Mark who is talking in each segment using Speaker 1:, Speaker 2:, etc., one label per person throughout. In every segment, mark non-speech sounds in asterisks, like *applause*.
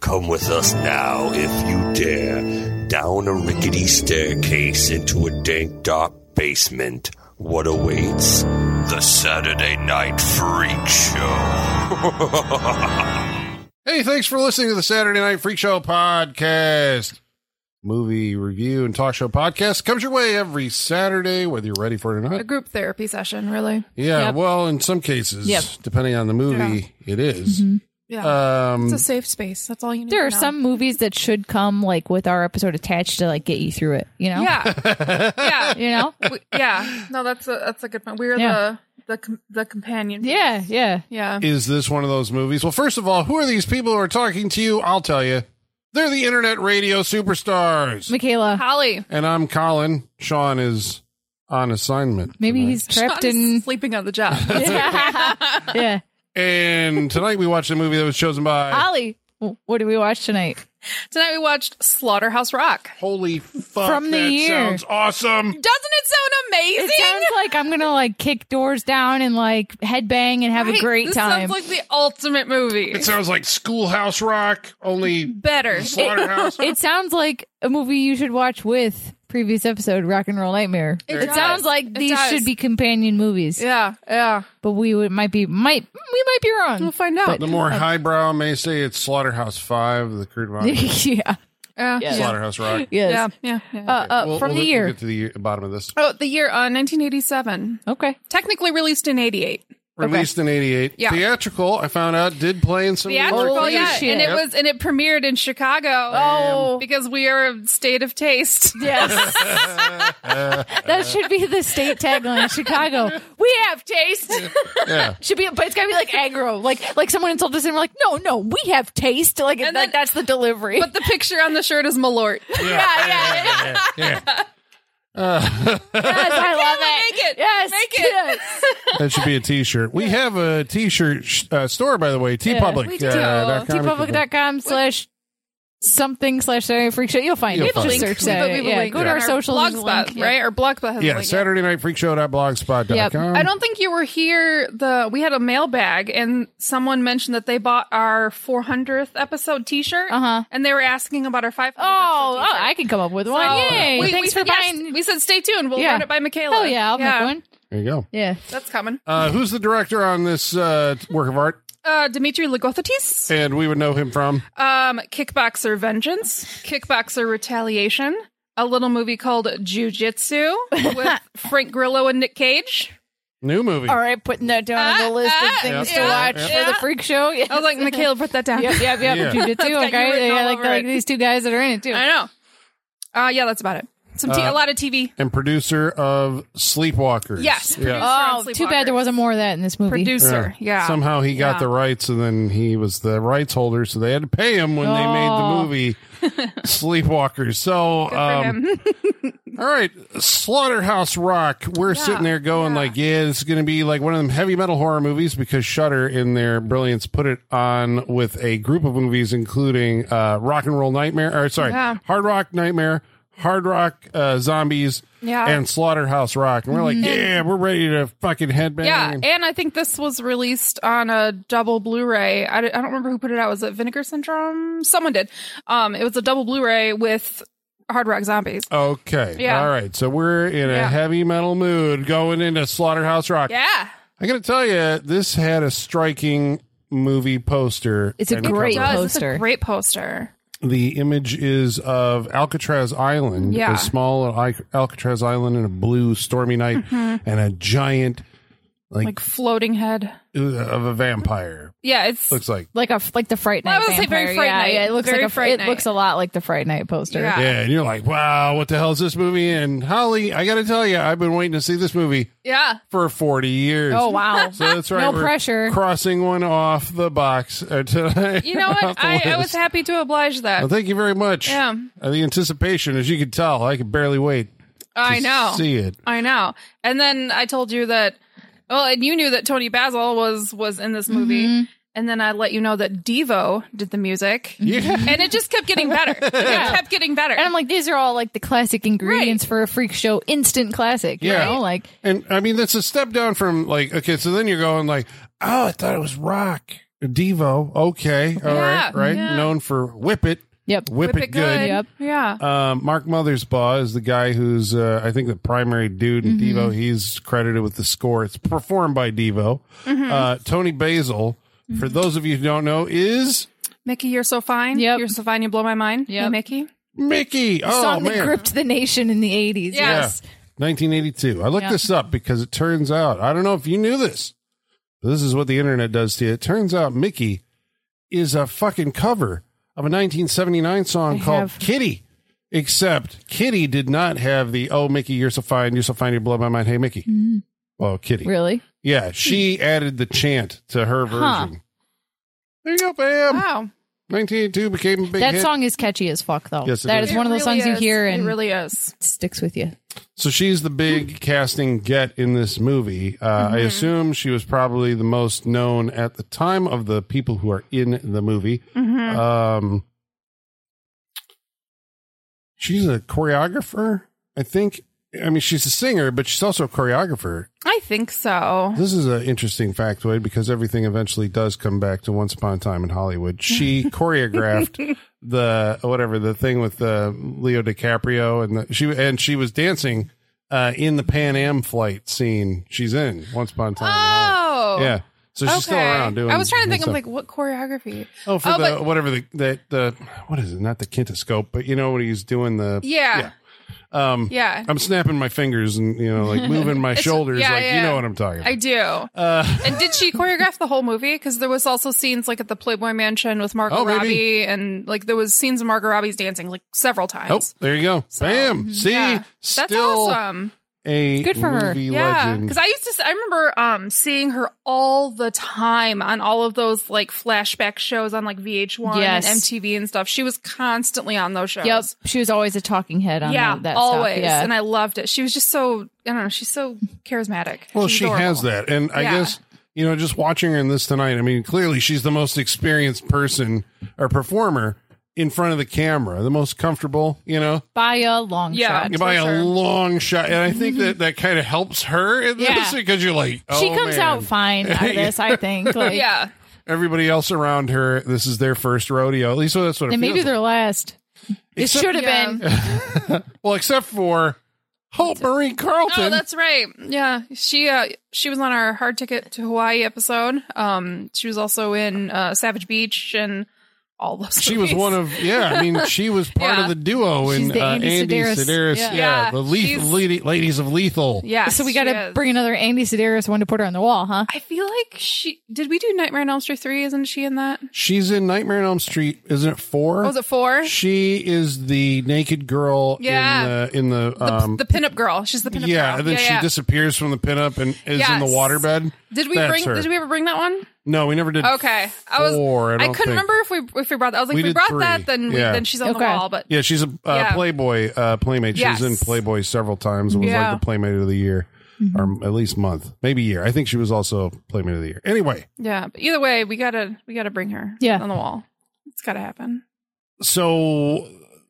Speaker 1: Come with us now, if you dare, down a rickety staircase into a dank, dark basement. What awaits? The Saturday Night Freak *laughs* Show.
Speaker 2: Hey, thanks for listening to the Saturday Night Freak Show podcast. Movie review and talk show podcast comes your way every Saturday, whether you're ready for it or
Speaker 3: A
Speaker 2: not.
Speaker 3: group therapy session, really.
Speaker 2: Yeah,
Speaker 3: Yep.
Speaker 2: well, in some cases,
Speaker 4: Yep. Mm-hmm.
Speaker 2: depending on the movie, it is.
Speaker 3: Yeah.
Speaker 2: Um,
Speaker 3: it's a safe space. That's all you need.
Speaker 4: There
Speaker 3: to
Speaker 4: are
Speaker 3: know.
Speaker 4: some movies that should come like with our episode attached to like get you through it, you know?
Speaker 3: Yeah.
Speaker 2: *laughs*
Speaker 3: yeah.
Speaker 4: You know?
Speaker 3: We- yeah. No, that's a that's a good one. We're
Speaker 4: Yeah.
Speaker 3: the the com- the companion.
Speaker 4: yeah, yeah.
Speaker 3: Yeah.
Speaker 2: is this one of those movies? Well, first of all, who are these people who are talking to you? I'll tell you. They're the internet radio superstars.
Speaker 4: Michaela,
Speaker 3: Holly.
Speaker 2: and I'm Colin. Sean is on assignment.
Speaker 4: maybe
Speaker 2: tonight.
Speaker 4: he's trapped
Speaker 3: Sean's
Speaker 4: in
Speaker 3: sleeping on
Speaker 2: *laughs*
Speaker 3: the job.
Speaker 4: *laughs* yeah. yeah.
Speaker 2: And tonight we watched a movie that was chosen by.
Speaker 4: Holly, w- what do we
Speaker 3: *laughs*
Speaker 4: watch tonight?
Speaker 3: Tonight we watched Slaughterhouse Rock.
Speaker 2: Holy fuck!
Speaker 4: From the
Speaker 2: that
Speaker 4: year.
Speaker 2: sounds awesome.
Speaker 3: Doesn't it sound amazing?
Speaker 4: It sounds like I'm gonna like kick doors down and like headbang and have a
Speaker 3: Right?
Speaker 4: great
Speaker 3: this
Speaker 4: time.
Speaker 3: Sounds like the ultimate movie.
Speaker 2: It sounds like Schoolhouse Rock,
Speaker 3: *laughs*
Speaker 2: only
Speaker 3: Better.
Speaker 2: Slaughterhouse.
Speaker 4: it sounds like a movie you should watch with previous episode Rock and Roll Nightmare.
Speaker 3: It
Speaker 4: It,
Speaker 3: does.
Speaker 4: sounds like
Speaker 3: It
Speaker 4: these
Speaker 3: does.
Speaker 4: should be companion movies,
Speaker 3: yeah. Yeah.
Speaker 4: but we would might be might we might be
Speaker 3: We'll
Speaker 4: wrong.
Speaker 3: find out.
Speaker 2: the more highbrow may say it's Slaughterhouse Five, the crude
Speaker 3: *laughs*
Speaker 2: violence,
Speaker 4: *laughs* yeah.
Speaker 3: yeah.
Speaker 4: Yes.
Speaker 3: Yeah.
Speaker 2: Slaughterhouse Rock.
Speaker 4: Yes.
Speaker 3: Yeah. yeah, yeah.
Speaker 4: Uh, uh,
Speaker 2: We'll-
Speaker 4: from
Speaker 2: we'll-
Speaker 4: the
Speaker 2: we'll
Speaker 4: year.
Speaker 2: get to the year- bottom of this.
Speaker 3: Oh, the year uh, 1987.
Speaker 4: okay.
Speaker 3: Technically released in 88.
Speaker 2: Released in '88,
Speaker 3: Yeah.
Speaker 2: theatrical. I found out did play in some
Speaker 3: theatrical,
Speaker 4: Holy
Speaker 3: yeah,
Speaker 4: shit.
Speaker 3: and it
Speaker 2: Yep.
Speaker 3: was and it premiered in Chicago.
Speaker 4: Oh.
Speaker 3: because we are a state of taste.
Speaker 4: *laughs*
Speaker 2: *laughs*
Speaker 3: *laughs*
Speaker 4: Yes. that should be the state tagline. Chicago. We have taste.
Speaker 2: Yeah.
Speaker 4: *laughs* Should be, but it's gotta be like aggro. Like, like someone insulted us and we're like, no, no, we have taste. Like,
Speaker 3: And
Speaker 4: like
Speaker 3: then-
Speaker 4: that's the delivery.
Speaker 3: But the picture on the shirt is
Speaker 4: *laughs*
Speaker 3: Malort.
Speaker 4: yeah, yeah, yeah.
Speaker 2: yeah.
Speaker 3: *laughs*
Speaker 4: Yes, I love it.
Speaker 3: Make it,
Speaker 4: Yes,
Speaker 3: make
Speaker 2: *laughs*
Speaker 3: it.
Speaker 4: yes.
Speaker 2: That should be a T-shirt. We have a T-shirt sh- uh, store, by the way. T
Speaker 3: we
Speaker 2: Public. uh,
Speaker 3: do.
Speaker 2: dot com.
Speaker 4: tpublic.com slash something slash Saturday Freak Show. You'll find
Speaker 2: You'll
Speaker 4: it. Just
Speaker 2: find it.
Speaker 4: search
Speaker 3: We have a-
Speaker 4: that.
Speaker 3: we have a
Speaker 4: Yeah,
Speaker 3: link
Speaker 4: go to
Speaker 3: on
Speaker 4: our socials. there's a
Speaker 3: Blogspot,
Speaker 4: link. Yeah.
Speaker 3: right? Or Blogspot has a
Speaker 2: Yeah,
Speaker 3: link.
Speaker 2: Saturday Night Freak Show. dot blogspot dot
Speaker 4: Yep.
Speaker 2: com.
Speaker 3: I don't think you were here. The we had a mailbag, and someone mentioned that they bought our 400th episode T-shirt,
Speaker 4: Uh-huh.
Speaker 3: and they were asking about our 500th.
Speaker 4: Oh,
Speaker 3: episode
Speaker 4: oh,
Speaker 3: t-shirt.
Speaker 4: I can come up with one. Yay.
Speaker 3: We,
Speaker 4: Thanks
Speaker 3: we said
Speaker 4: for
Speaker 3: yes.
Speaker 4: buying.
Speaker 3: We said stay tuned. We'll
Speaker 4: Yeah.
Speaker 3: run it by Michaela.
Speaker 4: Oh, yeah. I'll make one.
Speaker 2: There you go.
Speaker 4: Yeah.
Speaker 3: That's coming.
Speaker 2: Uh, who's the director on this uh, work of art?
Speaker 3: Uh, Dimitri Lagothotis.
Speaker 2: And we would know him from.
Speaker 3: Um, Kickboxer Vengeance, Kickboxer Retaliation, a little movie called Jujitsu
Speaker 4: *laughs*
Speaker 3: with Frank Grillo and Nick Cage.
Speaker 2: New movie.
Speaker 4: All right. Putting that down on the list of
Speaker 3: uh,
Speaker 4: things
Speaker 2: yeah,
Speaker 4: to watch
Speaker 2: yeah.
Speaker 4: for the Freak Show. Yeah.
Speaker 3: I was like, Michaela, put that down.
Speaker 4: Yep, yep, yep.
Speaker 2: Yeah.
Speaker 4: Jiu Jitsu,
Speaker 3: got you
Speaker 4: okay?
Speaker 3: written
Speaker 4: Yeah,
Speaker 3: all
Speaker 4: like,
Speaker 3: over
Speaker 4: like
Speaker 3: it.
Speaker 4: these two guys that are in it, too.
Speaker 3: I know. Uh, yeah, that's about it. Some
Speaker 2: Uh,
Speaker 3: t- a lot of TV.
Speaker 2: And producer of Sleepwalkers.
Speaker 3: Yes.
Speaker 2: Yeah.
Speaker 4: Oh,
Speaker 3: Producer on
Speaker 4: too bad there
Speaker 3: Sleepwalkers.
Speaker 4: wasn't more of that in this movie.
Speaker 3: Producer. Yeah.
Speaker 2: Somehow he got
Speaker 3: Yeah.
Speaker 2: the rights, and then he was the rights holder, so they had to pay him when they made the
Speaker 3: *laughs*
Speaker 4: Oh.
Speaker 2: movie Sleepwalkers. So, um,
Speaker 3: *laughs*
Speaker 2: all right, Slaughterhouse Rock. We're sitting there going like, yeah, this is going to be like one of them heavy metal horror movies because Shudder, in their brilliance, put it on with a group of movies including uh, Rock and Roll Nightmare, or sorry,
Speaker 3: Yeah.
Speaker 2: Hard Rock Nightmare. Hard Rock uh, Zombies
Speaker 3: Yeah. Mm-hmm.
Speaker 2: and Slaughterhouse Rock. And we're like, yeah, we're ready to fucking headbang.
Speaker 3: Yeah, and I think this was released on a double Blu-ray. I, d- I don't remember who put it out. Was it Vinegar Syndrome? Someone did. Um, it was a double Blu-ray with Hard Rock Zombies.
Speaker 2: Okay.
Speaker 3: Yeah.
Speaker 2: All right. So we're in a
Speaker 3: Yeah.
Speaker 2: heavy metal mood going into Slaughterhouse Rock.
Speaker 3: Yeah,
Speaker 2: I got to tell you, this had a striking movie poster.
Speaker 4: It's a
Speaker 2: and
Speaker 4: great
Speaker 2: cover.
Speaker 3: does. It's
Speaker 4: Poster.
Speaker 3: a great poster.
Speaker 2: The image is of Alcatraz Island,
Speaker 3: Yeah.
Speaker 2: a small I- Alcatraz Island in a blue stormy night,
Speaker 3: Mm-hmm.
Speaker 2: and a giant like,
Speaker 3: like floating head.
Speaker 2: of a vampire.
Speaker 3: Yeah, it's
Speaker 2: Looks like.
Speaker 4: like a like the Fright
Speaker 3: Well,
Speaker 4: Night.
Speaker 3: I would say very
Speaker 4: vampire.
Speaker 3: Fright
Speaker 4: yeah,
Speaker 3: Night.
Speaker 4: yeah, it looks
Speaker 3: Very
Speaker 4: like a
Speaker 3: Fright
Speaker 4: it
Speaker 3: Night.
Speaker 4: looks a lot like the Fright Night poster.
Speaker 3: Yeah.
Speaker 2: Yeah, and you're like, wow, what the hell is this movie? And Holly, I got to tell you, I've been waiting to see this movie
Speaker 3: yeah,
Speaker 2: for 40 years.
Speaker 4: Oh *laughs* wow.
Speaker 2: So that's right.
Speaker 4: No
Speaker 2: we're
Speaker 4: pressure.
Speaker 2: Crossing one off the box uh, tonight. *laughs*
Speaker 3: you know
Speaker 2: off
Speaker 3: what?
Speaker 2: the Oh,
Speaker 3: I, I was
Speaker 2: list.
Speaker 3: happy to oblige that.
Speaker 2: Well, thank you very much.
Speaker 3: Yeah.
Speaker 2: Uh, the anticipation, as you can tell, I could barely wait.
Speaker 3: I know,
Speaker 2: See it.
Speaker 3: I know. And then I told you that. Well, and you knew that Tony Basil was was in this movie.
Speaker 4: Mm-hmm.
Speaker 3: And then I let you know that Devo did the music.
Speaker 2: *laughs* Yeah.
Speaker 3: and it just kept
Speaker 2: *laughs*
Speaker 3: getting better. It kept getting better.
Speaker 4: And I'm like, these are all like the classic ingredients for a freak show instant classic. You
Speaker 2: Yeah.
Speaker 4: know, like
Speaker 2: And I mean, that's a step down from like, okay, so then you're going like, oh, I thought it was rock. Devo. Okay. all right,
Speaker 3: Yeah,
Speaker 2: Right.
Speaker 3: yeah.
Speaker 2: Known for Whip It.
Speaker 4: Yep.
Speaker 2: Whip, it, good.
Speaker 4: Yep.
Speaker 3: Yeah.
Speaker 2: Um, Mark Mothersbaugh is the guy who's, uh, I think, the primary dude in
Speaker 4: Mhm.
Speaker 2: Devo. He's credited with the score. It's performed by Devo.
Speaker 3: Mhm.
Speaker 2: Uh, Tony Basil, for those of you who don't know, is
Speaker 3: Mickey, you're so fine.
Speaker 4: Yep.
Speaker 3: You're so fine. You blow my mind. Yeah,
Speaker 4: Yep.
Speaker 3: Mickey.
Speaker 2: Mickey.
Speaker 4: The
Speaker 2: Oh,
Speaker 4: song that
Speaker 2: man.
Speaker 4: gripped the nation in the 80s.
Speaker 3: Yeah.
Speaker 4: Yes.
Speaker 2: 1982. I looked
Speaker 4: Yeah.
Speaker 2: this up because it turns out, I don't know if you knew this, but this is what the internet does to you. It turns out Mickey is a fucking cover of a 1979 song
Speaker 4: I
Speaker 2: called
Speaker 4: have-
Speaker 2: Kitty, except Kitty did not have the, oh, Mickey, you're so fine, you're so fine, you blow my mind. Hey, Mickey.
Speaker 4: Mm,
Speaker 2: Oh, Kitty.
Speaker 4: Really?
Speaker 2: Yeah, she added the chant to her version.
Speaker 4: Huh. Ah.
Speaker 2: There you go, bam.
Speaker 3: Wow.
Speaker 2: 1982 became a big
Speaker 4: that
Speaker 2: hit.
Speaker 4: song is catchy as fuck, though.
Speaker 2: Yes, it
Speaker 4: That
Speaker 2: is.
Speaker 4: is one of those
Speaker 3: It
Speaker 4: songs
Speaker 3: really
Speaker 4: you
Speaker 3: is.
Speaker 4: hear
Speaker 3: It
Speaker 4: and
Speaker 3: really is.
Speaker 4: sticks with you.
Speaker 2: So she's the big casting get in this movie. Uh, I assume she was probably the most known at the time of the people who are in the movie.
Speaker 3: Mhm.
Speaker 2: Um, she's a choreographer, I think. I mean, she's a singer, but she's also a choreographer.
Speaker 3: I think so.
Speaker 2: This is an interesting factoid because everything eventually does come back to Once Upon a Time in Hollywood.
Speaker 3: *laughs*
Speaker 2: She choreographed the whatever the thing with uh, Leo DiCaprio and the, she and she was dancing uh, in the Pan Am flight scene she's in Once Upon a Time.
Speaker 3: Oh.
Speaker 2: in Hollywood. yeah. So she's
Speaker 3: okay.
Speaker 2: still around doing.
Speaker 3: I was trying to
Speaker 2: doing
Speaker 3: think of
Speaker 2: stuff.
Speaker 3: like what choreography.
Speaker 2: oh for
Speaker 3: oh,
Speaker 2: the
Speaker 3: but-
Speaker 2: whatever the that the what is it not the kinetoscope but you know what he's doing the
Speaker 3: Yeah.
Speaker 2: yeah. um
Speaker 3: Yeah.
Speaker 2: I'm snapping my fingers and you know like moving my
Speaker 3: *laughs* It's-
Speaker 2: shoulders
Speaker 3: yeah,
Speaker 2: like you
Speaker 3: yeah.
Speaker 2: know what I'm talking about.
Speaker 3: I do.
Speaker 2: uh,
Speaker 3: And did
Speaker 2: *laughs*
Speaker 3: she choreograph the whole movie? Because there was also scenes like at the Playboy Mansion with Margot
Speaker 2: Oh, maybe.
Speaker 3: Robbie, and like there was scenes of Margot Robbie's dancing like several
Speaker 2: Oh,
Speaker 3: times.
Speaker 2: there you go. Bam. See,
Speaker 3: Yeah. That's
Speaker 2: still
Speaker 3: awesome.
Speaker 2: a
Speaker 4: Good for her.
Speaker 2: movie
Speaker 3: Yeah,
Speaker 2: legend.
Speaker 3: because I used to. s- I remember um seeing her all the time on all of those like flashback shows on like VH1
Speaker 4: Yes.
Speaker 3: and MTV and stuff. She was constantly on those shows.
Speaker 4: Yep. She was always a talking head on
Speaker 3: Yeah,
Speaker 4: that, that
Speaker 3: always.
Speaker 4: stuff. Yeah.
Speaker 3: And I loved it. She was just so. I don't know. She's so charismatic.
Speaker 2: well,
Speaker 3: She's
Speaker 2: she
Speaker 3: adorable.
Speaker 2: has that, and I
Speaker 3: Yeah.
Speaker 2: guess you know, just watching her in this tonight. I mean, clearly she's the most experienced person or performer in front of the camera, the most comfortable. You know,
Speaker 4: By a long
Speaker 3: Yeah.
Speaker 4: shot.
Speaker 2: you buy
Speaker 3: for
Speaker 2: a
Speaker 3: sure. Mm-hmm.
Speaker 2: long shot, and I think that that kind of helps her in this
Speaker 4: Yeah.
Speaker 2: because you're like, oh,
Speaker 4: she comes
Speaker 2: man.
Speaker 4: out fine
Speaker 2: *laughs*
Speaker 4: out of this, I think. Like,
Speaker 3: Yeah.
Speaker 2: Everybody else around her, this is their first rodeo. At least that's what it feels
Speaker 4: And maybe
Speaker 2: like.
Speaker 4: their last. It
Speaker 2: Except-
Speaker 4: should have
Speaker 3: Yeah.
Speaker 4: been.
Speaker 2: Well, except for Hope Marie Carlton.
Speaker 3: Oh, that's right. Yeah, she uh, she was on our hard ticket to Hawaii episode. Um, she was also in uh, Savage Beach and all those.
Speaker 2: She was
Speaker 3: *laughs*
Speaker 2: one of yeah. I mean, she was part
Speaker 3: Yeah.
Speaker 2: of the duo
Speaker 4: She's
Speaker 2: in
Speaker 4: the
Speaker 2: uh,
Speaker 4: Andy
Speaker 2: Andy
Speaker 4: Sedaris.
Speaker 2: Sedaris.
Speaker 4: Yeah.
Speaker 2: Yeah.
Speaker 3: Yeah,
Speaker 2: the le-
Speaker 3: she's-
Speaker 2: lady, ladies of lethal.
Speaker 3: Yeah,
Speaker 4: *laughs* so we got to bring another Andy Sedaris one to put her on the wall, huh?
Speaker 3: I feel like she did. We do Nightmare on Elm Street three, isn't she in that?
Speaker 2: She's in Nightmare on Elm Street, isn't it? Four.
Speaker 3: Oh, was it four?
Speaker 2: She is the naked girl.
Speaker 3: Yeah.
Speaker 2: in the in the, um.
Speaker 3: the pinup girl. She's the pinup
Speaker 2: yeah,
Speaker 3: girl.
Speaker 2: and then she disappears from the pinup and is in the
Speaker 3: Yes.
Speaker 2: waterbed.
Speaker 3: Did we
Speaker 2: That's
Speaker 3: bring?
Speaker 2: her.
Speaker 3: Did we ever bring that one?
Speaker 2: No, we never did.
Speaker 3: Okay, I was.
Speaker 2: Four, I
Speaker 3: I,
Speaker 2: don't
Speaker 3: couldn't
Speaker 2: think.
Speaker 3: remember if we if we brought that. I was like,
Speaker 2: We
Speaker 3: if we
Speaker 2: did
Speaker 3: brought
Speaker 2: three.
Speaker 3: that, then we,
Speaker 2: Yeah.
Speaker 3: then she's on the
Speaker 4: Okay.
Speaker 3: wall. But
Speaker 2: Yeah, she's a uh,
Speaker 3: Yeah.
Speaker 2: Playboy uh, playmate. She
Speaker 3: Yes.
Speaker 2: was in Playboy several times and was
Speaker 3: Yeah.
Speaker 2: like the playmate of the year, or at least month, maybe year. I think she was also playmate of the year. Anyway,
Speaker 3: yeah, but either way, we gotta we gotta bring her.
Speaker 4: Yeah.
Speaker 3: on the wall. It's gotta happen.
Speaker 2: so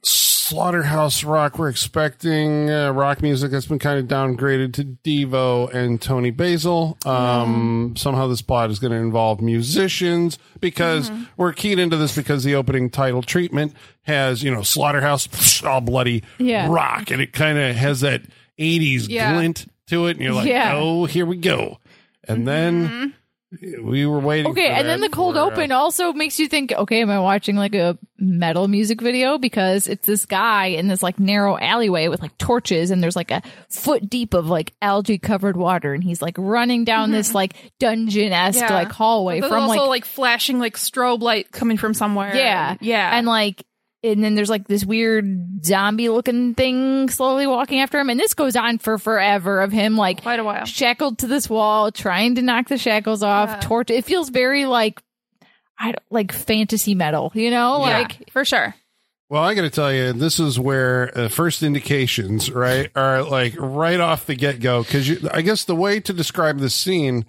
Speaker 2: Slaughterhouse Rock, we're expecting uh, rock music that's been kind of downgraded to Devo and Tony Basil. Um,
Speaker 4: Mm-hmm.
Speaker 2: Somehow this plot is going to involve musicians because
Speaker 4: Mm-hmm.
Speaker 2: we're keyed into this because the opening title treatment has, you know, Slaughterhouse, all bloody
Speaker 4: Yeah.
Speaker 2: rock, and it kind of has that 80s
Speaker 3: Yeah.
Speaker 2: glint to it, and you're like,
Speaker 4: Yeah.
Speaker 2: oh, here we go. And then we were waiting.
Speaker 4: Mm-hmm. Okay,
Speaker 2: for
Speaker 4: and then
Speaker 2: that
Speaker 4: the cold
Speaker 2: for, uh,
Speaker 4: open also makes you think, okay, am I watching like a metal music video? Because it's this guy in this like narrow alleyway with like torches, and there's like a foot deep of like algae covered water, and he's like running down this like dungeon esque
Speaker 3: Mm-hmm. Yeah.
Speaker 4: like hallway
Speaker 3: There's
Speaker 4: from
Speaker 3: also
Speaker 4: like,
Speaker 3: like, flashing like strobe light coming from somewhere.
Speaker 4: yeah,
Speaker 3: yeah.
Speaker 4: and like. And then there's like this weird zombie looking thing slowly walking after him. And this goes on for forever of him like
Speaker 3: quite a while.
Speaker 4: shackled to this wall, trying to knock the shackles off.
Speaker 3: Yeah.
Speaker 4: Torture. It feels very like I don't, like fantasy metal, you know,
Speaker 3: Yeah,
Speaker 4: like
Speaker 3: for sure.
Speaker 2: Well, I got to tell you, this is where uh, first indications, right, are like right off the get go. Because I guess the way to describe this scene,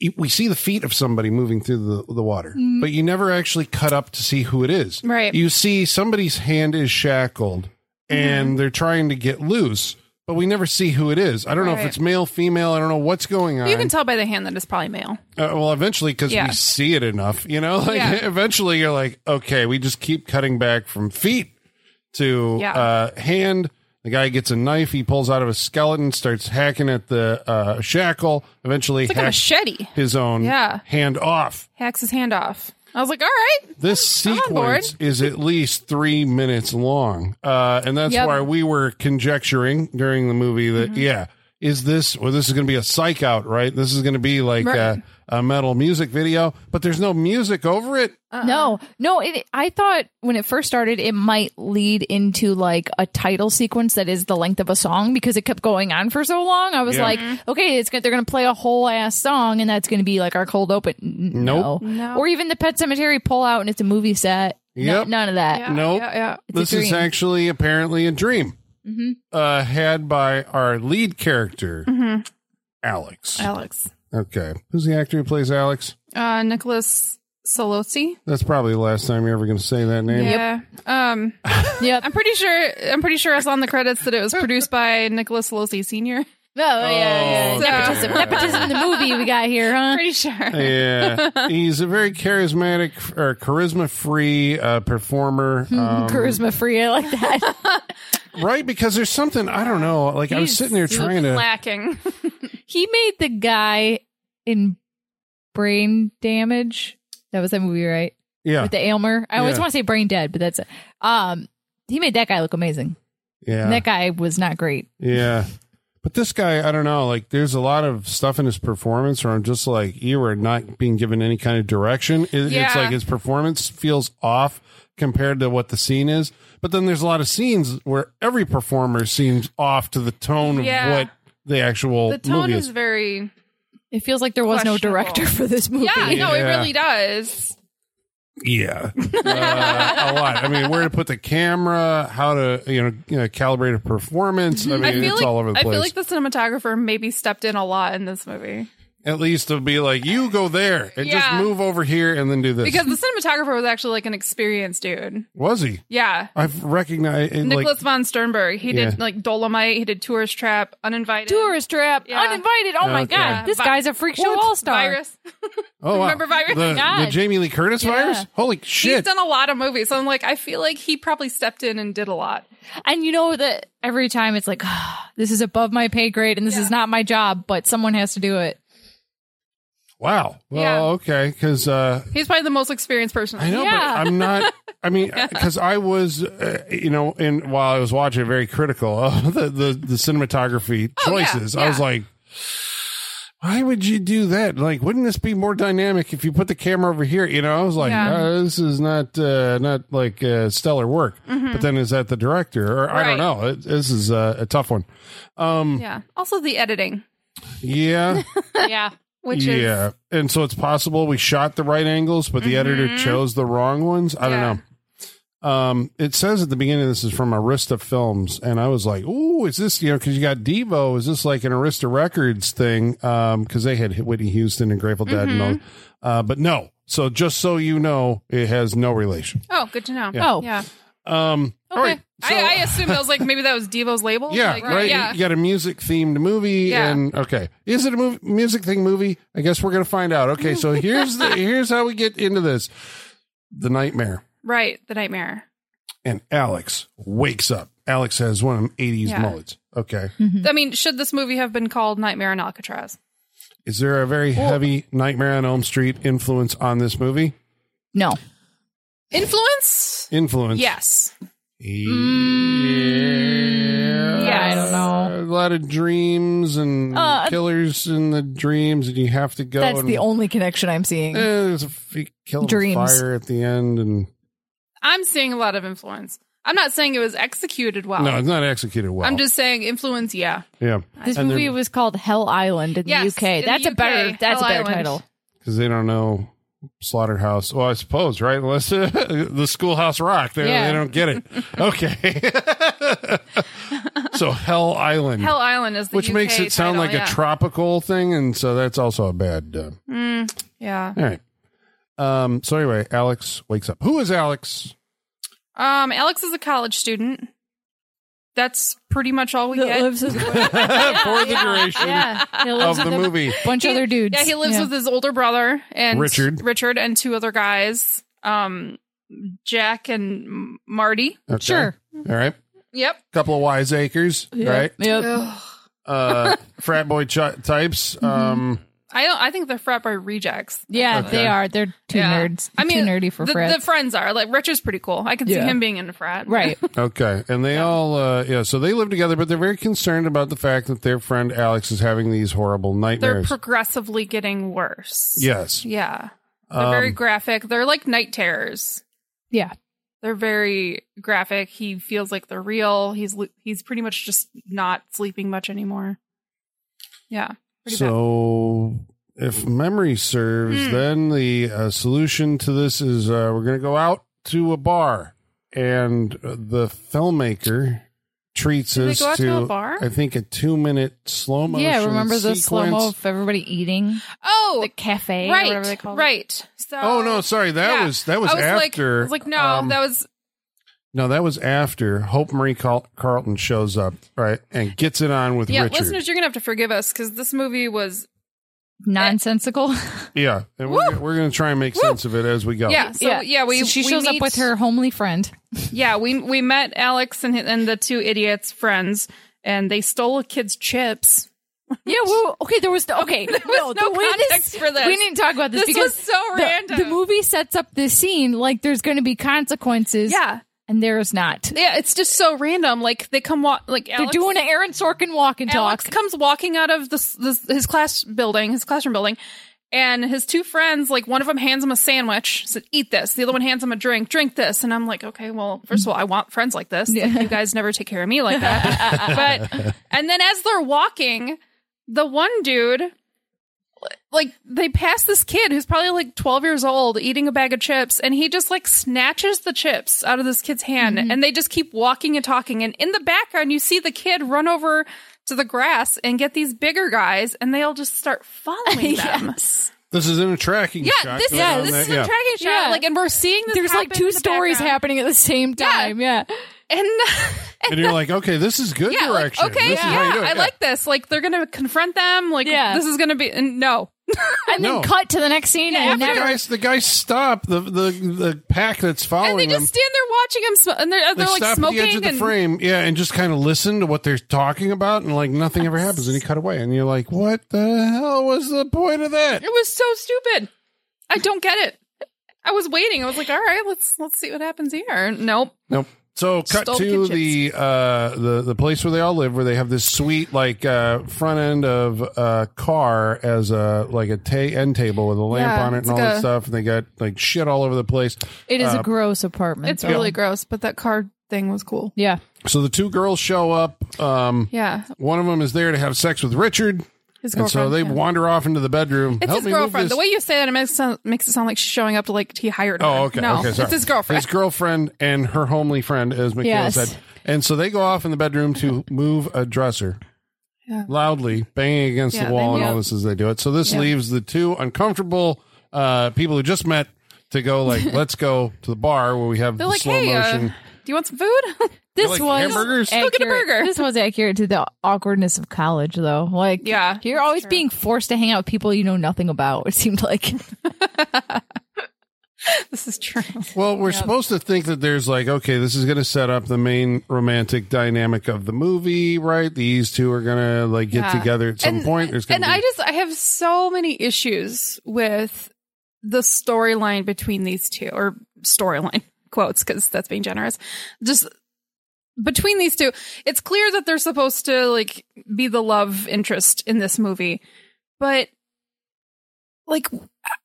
Speaker 2: you- we see the feet of somebody moving through the, the water, but you never actually cut up to see who it is.
Speaker 3: Mm-hmm. Right. Mm-hmm.
Speaker 2: You see somebody's hand is shackled and they're trying to get loose, but we never see who it is. I don't know if
Speaker 3: Right.
Speaker 2: it's male, female. I don't know what's going on.
Speaker 3: You can tell by the hand that it's probably male.
Speaker 2: Uh, well, eventually, because
Speaker 3: Yeah.
Speaker 2: we see it enough, you know, *laughs* like
Speaker 3: Yeah.
Speaker 2: eventually you're like, okay, we just keep cutting back from feet to
Speaker 3: Yeah.
Speaker 2: uh, hand. The guy gets a knife. He pulls out of a skeleton, starts hacking at the uh, shackle. Eventually,
Speaker 3: It's like a
Speaker 2: hacks
Speaker 3: machete.
Speaker 2: his own
Speaker 3: Yeah.
Speaker 2: hand off.
Speaker 3: Hacks his hand off. I was like, all right.
Speaker 2: This
Speaker 3: I'm on board.
Speaker 2: sequence is at least three minutes long, uh, and that's
Speaker 4: Yep.
Speaker 2: why we were conjecturing during the movie that yeah, is this well, this is going to be a psych out, right? This is going to be like
Speaker 3: Right.
Speaker 2: a, a metal music video, but there's no music over it.
Speaker 4: No, no. It, I thought when it first started, it might lead into like a title sequence that is the length of a song because it kept going on for so long. I was
Speaker 2: Yeah.
Speaker 4: like,
Speaker 3: Mm-hmm.
Speaker 4: okay, it's good. they're going to play a whole ass song, and that's going to be like our cold open. N-
Speaker 2: Nope.
Speaker 4: No.
Speaker 3: No.
Speaker 4: Or even the Pet Cemetery pull out, and it's a movie set. No-
Speaker 2: Yep.
Speaker 4: none of that.
Speaker 3: Yeah,
Speaker 2: Nope.
Speaker 3: Yeah, yeah.
Speaker 4: a
Speaker 2: This is
Speaker 4: dream.
Speaker 2: actually apparently a dream
Speaker 4: hmm
Speaker 2: uh, had by our lead character,
Speaker 3: hmm
Speaker 2: Alex.
Speaker 3: Alex.
Speaker 2: okay, who's the actor who plays Alex?
Speaker 3: Uh, Nicholas Solosi.
Speaker 2: That's probably the last time you're ever going to say that name.
Speaker 3: Yeah. Um,
Speaker 4: Yep.
Speaker 3: I'm pretty sure. I'm pretty sure I saw in the credits that it was produced by Nicholas Solosi Senior. *laughs*
Speaker 4: No, yeah, yeah, yeah.
Speaker 2: Oh,
Speaker 4: Nepotism,
Speaker 2: okay.
Speaker 4: nepotism in the movie we got here, huh?
Speaker 3: Pretty sure. *laughs*
Speaker 2: yeah, he's a very charismatic or charisma free uh,
Speaker 3: *laughs*
Speaker 2: performer,
Speaker 4: *laughs*
Speaker 2: um,
Speaker 4: Charisma free, I like that.
Speaker 2: right? Because there's something I don't know. Like I was
Speaker 4: He's
Speaker 2: sitting there trying to. *laughs*
Speaker 3: Lacking.
Speaker 4: he made the guy in brain damage. That was that movie, right?
Speaker 2: Yeah,
Speaker 4: with the Aylmer. I always
Speaker 2: Yeah.
Speaker 4: want to say brain dead, but that's it. Um, he made that guy look amazing.
Speaker 2: yeah,
Speaker 4: And That guy was not great.
Speaker 2: yeah. But this guy, I don't know. Like, there's a lot of stuff in his performance where I'm just like, you are not being given any kind of direction. It, It's
Speaker 3: Yeah.
Speaker 2: like his performance feels off compared to what the scene is. But then there's a lot of scenes where every performer seems off to the tone
Speaker 3: Yeah.
Speaker 2: of what the actual
Speaker 3: The tone
Speaker 2: movie
Speaker 3: is very.
Speaker 4: It feels like there was no director for this movie.
Speaker 3: Yeah, no, it
Speaker 2: Yeah.
Speaker 3: really does.
Speaker 2: Yeah, uh, a lot. I mean, where to put the camera, how to you know, you know calibrate a performance. I mean,
Speaker 3: Mhm. I feel
Speaker 2: it's
Speaker 3: like
Speaker 2: all over the
Speaker 3: I
Speaker 2: place.
Speaker 3: feel like the cinematographer maybe stepped in a lot in this movie
Speaker 2: At least it'll be like you go there and
Speaker 3: Yeah.
Speaker 2: just move over here and then do this.
Speaker 3: because the cinematographer was actually like an experienced dude.
Speaker 2: was he?
Speaker 3: Yeah,
Speaker 2: I've recognized it,
Speaker 3: Nicholas
Speaker 2: Uh, like
Speaker 3: von Sternberg. He
Speaker 2: Yeah.
Speaker 3: did like Dolomite. He did Tourist Trap, Uninvited,
Speaker 4: *laughs* Tourist trap,
Speaker 3: Yeah.
Speaker 4: uninvited. Oh my
Speaker 2: Okay.
Speaker 4: god, this
Speaker 3: Vi-
Speaker 4: guy's a freak show all star.
Speaker 3: Virus.
Speaker 2: oh wow.
Speaker 3: remember Virus?
Speaker 2: the,
Speaker 4: God.
Speaker 2: the Jamie Lee Curtis
Speaker 4: Yeah.
Speaker 2: virus. Holy
Speaker 3: He's
Speaker 2: shit!
Speaker 3: done a lot of movies, so I'm like, I feel like he probably stepped in and did a lot.
Speaker 4: And you know that every time it's like, "Ah, this is above my pay grade, and this is not my job, but someone has to
Speaker 3: *laughs*
Speaker 4: do it.
Speaker 2: wow. Well,
Speaker 3: Yeah.
Speaker 2: okay, because uh,
Speaker 3: He's probably the most experienced person.
Speaker 2: I know,
Speaker 4: Yeah.
Speaker 2: but I'm not. I
Speaker 3: *laughs*
Speaker 2: mean, because I was, uh, you know, and while I was watching, it, very critical of *laughs* the the, the cinematography
Speaker 3: Oh, yeah,
Speaker 2: choices. I was
Speaker 3: yeah.
Speaker 2: like, why would you do that? Like, wouldn't this be more dynamic if you put the camera over here? You know, I was like,
Speaker 3: Yeah.
Speaker 2: "Uh, this is not uh, not like uh, stellar work. But then is that the director or I don't
Speaker 3: Mm-hmm. Right.
Speaker 2: know? It, this is uh, a tough one.
Speaker 3: Yeah. Also the editing,
Speaker 2: Yeah.
Speaker 4: yeah.
Speaker 3: which
Speaker 2: yeah.
Speaker 3: is
Speaker 2: And so it's possible we shot the right angles, but the editor chose the wrong ones. I
Speaker 3: Mm-hmm. Yeah.
Speaker 2: don't know. Um, it says at the beginning this is from Arista Films, and I was like, "Ooh, is this you know?" Because you got Devo, is this like an Arista Records thing? Because they had Whitney Houston and Grateful Dead and
Speaker 3: Mm-hmm.
Speaker 2: all. Uh, but no. So just so you know, it has no relation.
Speaker 3: oh, good to know.
Speaker 2: Yeah.
Speaker 4: Oh,
Speaker 3: Yeah.
Speaker 2: Um, all
Speaker 3: Okay.
Speaker 2: right. So-
Speaker 3: I, I assumed that was like maybe that was Devo's label.
Speaker 2: yeah,
Speaker 3: Like,
Speaker 2: right.
Speaker 3: Yeah.
Speaker 2: You got a music themed movie,
Speaker 3: Yeah.
Speaker 2: and okay, is it a mov- music thing movie? I guess we're gonna find out. Okay,
Speaker 4: *laughs*
Speaker 2: so here's the here's how we get into this: the nightmare,
Speaker 3: Right. The nightmare.
Speaker 2: and Alex wakes up. Alex has one of them '80s
Speaker 3: Yeah.
Speaker 2: mullets. Okay,
Speaker 4: Hmm.
Speaker 3: I mean, should this movie have been called Nightmare on Alcatraz?
Speaker 2: is there a very heavy Nightmare on Elm Street influence on this movie?
Speaker 4: no.
Speaker 3: Influence?
Speaker 2: Influence?
Speaker 3: Yes.
Speaker 2: Yeah.
Speaker 4: Mm, Yeah, I don't
Speaker 2: A
Speaker 4: know.
Speaker 2: lot of dreams and
Speaker 4: Uh,
Speaker 2: killers in the dreams, and you have to go.
Speaker 4: That's
Speaker 2: and
Speaker 4: the only connection I'm seeing.
Speaker 2: Eh,
Speaker 3: Uh,
Speaker 2: there's a f- kill
Speaker 4: Dreams.
Speaker 2: fire at the end, and
Speaker 3: I'm seeing a lot of influence. I'm not saying it was executed well.
Speaker 2: no, it's not executed well.
Speaker 3: I'm just saying influence, yeah.
Speaker 2: yeah,
Speaker 4: This
Speaker 2: And they're-
Speaker 4: movie was called Hell Island in
Speaker 3: Yes,
Speaker 4: the UK.
Speaker 3: in the
Speaker 4: that's a
Speaker 3: UK,
Speaker 4: better. That's
Speaker 3: Hell
Speaker 4: a better
Speaker 3: Island.
Speaker 4: title.
Speaker 2: because they don't know slaughterhouse. Well, I suppose right, unless *laughs* uh, the Schoolhouse Rock, they,
Speaker 4: Yeah.
Speaker 2: they don't get it. Okay, *laughs* so Hell Island,
Speaker 3: Hell Island is the
Speaker 2: which
Speaker 3: UK
Speaker 2: makes it sound
Speaker 3: title,
Speaker 2: like
Speaker 3: yeah.
Speaker 2: a tropical thing, and so that's also a bad. Uh,
Speaker 3: Mm, Yeah.
Speaker 2: all right. Um. So anyway, Alex *laughs* wakes up. Who is Alex?
Speaker 3: Um, Alex is a college student. that's pretty much all we
Speaker 5: that
Speaker 3: get.
Speaker 4: *laughs*
Speaker 5: lives his
Speaker 2: for the duration
Speaker 4: yeah. He
Speaker 2: of
Speaker 4: lives
Speaker 2: the
Speaker 4: with a
Speaker 2: movie.
Speaker 4: bunch of other dudes.
Speaker 3: Yeah, he lives with his older brother and
Speaker 2: Richard.
Speaker 3: Richard and two other guys, um, Jack and M- Marty.
Speaker 2: Okay.
Speaker 4: Sure.
Speaker 2: All right.
Speaker 3: Yep.
Speaker 2: Couple of wiseacres,
Speaker 5: Yeah.
Speaker 2: right?
Speaker 4: Yep.
Speaker 3: *laughs*
Speaker 2: Uh, frat boy ch- types.
Speaker 3: Mm-hmm.
Speaker 2: Um,
Speaker 3: I don't. I think they're frat boy rejects.
Speaker 4: Yeah,
Speaker 2: Okay.
Speaker 4: they are. They're two
Speaker 3: Yeah.
Speaker 4: nerds.
Speaker 3: I mean,
Speaker 4: too nerdy for
Speaker 3: the,
Speaker 4: frats.
Speaker 3: the friends are like Richard's pretty cool. I can
Speaker 5: Yeah.
Speaker 3: see him being in a frat.
Speaker 4: right.
Speaker 2: Okay. And they all, uh, yeah, so they live together, but they're very concerned about the fact that their friend Alex is having these horrible
Speaker 3: They're
Speaker 2: nightmares.
Speaker 3: progressively getting worse.
Speaker 2: yes.
Speaker 3: Yeah. They're
Speaker 2: Um,
Speaker 3: very graphic. They're like night terrors.
Speaker 4: Yeah.
Speaker 3: They're very graphic. He feels like they're real. He's lo- he's pretty much just not sleeping much anymore. Yeah. Pretty bad.
Speaker 2: so, if memory serves,
Speaker 3: Hmm.
Speaker 2: then the uh, solution to this is uh, we're going to go out to a bar, and uh, the filmmaker treats
Speaker 3: Did they
Speaker 2: us
Speaker 3: go out to
Speaker 2: to,
Speaker 3: a bar?
Speaker 2: I think, a two minute slow motion.
Speaker 4: Yeah, remember the slow mo
Speaker 2: sequence.
Speaker 4: of everybody eating?
Speaker 3: Oh,
Speaker 4: The cafe, or whatever they
Speaker 3: right,
Speaker 4: call
Speaker 3: right. So,
Speaker 2: Oh no! Sorry, that
Speaker 3: yeah.
Speaker 2: was that was,
Speaker 3: I was like,
Speaker 2: after.
Speaker 3: I was like, no,
Speaker 2: um,
Speaker 3: that was
Speaker 2: No, that was after Hope Marie Carl- Carlton shows up, right, and gets it on with
Speaker 3: yeah.
Speaker 2: Richard.
Speaker 3: Listeners, you're gonna have to forgive us because this movie was
Speaker 4: it.
Speaker 3: *laughs*
Speaker 4: Nonsensical.
Speaker 2: yeah, and we're, we're going to try and make sense of it as we go.
Speaker 3: yeah. So yeah, we
Speaker 4: So she
Speaker 3: we
Speaker 4: shows
Speaker 3: meet-
Speaker 4: up with her homely friend.
Speaker 3: Yeah, we we met Alex and hi- and the two idiots friends, and they stole a kid's chips.
Speaker 4: Yeah, well, okay, *laughs* there was no, okay, no,
Speaker 3: no
Speaker 4: the way
Speaker 3: context for this.
Speaker 4: We need to talk about this,
Speaker 3: This
Speaker 4: because
Speaker 3: was so
Speaker 4: the,
Speaker 3: random.
Speaker 4: The movie sets up this scene like there's going to be consequences.
Speaker 3: Yeah,
Speaker 4: and there's not.
Speaker 3: yeah. It's just so random. Like they come walk like Alex,
Speaker 4: They're doing an Aaron Sorkin walk and talk.
Speaker 3: Alex comes walking out of this, this his class building, his classroom building, and his two friends, like one of them hands him a sandwich, said, "Eat this." The other one hands him a drink, "Drink this." And I'm like, "Okay, well, first of all, I want friends like this. Like, you guys never take care of me like that." but and then as they're walking, the one dude like they pass this kid who's probably like 12 years old eating a bag of chips and he just like snatches the chips out of this kid's hand
Speaker 4: Mm-hmm.
Speaker 3: and they just keep walking and talking and in the background you see the kid run over to the grass and get these bigger guys and they all just start
Speaker 4: *laughs*
Speaker 3: following them
Speaker 2: This is in a tracking
Speaker 3: yeah
Speaker 2: shot.
Speaker 3: this is
Speaker 2: going on
Speaker 3: this
Speaker 2: there.
Speaker 3: is a
Speaker 2: yeah.
Speaker 3: tracking shot
Speaker 4: Yeah.
Speaker 3: like and we're seeing this
Speaker 4: there's like
Speaker 3: happen
Speaker 4: two
Speaker 3: in the
Speaker 4: stories
Speaker 3: background.
Speaker 4: happening at the same time. Yeah.
Speaker 3: and *laughs*
Speaker 2: and you're like, okay, this is good
Speaker 3: yeah like,
Speaker 2: direction.
Speaker 3: okay
Speaker 2: This is how you
Speaker 3: yeah,
Speaker 2: do it.
Speaker 3: i like this like they're gonna confront them like
Speaker 4: Yeah.
Speaker 3: this is gonna be and no
Speaker 4: *laughs* And
Speaker 2: No.
Speaker 4: then cut to the next scene
Speaker 3: Yeah,
Speaker 4: and
Speaker 2: The
Speaker 3: after-
Speaker 4: never.
Speaker 2: guys, the guys stop the the the pack that's
Speaker 3: and they
Speaker 2: following
Speaker 3: just
Speaker 2: them.
Speaker 3: stand there watching him sm- and they're,
Speaker 2: They
Speaker 3: they're
Speaker 2: stop
Speaker 3: like smoking
Speaker 2: at the edge of the
Speaker 3: and
Speaker 2: frame, yeah, and just kind of listen to what they're talking about, and like nothing ever happens, and you cut away, and you're like, "What the hell was the point of that?"
Speaker 3: It was so stupid. I don't get it. I was waiting. I was like, all right, let's let's see what happens here. Nope.
Speaker 2: Nope. So cut
Speaker 3: Stole
Speaker 2: to
Speaker 3: kitchens.
Speaker 2: the uh the the place where they all live, where they have this sweet like uh front end of uh, car as a like a ta- end table with a lamp
Speaker 3: Yeah,
Speaker 2: on it and
Speaker 3: it's
Speaker 2: all
Speaker 3: like
Speaker 2: that
Speaker 3: a-
Speaker 2: stuff, and they got like shit all over the place.
Speaker 4: It
Speaker 2: Uh,
Speaker 4: is a gross apartment.
Speaker 3: It's
Speaker 4: though.
Speaker 3: really gross, but that card thing was cool.
Speaker 4: Yeah.
Speaker 2: So the two girls show up. Um,
Speaker 3: Yeah.
Speaker 2: one of them is there to have sex with Richard,
Speaker 3: His
Speaker 2: and so
Speaker 3: girlfriend.
Speaker 2: they
Speaker 3: yeah.
Speaker 2: wander off into the bedroom.
Speaker 3: It's
Speaker 2: Help
Speaker 3: his
Speaker 2: me move
Speaker 3: girlfriend.
Speaker 2: this-
Speaker 3: The way you say that it makes it sound, makes it sound like she's showing up to like he hired her.
Speaker 2: Oh, okay.
Speaker 3: No,
Speaker 2: okay, sorry.
Speaker 3: it's his girlfriend.
Speaker 2: His girlfriend and her homely friend, as Michaela
Speaker 4: Yes.
Speaker 2: said. And so they go off in the bedroom
Speaker 3: *laughs*
Speaker 2: to move a dresser
Speaker 3: Yeah.
Speaker 2: loudly, banging against
Speaker 3: Yeah,
Speaker 2: the wall
Speaker 3: they
Speaker 2: and all
Speaker 3: move.
Speaker 2: this as they do it. So this leaves the two uncomfortable uh, people who just met to go
Speaker 3: *laughs*
Speaker 2: like, let's go to the bar where we have
Speaker 3: They're
Speaker 2: the
Speaker 3: like,
Speaker 2: slow
Speaker 3: hey, uh, do
Speaker 2: motion.
Speaker 3: you want some food? *laughs*
Speaker 4: This
Speaker 2: like
Speaker 4: was
Speaker 2: hamburgers?
Speaker 3: Go get a
Speaker 4: accurate-
Speaker 3: burger.
Speaker 4: This was accurate to the awkwardness of college, though. Like,
Speaker 3: Yeah,
Speaker 4: you're always being forced to hang out with people you know nothing about. *laughs* It seemed like
Speaker 3: this is true.
Speaker 2: Well, we're supposed to think that there's like, okay, this is going to set up the main romantic dynamic of the movie, right? These two are going to like get
Speaker 3: Yeah.
Speaker 2: together at some
Speaker 3: And-
Speaker 2: point. There's going
Speaker 3: And
Speaker 2: to be
Speaker 3: I just I have so many issues with the storyline between these two, or storyline *laughs* quotes, because that's being generous. Just between these two, it's clear that they're supposed to like be the love interest in this movie, but like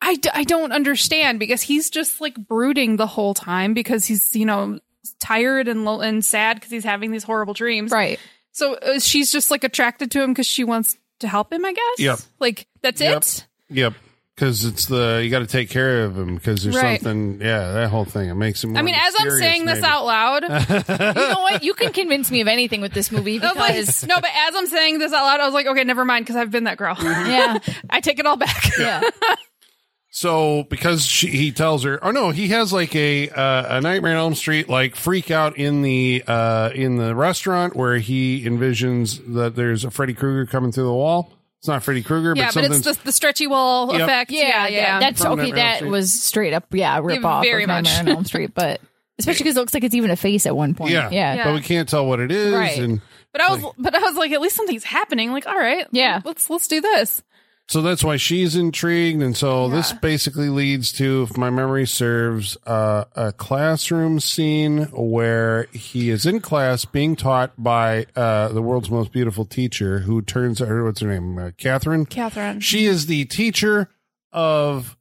Speaker 3: I, d- I don't understand because he's just like brooding the whole time because he's you know tired and lo- and sad because he's having these horrible dreams
Speaker 4: right.
Speaker 3: so uh, she's just like attracted to him because she wants to help him, I guess.
Speaker 2: Yep.
Speaker 3: Like that's
Speaker 2: Yep.
Speaker 3: it.
Speaker 2: Yep. Because it's the you got to take care of him because there's
Speaker 3: Right.
Speaker 2: something yeah that whole thing it makes him.
Speaker 3: I mean, as I'm saying this out loud, I
Speaker 4: *laughs* You know what? You can convince me *laughs* of anything with this movie
Speaker 3: was like,
Speaker 4: because
Speaker 3: no, but as I'm saying *laughs*
Speaker 4: Mm-hmm.
Speaker 3: this out loud, I was like, okay, never mind, because I've been that girl.
Speaker 4: *laughs* yeah,
Speaker 3: I take it all back.
Speaker 4: yeah.
Speaker 2: So because she, he tells her, oh no, he has like a uh, a Nightmare on Elm Street like freak out in the uh, in the restaurant where he envisions that there's a Freddy Krueger coming through the wall. It's not Freddy Krueger,
Speaker 3: *laughs* yeah,
Speaker 2: but
Speaker 3: but it's
Speaker 2: something's
Speaker 3: the, the stretchy wall
Speaker 2: Yep.
Speaker 3: effect. Yeah, yeah.
Speaker 4: That's
Speaker 2: From
Speaker 4: okay.
Speaker 2: Nightmare on Elm
Speaker 4: That
Speaker 2: Street.
Speaker 4: was straight up, yeah, rip off
Speaker 3: very
Speaker 4: of Nightmare
Speaker 3: much.
Speaker 4: on Elm Street, but especially because it looks like it's even a face at one point.
Speaker 2: yeah,
Speaker 4: yeah,
Speaker 2: but we can't tell what it is.
Speaker 4: Right.
Speaker 2: And
Speaker 3: but I was, but I was like, at least something's happening. Like, all right,
Speaker 4: Yeah.
Speaker 3: let's let's do this.
Speaker 2: so that's why she's intrigued. And so this basically leads to, if my memory serves, uh, a classroom scene where he is in class being taught by uh, the world's most beautiful teacher, who turns out what's her name, uh, Catherine.
Speaker 3: Catherine,
Speaker 2: She is the teacher of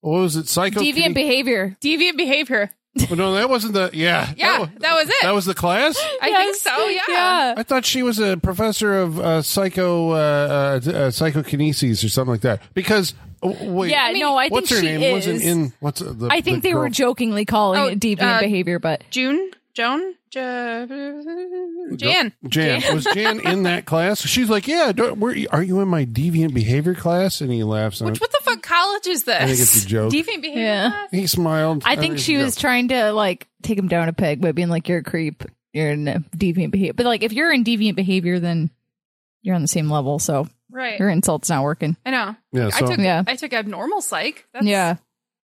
Speaker 2: what was it? Psycho.
Speaker 4: deviant behavior.
Speaker 3: deviant behavior.
Speaker 2: Well, no, that wasn't the. Yeah,
Speaker 3: Yeah,
Speaker 2: That wa-
Speaker 3: that, was it.
Speaker 2: Oh, that was the class.
Speaker 3: I think
Speaker 4: Yes.
Speaker 3: so. Yeah.
Speaker 2: I thought she was a professor of uh, psycho uh, uh, uh, psychokinesis or something like that. Because w- wait,
Speaker 4: Yeah, no, I
Speaker 2: what's
Speaker 4: think
Speaker 2: her
Speaker 4: she
Speaker 2: name? Wasn't
Speaker 4: is.
Speaker 2: in what's uh, the?
Speaker 4: I think
Speaker 2: the
Speaker 4: they were
Speaker 2: girl-
Speaker 4: jokingly calling
Speaker 3: Oh,
Speaker 4: it deviant
Speaker 3: uh,
Speaker 4: behavior, but
Speaker 3: June, Joan, J- Jan.
Speaker 2: Jan. was Jan
Speaker 4: *laughs*
Speaker 2: in that class? She's like, yeah. do were, are you in my deviant behavior class? And he laughs. And
Speaker 3: Which what the fuck college is this? I
Speaker 2: think it's a joke.
Speaker 3: Deviant behavior.
Speaker 4: Yeah.
Speaker 3: class?
Speaker 2: he smiled.
Speaker 4: I think
Speaker 2: it's
Speaker 4: she
Speaker 2: a
Speaker 4: was
Speaker 2: joke.
Speaker 4: trying to like take him down a peg by being like, "You're a creep. You're in deviant behavior." But like, if you're in deviant behavior, then you're on the same level. So
Speaker 3: Right.
Speaker 4: your insult's not working.
Speaker 3: I know.
Speaker 2: yeah. So
Speaker 3: I took
Speaker 4: Yeah.
Speaker 3: I took abnormal psych. That's, *laughs*
Speaker 4: yeah,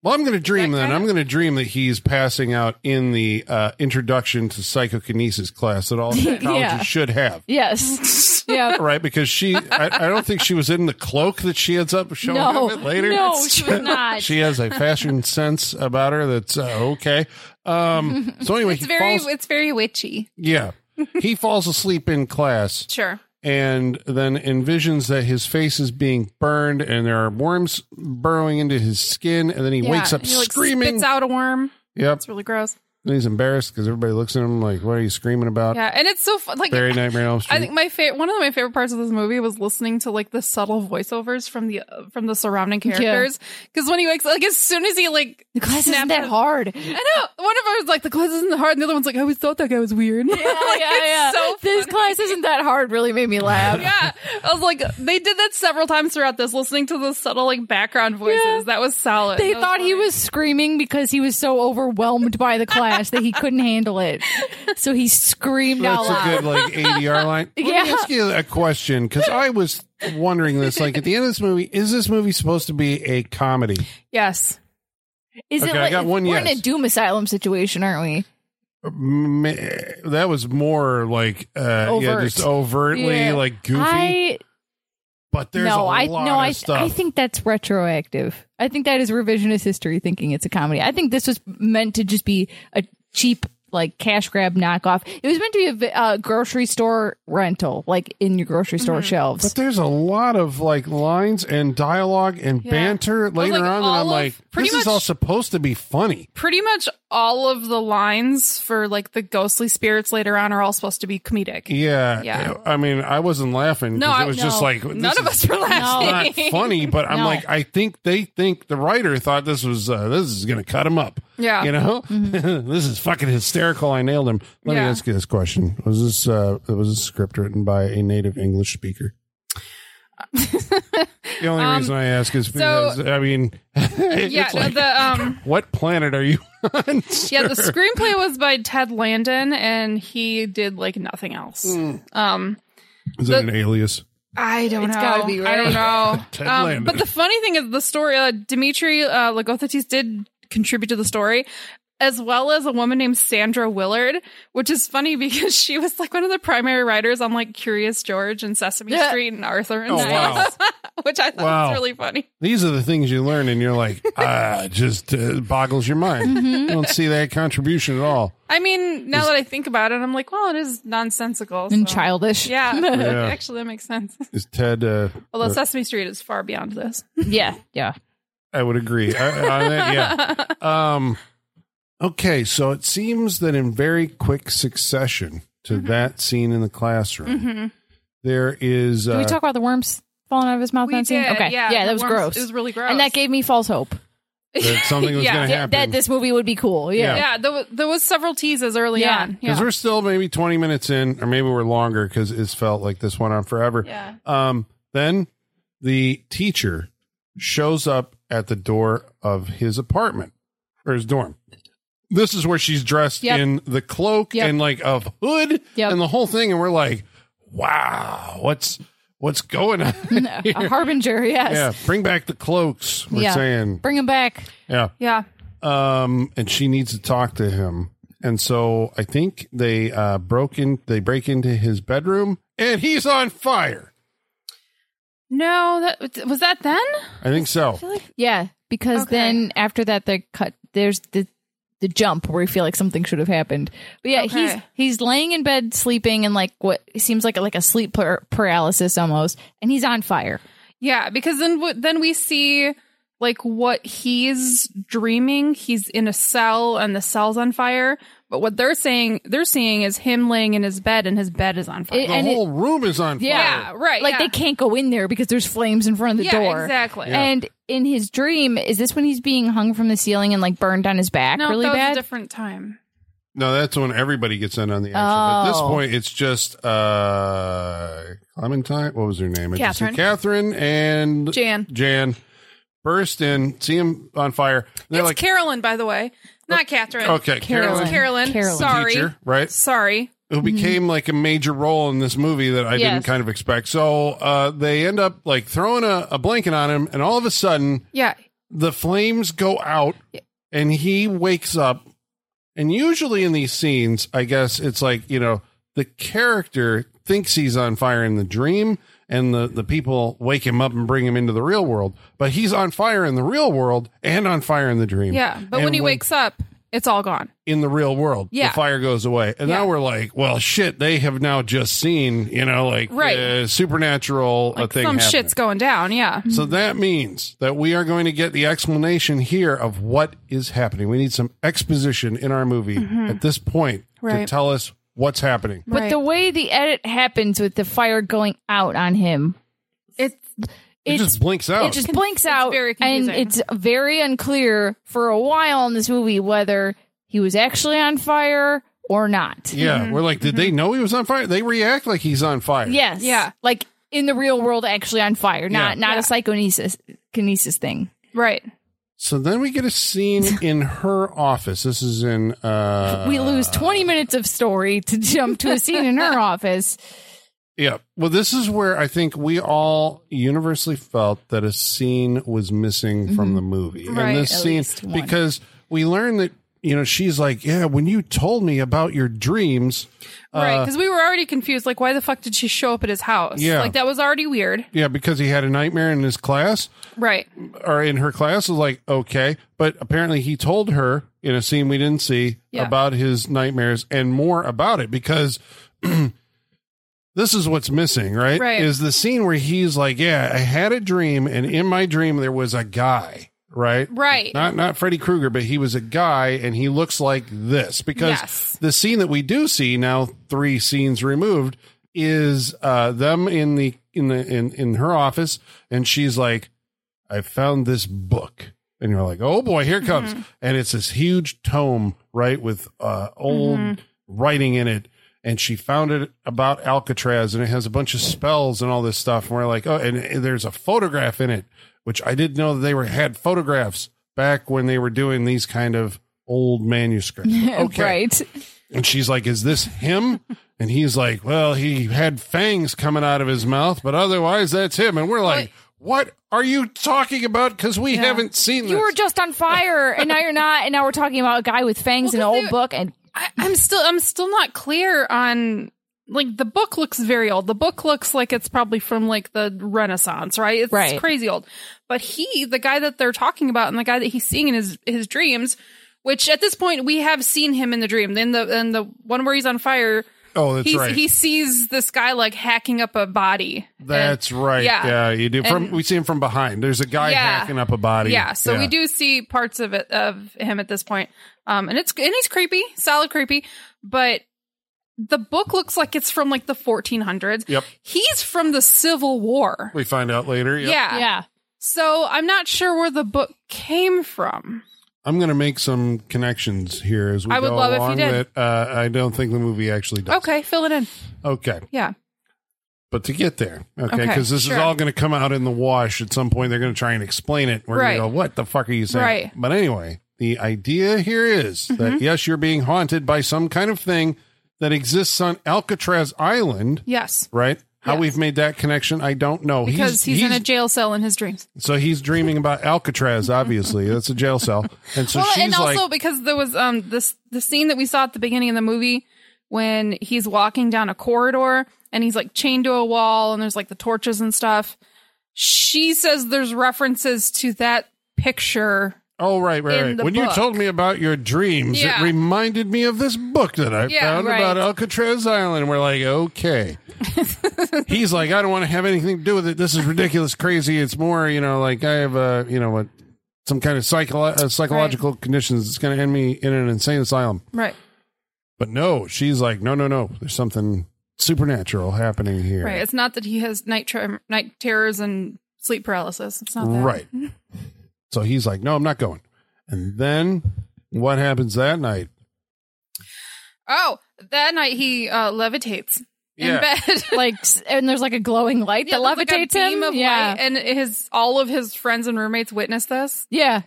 Speaker 2: Well, I'm going to dream
Speaker 3: That
Speaker 2: then.
Speaker 3: kind
Speaker 2: I'm
Speaker 3: of-
Speaker 2: going to dream that he's passing out in the uh, introduction to psychokinesis class that
Speaker 4: *laughs*
Speaker 2: all colleges
Speaker 4: Yeah.
Speaker 2: should have.
Speaker 3: *laughs*
Speaker 4: yes, yeah.
Speaker 2: Right, because she, I, I don't think she was in the cloak that she ends up showing
Speaker 4: No,
Speaker 2: him later.
Speaker 4: no, she was
Speaker 2: *laughs*
Speaker 4: not.
Speaker 2: she has a
Speaker 4: *laughs*
Speaker 2: fashion sense about her that's uh, okay. Um, so anyway,
Speaker 3: It's
Speaker 2: he
Speaker 3: very
Speaker 2: falls,
Speaker 3: it's very witchy.
Speaker 2: yeah, he falls asleep in class
Speaker 3: Sure.
Speaker 2: and then envisions that his face is being burned and there are worms burrowing into his skin, and then he wakes up
Speaker 3: he, like,
Speaker 2: screaming.
Speaker 3: Spits out a worm.
Speaker 2: Yep,
Speaker 3: It's really gross.
Speaker 2: And he's embarrassed because everybody looks at him like, "What are you screaming about?"
Speaker 3: Yeah, and it's so fun. Like
Speaker 2: Barry Nightmare on Elm
Speaker 3: I
Speaker 2: Street.
Speaker 3: think my favorite one of my favorite parts of this movie was listening to like the subtle voiceovers from the uh, from the surrounding characters. Because when he wakes, like as soon as he like
Speaker 4: The class
Speaker 3: snaps
Speaker 4: isn't that
Speaker 3: out-
Speaker 4: hard.
Speaker 3: *laughs* I know. One of them was like the class isn't hard, and the other one's like I always thought that guy was weird. *laughs* Yeah, So
Speaker 4: this
Speaker 3: funny.
Speaker 4: class isn't that hard. Really made me laugh.
Speaker 3: yeah, *laughs* I was like, they did that several times throughout this, listening to the subtle like background voices. That was solid.
Speaker 4: They
Speaker 3: That
Speaker 4: thought he
Speaker 3: funny.
Speaker 4: was screaming because he was so overwhelmed by the class that he couldn't handle it. So he screamed out
Speaker 2: That's a
Speaker 4: loud.
Speaker 2: good like
Speaker 3: *laughs*
Speaker 2: ADR line. Let me
Speaker 4: Yeah.
Speaker 2: ask you a question because I was wondering this. Like at the end of this movie, is this movie supposed to be a comedy?
Speaker 3: yes.
Speaker 4: Is it
Speaker 2: Okay, I
Speaker 4: like
Speaker 2: got one
Speaker 4: we're in
Speaker 2: yes.
Speaker 4: a doom asylum situation, aren't we?
Speaker 2: Mm, eh, That was more like uh, yeah,
Speaker 4: Overt.
Speaker 2: just overtly
Speaker 4: Yeah.
Speaker 2: like goofy.
Speaker 4: I
Speaker 2: but there's
Speaker 4: no,
Speaker 2: a
Speaker 4: I
Speaker 2: lot
Speaker 4: no,
Speaker 2: of
Speaker 4: I
Speaker 2: stuff.
Speaker 4: I think that's retroactive. I think that is revisionist history thinking it's a comedy. I think this was meant to just be a cheap like cash grab knockoff. It was meant to be a vi- uh, grocery store rental, like in your grocery store
Speaker 3: Mm-hmm.
Speaker 2: but
Speaker 4: shelves.
Speaker 2: there's a lot of like lines and dialogue and banter later
Speaker 3: like,
Speaker 2: on that
Speaker 3: all
Speaker 2: I'm
Speaker 3: of-
Speaker 2: like,
Speaker 3: pretty
Speaker 2: this is all
Speaker 3: much-
Speaker 2: supposed to be funny.
Speaker 3: Pretty much all of the lines for like the ghostly spirits later on are all supposed to be comedic.
Speaker 2: Yeah,
Speaker 3: Yeah.
Speaker 2: I mean, I wasn't laughing.
Speaker 3: No,
Speaker 2: 'cause
Speaker 3: I-
Speaker 2: it was just
Speaker 4: no.
Speaker 2: like
Speaker 3: None of us were
Speaker 2: not
Speaker 3: laughing.
Speaker 2: funny, but I'm
Speaker 4: No.
Speaker 2: like, I think they think the writer thought this was uh, this is going to cut him up.
Speaker 3: Yeah. Mm-hmm.
Speaker 2: you know, *laughs* this is fucking hysterical. I nailed him. Let me
Speaker 3: Yeah.
Speaker 2: ask you this question: Was this uh, was this script written by a native English
Speaker 3: *laughs*
Speaker 2: speaker? the only reason I ask is because I mean,
Speaker 3: Um,
Speaker 2: *laughs*
Speaker 3: yeah,
Speaker 2: it's
Speaker 3: no,
Speaker 2: like,
Speaker 3: the um, *laughs*
Speaker 2: what planet are you *laughs* on?
Speaker 3: yeah, the screenplay was by Ted Landon, and he did like nothing else. Um,
Speaker 2: is it an alias?
Speaker 3: I don't know.
Speaker 4: gotta be,
Speaker 3: I don't *laughs* know.
Speaker 2: Ted
Speaker 3: um,
Speaker 2: Landon.
Speaker 3: but the funny thing is, the story uh, Dimitri uh, Lagothotis did contribute to the story. As well as a woman named Sandra Willard, which is funny *laughs* because she was like one of the primary writers on like Curious George and Sesame
Speaker 4: Yeah.
Speaker 3: Street and Arthur and
Speaker 2: Oh,
Speaker 3: stuff, *laughs* which I thought
Speaker 2: Wow.
Speaker 3: was really funny.
Speaker 2: These are the things you learn, and you're
Speaker 4: *laughs*
Speaker 2: like, ah, just uh, boggles your mind.
Speaker 4: Mm-hmm.
Speaker 2: You don't see that contribution at all.
Speaker 3: I mean, now that I think about it, I'm like, well, it is nonsensical.
Speaker 4: And
Speaker 3: so-
Speaker 4: *laughs*
Speaker 3: *laughs*
Speaker 4: childish.
Speaker 3: Yeah,
Speaker 2: Yeah.
Speaker 3: *laughs* actually, that makes sense.
Speaker 2: Is Ted? Uh,
Speaker 3: Although
Speaker 2: uh,
Speaker 3: Sesame Street is far beyond this.
Speaker 4: Yeah. Yeah.
Speaker 2: I would agree. I, on that, *laughs*
Speaker 3: *laughs*
Speaker 2: yeah. Um, okay, so it seems that in very quick succession to
Speaker 4: Mm-hmm.
Speaker 2: that scene in the classroom, there is.
Speaker 4: Did
Speaker 2: Uh,
Speaker 4: Mm-hmm. we talk about the worms falling out of his mouth? in
Speaker 3: We
Speaker 4: that scene?
Speaker 3: did,
Speaker 4: Oh, Okay.
Speaker 3: yeah, the
Speaker 4: that was
Speaker 3: worms-
Speaker 4: gross.
Speaker 3: it was really gross.
Speaker 4: And that gave me false hope *laughs*
Speaker 2: that something was
Speaker 3: Yeah.
Speaker 2: going to
Speaker 3: Yeah,
Speaker 2: happen?
Speaker 4: that this movie would be cool.
Speaker 2: Oh.
Speaker 4: Yeah.
Speaker 3: yeah, there was, there was several teases early
Speaker 4: Yeah.
Speaker 3: on.
Speaker 2: because
Speaker 3: Yeah.
Speaker 2: we're still maybe 20 minutes in or maybe we're longer because it's felt like this went on forever
Speaker 3: Yeah.
Speaker 2: um then the teacher shows up at the door of his apartment or his dorm. This is where she's dressed
Speaker 4: Yep.
Speaker 2: in the cloak
Speaker 4: Yep.
Speaker 2: and like a hood
Speaker 4: Yep.
Speaker 2: and the whole thing, and we're like, wow, what's what's going
Speaker 4: *laughs*
Speaker 2: on? here?
Speaker 4: a harbinger. Yes,
Speaker 2: Yeah, bring back the cloaks. We're
Speaker 4: Yeah.
Speaker 2: saying,
Speaker 4: bring him back.
Speaker 2: yeah.
Speaker 3: Yeah.
Speaker 2: Um, and she needs to talk to him, and so I think they uh broke in. They break into his bedroom, and he's on fire.
Speaker 3: No, that was that then?
Speaker 2: I think so.
Speaker 4: Yeah, because
Speaker 3: Okay.
Speaker 4: then after that they cut. There's the the jump where we feel like something should have happened. But yeah, he's
Speaker 3: Okay.
Speaker 4: he's laying in bed sleeping and like what seems like like a sleep par- paralysis almost, and he's on fire.
Speaker 3: Yeah, because then w- then we see like what he's dreaming. He's in a cell and the cell's on fire. But what they're saying they're seeing is him laying in his bed and his bed is on fire.
Speaker 4: It-
Speaker 2: The
Speaker 4: and
Speaker 2: whole room is on fire.
Speaker 3: yeah, right.
Speaker 4: Like
Speaker 3: yeah.
Speaker 4: they can't go in there because there's flames in front of the
Speaker 3: yeah,
Speaker 4: door.
Speaker 3: exactly.
Speaker 2: Yeah.
Speaker 4: And in his dream, is this when he's being hung from the ceiling and like burned on his back
Speaker 3: No,
Speaker 4: really
Speaker 3: that was
Speaker 4: bad?
Speaker 3: a different time.
Speaker 2: No, that's when everybody gets in on the action. But at this
Speaker 4: Oh.
Speaker 2: point, it's just uh Clementine. What was her name? I just said
Speaker 3: Catherine.
Speaker 2: Catherine and
Speaker 3: Jan.
Speaker 2: Jan burst in, see him on fire. And They're
Speaker 3: it's
Speaker 2: like Oh,
Speaker 3: Carolyn, by the way, not Catherine.
Speaker 2: Okay,
Speaker 3: It's
Speaker 2: Carolyn.
Speaker 3: Carolyn.
Speaker 4: Carolyn.
Speaker 3: Sorry,
Speaker 2: teacher, right?
Speaker 3: sorry.
Speaker 2: Who became like a major role in this movie that I didn't
Speaker 4: Yes.
Speaker 2: kind of expect. So uh they end up like throwing a, a blanket on him, and all of a sudden
Speaker 3: Yeah,
Speaker 2: the flames go out and he wakes up and usually in these scenes i guess it's like you know the character thinks he's on fire in the dream and the, the people wake him up and bring him into the real world but he's on fire in the real world and on fire in the dream
Speaker 3: yeah. But
Speaker 2: And
Speaker 3: when he wakes up, it's all gone.
Speaker 2: in the real world
Speaker 3: Yeah.
Speaker 2: the fire goes away and now
Speaker 3: Yeah.
Speaker 2: we're like well shit they have now just seen you know like
Speaker 3: Right.
Speaker 2: uh, supernatural uh,
Speaker 3: Like
Speaker 2: thing
Speaker 3: some
Speaker 2: happening.
Speaker 3: shit's going down. Yeah.
Speaker 2: So
Speaker 4: Mm-hmm.
Speaker 2: that means that we are going to get the explanation here of what is happening. We need some exposition in our movie
Speaker 4: Mm-hmm.
Speaker 2: at this point to
Speaker 3: Right.
Speaker 2: tell us what's happening.
Speaker 4: but
Speaker 3: Right.
Speaker 4: the way the edit happens with the fire going out on him,
Speaker 3: It's
Speaker 2: It
Speaker 4: it's
Speaker 2: just blinks out.
Speaker 4: it just blinks out
Speaker 3: very
Speaker 4: and
Speaker 3: confusing.
Speaker 4: it's very unclear for a while in this movie whether he was actually on fire or not
Speaker 2: yeah, we're like, did they
Speaker 4: Mm-hmm.
Speaker 2: know he was on fire? They react like he's on fire.
Speaker 4: yes
Speaker 3: Yeah.
Speaker 4: like in the real world actually on fire not
Speaker 2: Yeah.
Speaker 4: not
Speaker 3: Yeah.
Speaker 4: a psychokinesis kinesis thing
Speaker 3: right.
Speaker 2: So then we get a
Speaker 4: *laughs*
Speaker 2: scene in her office. This is in. uh
Speaker 4: we lose 20 minutes of story to jump to a scene in
Speaker 3: *laughs*
Speaker 4: her office
Speaker 2: Yeah. Well, this is where I think we all universally felt that a scene was missing from the movie.
Speaker 3: Right,
Speaker 2: and this
Speaker 4: Mm-hmm. at
Speaker 2: scene,
Speaker 4: least one.
Speaker 2: because we learned that, you know, she's like, yeah, when you told me about your dreams.
Speaker 3: Right, because we were already confused. Like, why the fuck did she show up at his house?
Speaker 2: Yeah.
Speaker 3: like that was already weird.
Speaker 2: Yeah, because he had a nightmare in his class
Speaker 3: Right,
Speaker 2: or in her class. Is like okay, but apparently he told her in a scene we didn't see
Speaker 3: Yeah.
Speaker 2: about his nightmares and more about it because *clears throat* this is what's missing, right?
Speaker 3: Right.
Speaker 2: Is the scene where he's like, "Yeah, I had a dream, and in my dream there was a guy." Right,
Speaker 3: right,
Speaker 2: not not Freddy Krueger, but he was a guy, and he looks like this because
Speaker 3: Yes.
Speaker 2: the scene that we do see now, three scenes removed, is uh, them in the in the in in her office, and she's like, "I found this book," and you're like, "Oh boy, here it comes!" And it's this huge tome, right, with uh, old writing in it. And she found it about Alcatraz, and it has a bunch of spells and all this stuff. And we're like, oh, and, and there's a photograph in it, which I didn't know that they were had photographs back when they were doing these kind of old manuscripts. Okay,
Speaker 4: right
Speaker 2: and she's like, Is this him? And he's like, Well, he had fangs coming out of his mouth, but otherwise that's him. And we're like, What are you talking about? Because we haven't seen
Speaker 4: you
Speaker 2: this.
Speaker 4: were just on fire and now you're not and now we're talking about a guy with fangs in an
Speaker 3: Well, 'cause
Speaker 4: old
Speaker 3: they-
Speaker 4: book and
Speaker 3: I, I'm still, I'm still not clear on. Like the book looks very old. The book looks like it's probably from like the Renaissance, right? It's
Speaker 4: Right.
Speaker 3: crazy old. But he, the guy that they're talking about, and the guy that he's seeing in his his dreams, which at this point we have seen him in the dream. Then the and the one where he's on fire,
Speaker 2: oh, that's
Speaker 3: he's,
Speaker 2: right.
Speaker 3: he sees this guy like hacking up a body.
Speaker 2: that's
Speaker 3: And-
Speaker 2: right. Yeah.
Speaker 3: yeah.
Speaker 2: you do. From
Speaker 3: And-
Speaker 2: we see him from behind. There's a guy
Speaker 3: Yeah.
Speaker 2: hacking up a body.
Speaker 3: Yeah, so we do see parts of it of him at this point. Um and it's and he's creepy, solid creepy, but the book looks like it's from like the 1400s.
Speaker 2: Yep.
Speaker 3: He's from the Civil War.
Speaker 2: We find out later. Yep.
Speaker 3: Yeah.
Speaker 4: yeah
Speaker 3: So I'm not sure where the book came from.
Speaker 2: I'm going to make some connections here as we
Speaker 3: I would
Speaker 2: go
Speaker 3: love if you
Speaker 2: along.
Speaker 3: did.
Speaker 2: That uh, I don't think the movie actually does.
Speaker 3: Okay, fill it in.
Speaker 2: Okay.
Speaker 3: Yeah.
Speaker 2: but to get there, okay,
Speaker 3: Okay,
Speaker 2: because this
Speaker 3: sure.
Speaker 2: is all going to come out in the wash at some point. They're going to try and explain it. We're
Speaker 3: Right.
Speaker 2: going to go, what the fuck are you saying?
Speaker 3: Right. Mm-hmm.
Speaker 2: But anyway, the idea here is that yes, you're being haunted by some kind of thing that exists on Alcatraz Island,
Speaker 3: Yes.
Speaker 2: right? How
Speaker 3: Yes.
Speaker 2: we've made that connection, I don't know.
Speaker 3: Because he's, in a jail cell in his dreams.
Speaker 2: so he's dreaming about Alcatraz. Obviously, that's a jail cell, and so
Speaker 3: well,
Speaker 2: she's
Speaker 3: and also
Speaker 2: like,
Speaker 3: because there was um this the scene that we saw at the beginning of the movie when he's walking down a corridor and he's like chained to a wall and there's like the torches and stuff. She says there's references to that picture.
Speaker 2: "Oh, right,
Speaker 3: in
Speaker 2: right, right."
Speaker 3: the
Speaker 2: When you
Speaker 3: book.
Speaker 2: told me about your dreams,
Speaker 3: Yeah.
Speaker 2: it reminded me of this book that I
Speaker 3: Yeah,
Speaker 2: found
Speaker 3: right.
Speaker 2: about Alcatraz Island. We're like,
Speaker 3: *laughs*
Speaker 2: okay. He's like, I don't want to have anything to do with it. This is ridiculous, crazy. It's more, you know, like I have a, you know, what, some kind of psycho- uh, psychological conditions. It's going to end me in an insane asylum.
Speaker 3: Right.
Speaker 2: But no, she's like, no, no, no. There's something supernatural happening here.
Speaker 3: Right. It's not that he has night ter- night terrors and sleep paralysis. It's not that.
Speaker 2: Right. So he's like, no, I'm not going. And then what happens that night?
Speaker 3: Oh, that night he uh, levitates in bed. *laughs*
Speaker 4: like s- and there's like a glowing light
Speaker 3: Yeah,
Speaker 4: that
Speaker 3: there's, like, a
Speaker 4: levitates
Speaker 3: beam
Speaker 4: him.
Speaker 3: of
Speaker 4: yeah,
Speaker 3: light, and his all of his friends and roommates witness this.
Speaker 4: yeah.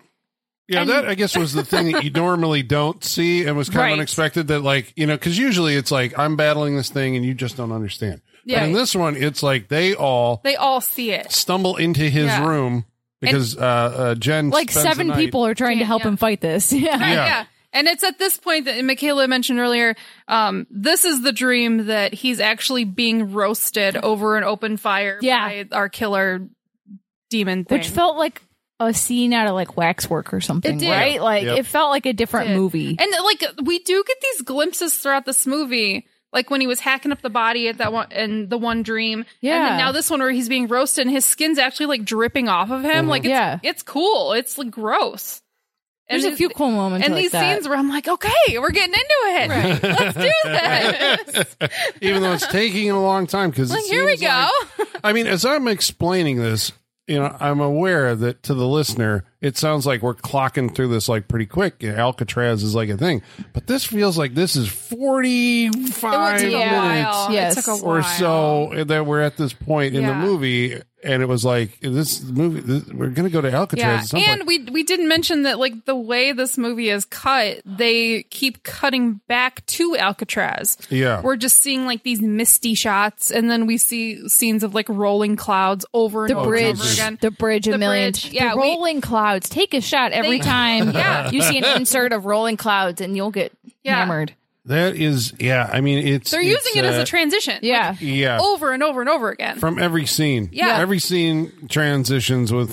Speaker 2: Yeah,
Speaker 4: And-
Speaker 2: that I guess was the thing that you normally don't see and was kind
Speaker 4: Right.
Speaker 2: of unexpected that like, you know, cuz usually it's like I'm battling this thing and you just don't understand.
Speaker 3: Yeah.
Speaker 2: But in this one it's like they all
Speaker 3: They all see it.
Speaker 2: stumble into his
Speaker 3: Yeah.
Speaker 2: room because uh, uh Jen
Speaker 4: Like
Speaker 2: spends the
Speaker 4: seven
Speaker 2: night-
Speaker 4: people are trying to help
Speaker 3: yeah.
Speaker 4: him fight this. *laughs* Yeah.
Speaker 2: Yeah.
Speaker 3: And it's at this point that and Michaela mentioned earlier. Um, this is the dream that he's actually being roasted over an open fire
Speaker 4: Yeah.
Speaker 3: by our killer demon thing.
Speaker 4: Which felt like a scene out of like waxwork or something,
Speaker 3: It did.
Speaker 4: right? Like
Speaker 2: Yep.
Speaker 4: it felt like a different
Speaker 3: did.
Speaker 4: movie.
Speaker 3: And like we do get these glimpses throughout this movie, like when he was hacking up the body at that one and the one dream. And
Speaker 4: Yeah.
Speaker 3: then now this one where he's being roasted and his skin's actually like dripping off of him. Like it's
Speaker 4: Mm-hmm. Yeah.
Speaker 3: it's cool. It's like gross. And
Speaker 4: There's a
Speaker 3: these-
Speaker 4: few cool moments.
Speaker 3: and
Speaker 4: like
Speaker 3: these
Speaker 4: that.
Speaker 3: scenes where I'm like, okay, we're getting into it. *laughs* Let's do this.
Speaker 4: *laughs*
Speaker 2: *laughs* Even though it's taking him a long time cuz
Speaker 3: Like, here we go.
Speaker 2: I mean, as I'm explaining this, you know, I'm aware that to the listener, it sounds like we're clocking through this like pretty quick. and Alcatraz is like a thing, but this feels like this is 45
Speaker 3: it took a while.
Speaker 2: minutes
Speaker 4: Yes.
Speaker 3: It took a while.
Speaker 2: or so that we're at this point in
Speaker 3: Yeah.
Speaker 2: the movie. And it was like, this movie, this, we're going to go to Alcatraz
Speaker 3: Yeah,
Speaker 2: at some point.
Speaker 3: and we we didn't mention that like the way this movie is cut, they keep cutting back to Alcatraz.
Speaker 2: Yeah.
Speaker 3: we're just seeing like these misty shots, and then we see scenes of like rolling clouds over and
Speaker 4: the
Speaker 3: over, and
Speaker 4: bridge,
Speaker 3: over again.
Speaker 4: the bridge a
Speaker 3: The
Speaker 4: million.
Speaker 3: bridge,
Speaker 4: t-
Speaker 3: yeah,
Speaker 4: the
Speaker 3: we-
Speaker 4: rolling clouds. Take a shot
Speaker 3: They-
Speaker 4: every time
Speaker 3: *laughs* Yeah.
Speaker 4: you see an insert of rolling clouds, and you'll get
Speaker 3: Yeah.
Speaker 4: hammered.
Speaker 2: that is, yeah, I mean, it's.
Speaker 3: They're
Speaker 2: it's,
Speaker 3: using it as
Speaker 2: uh,
Speaker 3: a transition,
Speaker 4: Yeah,
Speaker 3: like,
Speaker 2: Yeah.
Speaker 3: over and over and over again.
Speaker 2: From every scene.
Speaker 3: Yeah.
Speaker 2: Every scene transitions with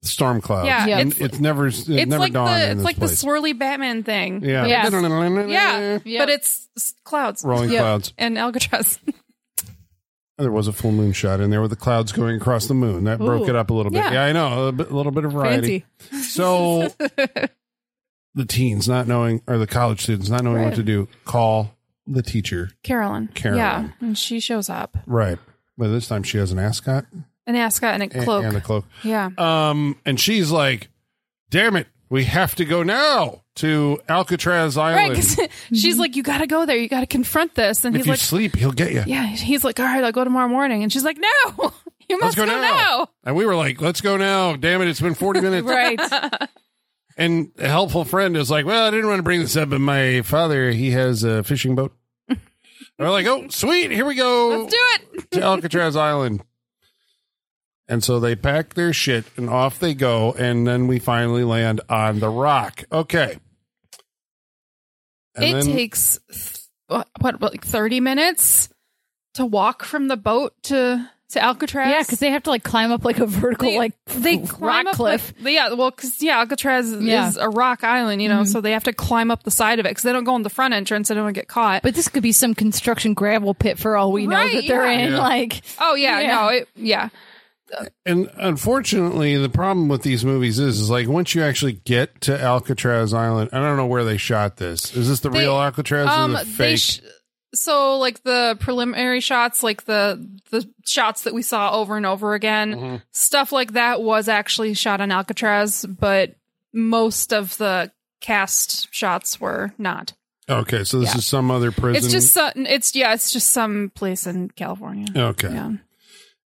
Speaker 2: storm clouds.
Speaker 3: Yeah,
Speaker 4: Yeah.
Speaker 2: And
Speaker 3: it's-
Speaker 2: it's, never, it
Speaker 3: it's
Speaker 2: never
Speaker 3: like
Speaker 2: dawned
Speaker 3: the
Speaker 2: in
Speaker 3: it's
Speaker 2: this
Speaker 3: like
Speaker 2: place.
Speaker 3: the swirly Batman thing.
Speaker 2: Yeah. *laughs*
Speaker 4: Yes.
Speaker 3: yeah,
Speaker 4: Yep.
Speaker 3: but it's s- clouds
Speaker 2: Rolling
Speaker 4: Yep.
Speaker 2: clouds.
Speaker 3: and Alcatraz.
Speaker 2: There was a full moon shot in there with the clouds going across the moon. That broke
Speaker 4: Ooh.
Speaker 2: it up a little bit.
Speaker 3: Yeah.
Speaker 2: Yeah, I know. A bit- little bit of variety. So
Speaker 3: *laughs*
Speaker 2: the teens not knowing, or the college students not knowing what to do, call the teacher.
Speaker 3: Carolyn,
Speaker 2: Carolyn.
Speaker 3: yeah, and she shows up,
Speaker 2: Right. But this time she has an ascot
Speaker 3: an ascot and a
Speaker 2: and,
Speaker 3: cloak.
Speaker 2: and a cloak.
Speaker 3: yeah,
Speaker 2: Um, and she's like, damn it, we have to go now to Alcatraz
Speaker 3: Right,
Speaker 2: Island.
Speaker 3: 'cause *laughs* she's like, you got to go there. You got to confront this. And
Speaker 2: if
Speaker 3: he's
Speaker 2: you
Speaker 3: like,
Speaker 2: sleep, he'll get you.
Speaker 3: yeah. He's like, all right, I'll go tomorrow morning. And she's like, no, *laughs* you
Speaker 2: Let's
Speaker 3: must
Speaker 2: go,
Speaker 3: go,
Speaker 2: now.
Speaker 3: now.
Speaker 2: And we were like, let's go now. Damn it, it's been
Speaker 3: *laughs*
Speaker 2: 40 minutes.
Speaker 4: right.
Speaker 2: And a helpful friend is like, well, I didn't want to bring this up, but my father, he has a fishing
Speaker 3: *laughs*
Speaker 2: boat. And we're like, oh, sweet, here we go
Speaker 3: Let's do it.
Speaker 2: to Alcatraz Island. And so they pack their shit and off they go. And then we finally land on the rock. Okay. And
Speaker 3: it
Speaker 2: then-
Speaker 3: takes what, what, like thirty minutes to walk from the boat to to Alcatraz.
Speaker 4: *laughs* Yeah, because they have to like climb up like a vertical like
Speaker 3: they
Speaker 4: rock
Speaker 3: climb up
Speaker 4: cliff.
Speaker 3: like- yeah, well, because yeah, Mm-hmm. Alcatraz
Speaker 4: Yeah.
Speaker 3: is a rock island, you know, so they have to climb up the side of it because they don't go on the front entrance. They don't get caught.
Speaker 4: but this could be some construction gravel pit for all we know
Speaker 3: Right,
Speaker 4: that they're
Speaker 3: yeah.
Speaker 4: in.
Speaker 2: Yeah.
Speaker 4: Like,
Speaker 3: oh yeah,
Speaker 4: Yeah.
Speaker 3: no, it, yeah,
Speaker 2: and unfortunately the problem with these movies is is like once you actually get to alcatraz island i don't know where they shot this is this the
Speaker 3: They- um,
Speaker 2: real alcatraz or the
Speaker 3: They
Speaker 2: fake
Speaker 3: sh- so like the preliminary shots, like the the shots that we saw over and over again,
Speaker 2: Mm-hmm.
Speaker 3: stuff like that was actually shot on Alcatraz, but most of the cast shots were not.
Speaker 2: okay so this is some other prison
Speaker 3: It's just some, it's yeah, it's just some place in California.
Speaker 2: okay
Speaker 3: Yeah.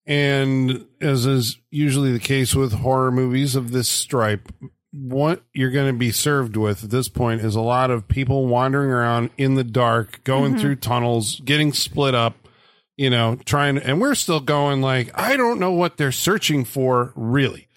Speaker 2: And as is usually the case with horror movies of this stripe, what you're going to be served with at this point is a lot of people wandering around in the dark, going through tunnels, getting split up, you know, trying. And we're still going, like, I don't know what they're searching for, really.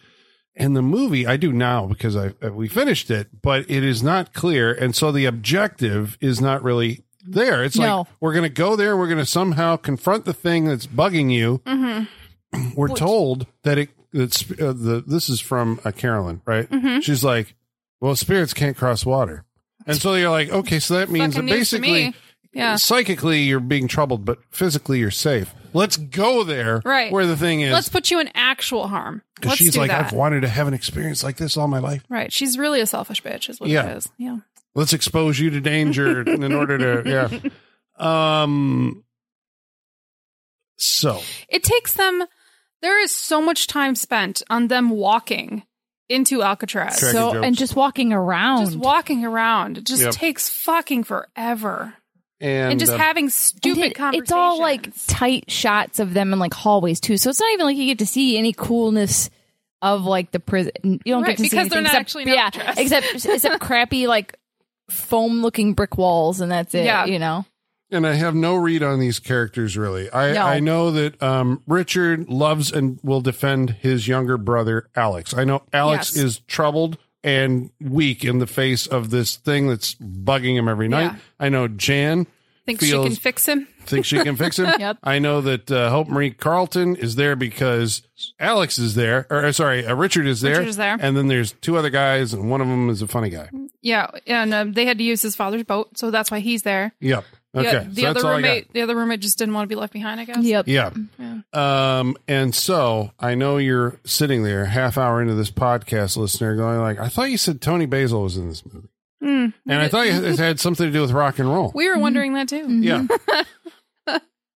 Speaker 2: And the movie, I do now because I uh, we finished it, but it is not clear, and so the objective is not really there. It's
Speaker 4: No.
Speaker 2: like we're going to go there, we're going to somehow confront the thing that's bugging you,
Speaker 3: Mm-hmm.
Speaker 2: *clears throat* we're told that it that's uh, the this is from uh, Carolyn, right?
Speaker 3: Mm-hmm.
Speaker 2: She's like, well, spirits can't cross water, and so you're like, okay, so that means that
Speaker 3: Fucking news to
Speaker 2: basically,
Speaker 3: me. Yeah.
Speaker 2: psychically you're being troubled, but physically you're safe. Let's go there,
Speaker 3: Right.
Speaker 2: Where the thing is,
Speaker 3: Let's put you in actual harm.
Speaker 2: 'Cause
Speaker 3: Let's
Speaker 2: she's
Speaker 3: do
Speaker 2: like,
Speaker 3: that.
Speaker 2: I've wanted to have an experience like this all my life.
Speaker 3: right. She's really a selfish bitch, is what
Speaker 2: Yeah.
Speaker 3: it is. Yeah.
Speaker 2: Let's expose you to
Speaker 3: *laughs*
Speaker 2: danger in order to, yeah. Um. So
Speaker 3: It takes them. There is so much time spent on them walking into Alcatraz.
Speaker 2: Correct.
Speaker 4: so
Speaker 2: jokes.
Speaker 4: and just walking around.
Speaker 3: Just walking around. It just
Speaker 2: Yep.
Speaker 3: takes fucking forever.
Speaker 2: and,
Speaker 3: And, just
Speaker 2: uh,
Speaker 3: having
Speaker 4: And
Speaker 3: stupid
Speaker 4: it-
Speaker 3: conversations.
Speaker 4: It's all like tight shots of them in like hallways too. So it's not even like you get to see any coolness of like the prison. You don't
Speaker 3: Right,
Speaker 4: get to see
Speaker 3: because
Speaker 4: anything
Speaker 3: they're not
Speaker 4: except,
Speaker 3: actually in
Speaker 4: yeah,
Speaker 3: Alcatraz.
Speaker 4: except except crappy like foam looking brick walls and that's it.
Speaker 3: Yeah.
Speaker 4: you know.
Speaker 2: and I have no read on these characters really. I,
Speaker 4: No.
Speaker 2: I know that um, Richard loves and will defend his younger brother Alex. I know Alex
Speaker 3: Yes.
Speaker 2: is troubled and weak in the face of this thing that's bugging him every night.
Speaker 3: Yeah.
Speaker 2: I know Jan
Speaker 3: thinks
Speaker 2: feels-
Speaker 3: she can fix him.
Speaker 2: thinks she can fix him.
Speaker 3: *laughs*
Speaker 4: Yep.
Speaker 2: I know that uh, Hope Marie Carlton is there because Alex is there, or uh, sorry, uh, Richard is there.
Speaker 3: Richard is there.
Speaker 2: and then there's two other guys, and one of them is a funny guy.
Speaker 3: Yeah, and um, they had to use his father's boat, so that's why he's there.
Speaker 2: Yep.
Speaker 3: The,
Speaker 2: Okay.
Speaker 3: the
Speaker 2: so that's
Speaker 3: other
Speaker 2: all I got.
Speaker 3: roommate, the other roommate just didn't want to be left behind. I guess.
Speaker 4: Yep.
Speaker 2: Yeah. Um, and so I know you're sitting there half hour into this podcast listener going like, I thought you said Tony Basil was in this movie. and I thought it had something to do with rock and roll.
Speaker 3: Mm. We were
Speaker 4: Mm-hmm.
Speaker 3: wondering that too. *laughs*
Speaker 2: yeah.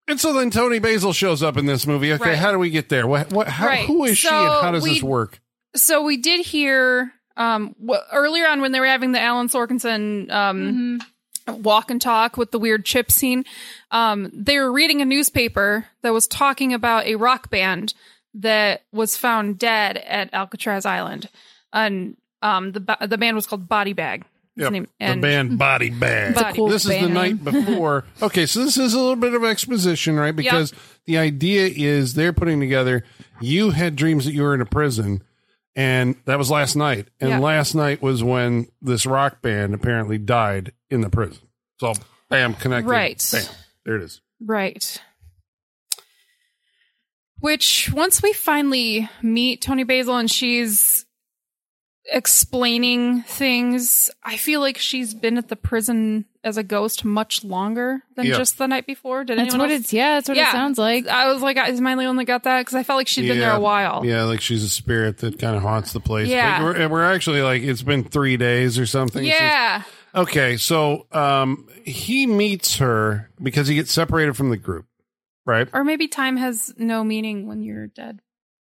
Speaker 2: and so then Tony Basil shows up in this movie. Okay.
Speaker 3: Right.
Speaker 2: How do we get there? What, what, how,
Speaker 3: Right.
Speaker 2: who is she and
Speaker 3: So
Speaker 2: how does this
Speaker 3: we-
Speaker 2: work?
Speaker 3: So we did hear um, w- earlier on when they were having the Alan Sorkinson um,
Speaker 2: Mm-hmm.
Speaker 3: walk and talk with the weird chip scene. Um, they were reading a newspaper that was talking about a rock band that was found dead at Alcatraz Island, and um, the ba- the band was called Body Bag. Its
Speaker 2: Yep.
Speaker 3: name-
Speaker 2: The
Speaker 3: and- *laughs*
Speaker 2: band Body Bag.
Speaker 3: It's a
Speaker 4: cool
Speaker 2: this is the
Speaker 4: band.
Speaker 2: night before. Okay, so this is a little bit of exposition, right? Because the idea is they're putting together. You had dreams that you were in a prison, and that was last night. And
Speaker 3: Yeah.
Speaker 2: last night was when this rock band apparently died in the prison. So, bam, connected.
Speaker 3: Right.
Speaker 2: Bam. There it is.
Speaker 3: Right. Which once we finally meet Tony Basil and she's explaining things, I feel like she's been at the prison as a ghost much longer than
Speaker 2: Yeah.
Speaker 3: just the night before. Did
Speaker 4: That's
Speaker 3: anyone
Speaker 4: what
Speaker 3: else?
Speaker 4: it's. Yeah, that's what it
Speaker 3: Yeah.
Speaker 4: sounds like.
Speaker 3: I was like, is my only got that? Because I felt like she had been there a while.
Speaker 2: Yeah, like she's a spirit that kind of haunts the place.
Speaker 3: Yeah.
Speaker 2: But we're, and we're actually like, it's been three days or something. since
Speaker 3: Yeah.
Speaker 2: Okay, so um, he meets her because he gets separated from the group, right?
Speaker 3: Or maybe time has no meaning when you're dead.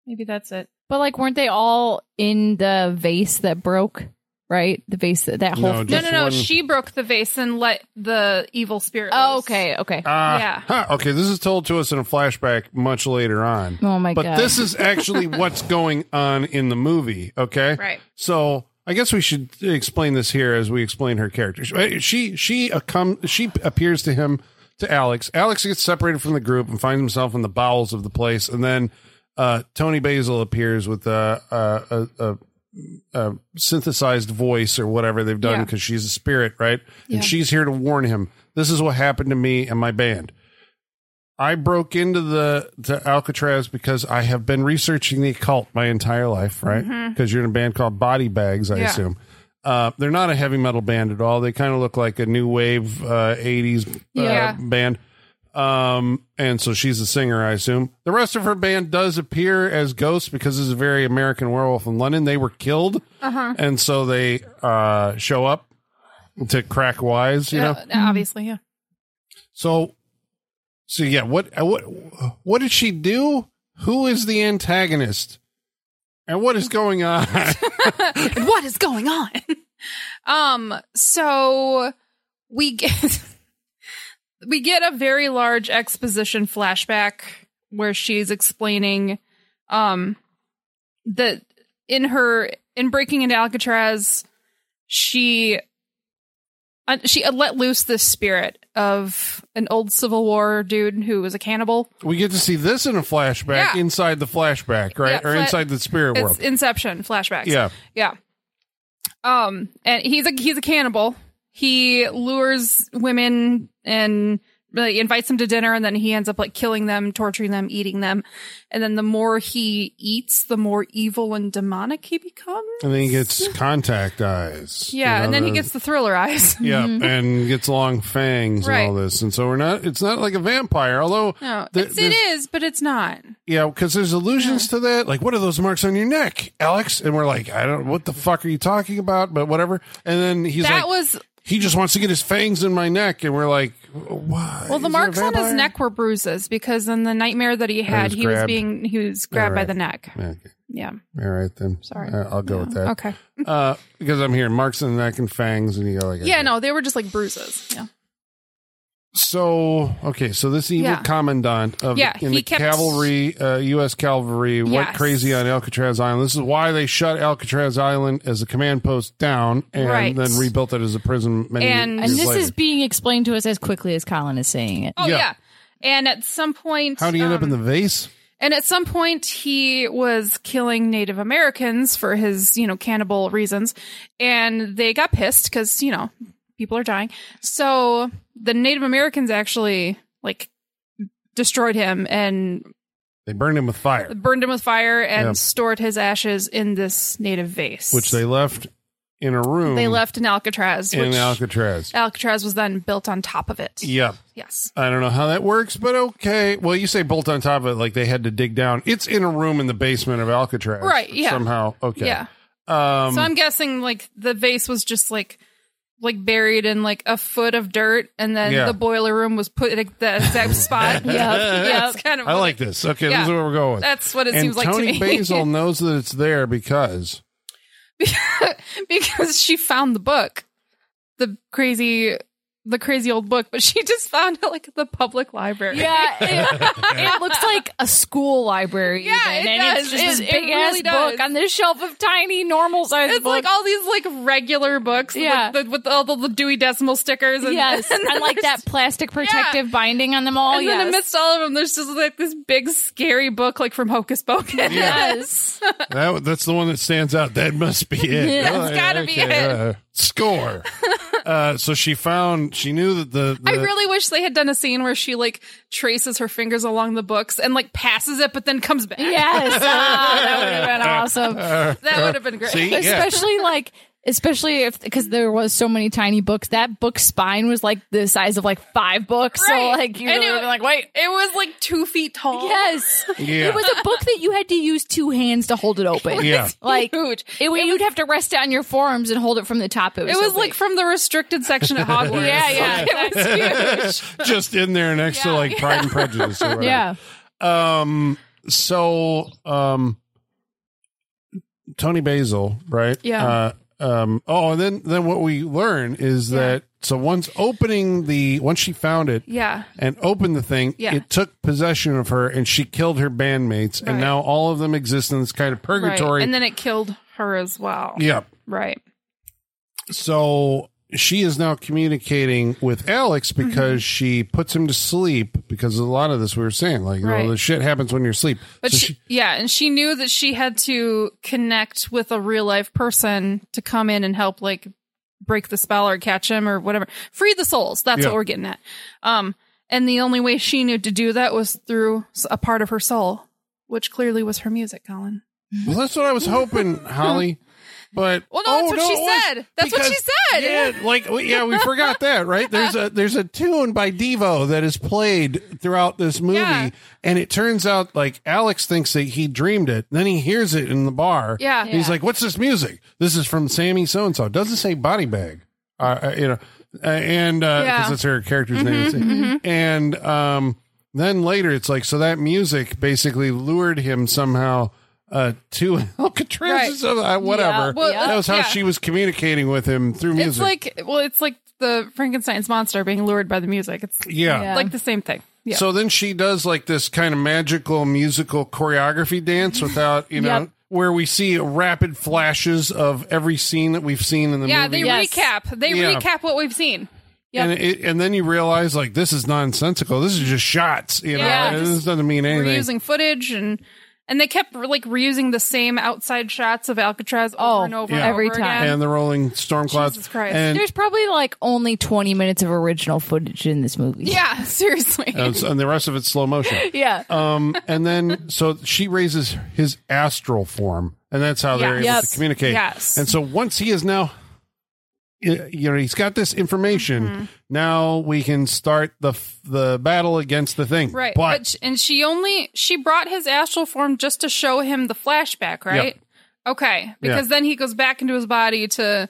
Speaker 3: Maybe that's it.
Speaker 4: But like, weren't they all in the vase that broke? Right, the vase that, that whole.
Speaker 2: No,
Speaker 3: No,
Speaker 2: Just
Speaker 3: no, no.
Speaker 2: one-
Speaker 3: She broke the vase and let the evil spirit
Speaker 4: oh,
Speaker 3: loose.
Speaker 4: okay, okay.
Speaker 2: Ah,
Speaker 3: Yeah.
Speaker 2: huh, okay, this is told to us in a flashback much later on.
Speaker 4: oh my
Speaker 2: but
Speaker 4: god.
Speaker 2: this is
Speaker 4: *laughs*
Speaker 2: actually what's going on in the movie, okay?
Speaker 3: Right.
Speaker 2: So I guess we should explain this here as we explain her character. She uh, she she, come, she appears to him to Alex. Alex gets separated from the group and finds himself in the bowels of the place, and then uh, Tony Basil appears with a a, a, a a synthesized voice or whatever they've done
Speaker 3: Yeah.
Speaker 2: because she's a spirit, right? And she's here to warn him. This is what happened to me and my band. I broke into the to Alcatraz because I have been researching the occult my entire life, right? Because you're in a band called Body Bags, I
Speaker 3: Yeah.
Speaker 2: assume. Uh, they're not a heavy metal band at all. They kind of look like a new wave uh, '80s uh,
Speaker 4: Yeah.
Speaker 2: band. Um, and so she's a singer, I assume. The rest of her band does appear as ghosts because this is a very American Werewolf in London. They were killed, uh-huh. and so they uh, show up to crack wise, you know.
Speaker 3: Uh, obviously, yeah.
Speaker 2: So, so yeah, what uh, what what did she do? Who is the antagonist? And what is going
Speaker 3: *laughs*
Speaker 2: on?
Speaker 3: And *laughs* what is going on? *laughs* um, so *laughs* we get we get a very large exposition flashback where she's explaining um that in her in breaking into Alcatraz, she uh, she let loose this spirit of an old Civil War dude who was a cannibal.
Speaker 2: We get to see this in a flashback
Speaker 3: Yeah.
Speaker 2: inside the flashback, right?
Speaker 3: Yeah,
Speaker 2: or
Speaker 3: fla-
Speaker 2: inside the spirit
Speaker 3: It's
Speaker 2: world.
Speaker 3: Inception flashbacks.
Speaker 2: Yeah.
Speaker 3: yeah. Um, and he's a he's a cannibal. He lures women and really invites them to dinner, and then he ends up like killing them, torturing them, eating them. And then the more he eats, the more evil and demonic he becomes.
Speaker 2: And then he gets contact eyes.
Speaker 3: Yeah,
Speaker 2: you
Speaker 3: and
Speaker 2: know,
Speaker 3: then he
Speaker 2: the-
Speaker 3: gets the thriller eyes.
Speaker 2: *laughs* Yeah, and gets long fangs
Speaker 3: Right.
Speaker 2: and all this. And so we're not, it's not like a vampire, although.
Speaker 3: No,
Speaker 2: the-
Speaker 3: it's, it
Speaker 2: there's-
Speaker 3: is, but it's not.
Speaker 2: Yeah, because there's allusions to that. Like, what are those marks on your neck, Alex? And we're like, I don't, what the fuck are you talking about? But whatever. And then he's like,
Speaker 3: that was
Speaker 2: he just wants to get his fangs in my neck. And we're like, why?
Speaker 3: well. The
Speaker 2: Is there a
Speaker 3: marks on his
Speaker 2: vampire?
Speaker 3: neck were bruises because in the nightmare that he had,
Speaker 2: was
Speaker 3: he was
Speaker 2: grabbed.
Speaker 3: being he was grabbed by
Speaker 2: Alright.
Speaker 3: the neck.
Speaker 2: Okay.
Speaker 3: Yeah.
Speaker 2: All right, then.
Speaker 3: Sorry.
Speaker 2: Uh, I'll go with that.
Speaker 3: Okay.
Speaker 2: Uh, because I'm hearing marks on the neck and fangs. And you go like,
Speaker 3: Yeah. No, they were just like bruises. Yeah.
Speaker 2: So okay, so this evil
Speaker 3: Yeah.
Speaker 2: commandant of
Speaker 3: Yeah,
Speaker 2: in
Speaker 3: he
Speaker 2: the
Speaker 3: kept-
Speaker 2: cavalry, uh, U.S. cavalry, went
Speaker 3: Yes.
Speaker 2: crazy on Alcatraz Island. This is why they shut Alcatraz Island as a command post down, and
Speaker 3: Right.
Speaker 2: then rebuilt it as a prison. Many
Speaker 3: And-
Speaker 2: years
Speaker 3: And
Speaker 4: And this
Speaker 2: later.
Speaker 4: is being explained to us as quickly as Colin is saying *laughs* it.
Speaker 3: Oh
Speaker 2: Yeah.
Speaker 3: yeah. And at some point,
Speaker 2: how do you end up
Speaker 3: um,
Speaker 2: in the vase?
Speaker 3: And at some point, he was killing Native Americans for his, you know, cannibal reasons. And they got pissed because, you know, people are dying. So the Native Americans actually, like, destroyed him and
Speaker 2: They burned him with fire,
Speaker 3: burned him with fire and
Speaker 2: Yeah.
Speaker 3: stored his ashes in this native vase.
Speaker 2: which they left in a room.
Speaker 3: They left in Alcatraz,
Speaker 2: in
Speaker 3: which
Speaker 2: Alcatraz.
Speaker 3: Alcatraz was then built on top of it.
Speaker 2: yeah,
Speaker 3: Yes.
Speaker 2: I don't know how that works, but okay. Well, you say bolt on top of it, like they had to dig down. It's in a room in the basement of Alcatraz,
Speaker 3: Right, yeah.
Speaker 2: Somehow, okay.
Speaker 3: Yeah.
Speaker 2: Um,
Speaker 3: so I'm guessing like the vase was just like like buried in like a foot of dirt, and then
Speaker 2: Yeah.
Speaker 3: the boiler room was put at
Speaker 2: *laughs*
Speaker 3: the exact spot. *laughs* yeah, that's kind of.
Speaker 2: I like this. Okay,
Speaker 3: Yeah.
Speaker 2: this is where we're going. with.
Speaker 3: That's what it
Speaker 2: and
Speaker 3: seems like
Speaker 2: Tony
Speaker 3: to me.
Speaker 2: Basil knows that it's there because
Speaker 3: *laughs* because she found the book, the crazy, the crazy old book, but she just found it like at the public library.
Speaker 4: Yeah,
Speaker 3: *laughs*
Speaker 4: it, it looks like a school library.
Speaker 3: Yeah,
Speaker 4: even,
Speaker 3: it
Speaker 4: and
Speaker 3: does.
Speaker 4: It's just
Speaker 3: It-
Speaker 4: this
Speaker 3: it
Speaker 4: big ass
Speaker 3: really does.
Speaker 4: book on this shelf of tiny, normal sized
Speaker 3: It's like all these like regular books,
Speaker 4: Yeah.
Speaker 3: like, the, with all the, Dewey Decimal stickers, and
Speaker 4: yes,
Speaker 3: *laughs* and
Speaker 4: and, like that plastic protective binding on them all.
Speaker 3: and
Speaker 4: yes.
Speaker 3: then amidst all of them, there's just like this big scary book, like from Hocus Pocus.
Speaker 4: yes.
Speaker 3: *laughs*
Speaker 2: that that's the one that stands out. That must be it. Oh,
Speaker 3: That's gotta be it.
Speaker 2: uh,
Speaker 3: *laughs*
Speaker 2: score. uh, so she found. She knew that the. the
Speaker 3: I really wish they had done a scene where she like traces her fingers along the books and like passes it, but then comes back.
Speaker 4: Yes. Ah, that would
Speaker 2: *laughs*
Speaker 4: have been awesome.
Speaker 3: *laughs* that would have been great.
Speaker 2: See? Uh, Yeah.
Speaker 4: Especially like especially if because there was so many tiny books. That book spine was like the size of like five books. *laughs* So
Speaker 3: Right.
Speaker 4: like you
Speaker 3: And
Speaker 4: really
Speaker 3: it-
Speaker 4: would have been like, wait.
Speaker 3: It was like two feet tall.
Speaker 4: Yes.
Speaker 2: Yeah.
Speaker 4: It was a book that you had to use two hands to hold it
Speaker 3: *laughs*
Speaker 4: open.
Speaker 2: Yeah. *laughs*
Speaker 4: Like
Speaker 3: Huge.
Speaker 4: It, you'd have to rest it on your forearms and hold it from the top. It was,
Speaker 3: It was
Speaker 4: so
Speaker 3: like
Speaker 4: big.
Speaker 3: from the restricted
Speaker 2: *laughs*
Speaker 3: section at Hogwarts.
Speaker 4: Yeah, yeah,
Speaker 3: Like, *laughs* it was huge.
Speaker 2: just in there next to
Speaker 3: Yeah.
Speaker 2: like Pride and Prejudice. Or
Speaker 3: *laughs*
Speaker 2: whatever.
Speaker 4: yeah.
Speaker 2: Um. So um. Tony Basil, right?
Speaker 3: Yeah.
Speaker 2: Uh, um. Oh, and then then what we learn is that so once opening the once she found it,
Speaker 3: Yeah.
Speaker 2: and opened the thing.
Speaker 3: Yeah.
Speaker 2: It took possession of her and she killed her bandmates. And
Speaker 3: Right.
Speaker 2: now all of them exist in this kind of purgatory.
Speaker 3: Right. And then it killed her as well.
Speaker 2: yeah.
Speaker 3: Right.
Speaker 2: So she is now communicating with Alex
Speaker 3: Mm-hmm.
Speaker 2: because she puts him to sleep because a lot of this we were saying, like, you
Speaker 3: Right.
Speaker 2: know, the shit happens when you're asleep.
Speaker 3: But
Speaker 2: So
Speaker 3: she, yeah, and she knew that she had to connect with a real life person to come in and help, like break the spell or catch him or whatever, free the souls. That's
Speaker 2: Yeah.
Speaker 3: what we're getting at. Um, and the only way she knew to do that was through s- a part of her soul, which clearly was her music, Colin.
Speaker 2: Well, that's what I was hoping, Holly. But
Speaker 3: *laughs* Well, no, that's
Speaker 2: oh,
Speaker 3: what she
Speaker 2: it was-
Speaker 3: said. That's what she said.
Speaker 2: Yeah, like we- yeah, we forgot that, right? There's a there's a tune by Devo that is played throughout this movie,
Speaker 3: Yeah.
Speaker 2: and it turns out like Alex thinks that he dreamed it, then he hears it in the bar.
Speaker 3: Yeah.
Speaker 2: he's like, "What's this music? This is from Sammy so and so." Doesn't say body bag, uh, uh, you know, uh, and because
Speaker 3: Yeah.
Speaker 2: that's her character's
Speaker 3: Mm-hmm,
Speaker 2: name, and um. Then later, it's like so that music basically lured him somehow uh, to *laughs* Alcatraz
Speaker 3: Right.
Speaker 2: or something, uh, whatever.
Speaker 4: Yeah, well,
Speaker 2: that was how
Speaker 3: yeah.
Speaker 2: she was communicating with him through music.
Speaker 3: It's like, well, it's like the Frankenstein's monster being lured by the music. It's
Speaker 2: yeah.
Speaker 4: Yeah.
Speaker 3: like the same thing. Yeah.
Speaker 2: So then she does like this kind of magical musical choreography
Speaker 3: Mm-hmm.
Speaker 2: dance without, you know,
Speaker 4: Yep.
Speaker 2: where we see rapid flashes of every scene that we've seen in the
Speaker 3: yeah,
Speaker 2: movie.
Speaker 3: they
Speaker 4: Yes.
Speaker 3: recap. They
Speaker 2: Yeah.
Speaker 3: recap what we've seen.
Speaker 4: Yep.
Speaker 2: And it, and then you realize like this is nonsensical. This is just shots, you know.
Speaker 3: Yeah,
Speaker 2: and
Speaker 3: just
Speaker 2: this doesn't mean anything.
Speaker 3: Reusing footage and and they kept like reusing the same outside shots of Alcatraz over
Speaker 4: Oh,
Speaker 3: and over
Speaker 2: yeah.
Speaker 3: and
Speaker 4: every
Speaker 3: over
Speaker 4: time.
Speaker 3: Again.
Speaker 2: and the rolling storm clouds.
Speaker 3: Jesus Christ.
Speaker 2: And,
Speaker 4: There's probably like only 20 minutes of original footage in this movie.
Speaker 3: yeah, *laughs* seriously.
Speaker 2: and s- and the rest of it's slow
Speaker 3: *laughs*
Speaker 2: motion.
Speaker 4: Yeah.
Speaker 2: Um, and then so she raises his astral form, and that's how they're able
Speaker 3: Yes.
Speaker 4: Yes.
Speaker 2: to communicate.
Speaker 3: Yes.
Speaker 2: And so once he is now, you know, he's got this information.
Speaker 3: Mm-hmm.
Speaker 2: Now we can start the f- the battle against the thing.
Speaker 3: Right.
Speaker 2: But,
Speaker 3: But, sh and she only she brought his astral form just to show him the flashback, right? Okay. Because then he goes back into his body to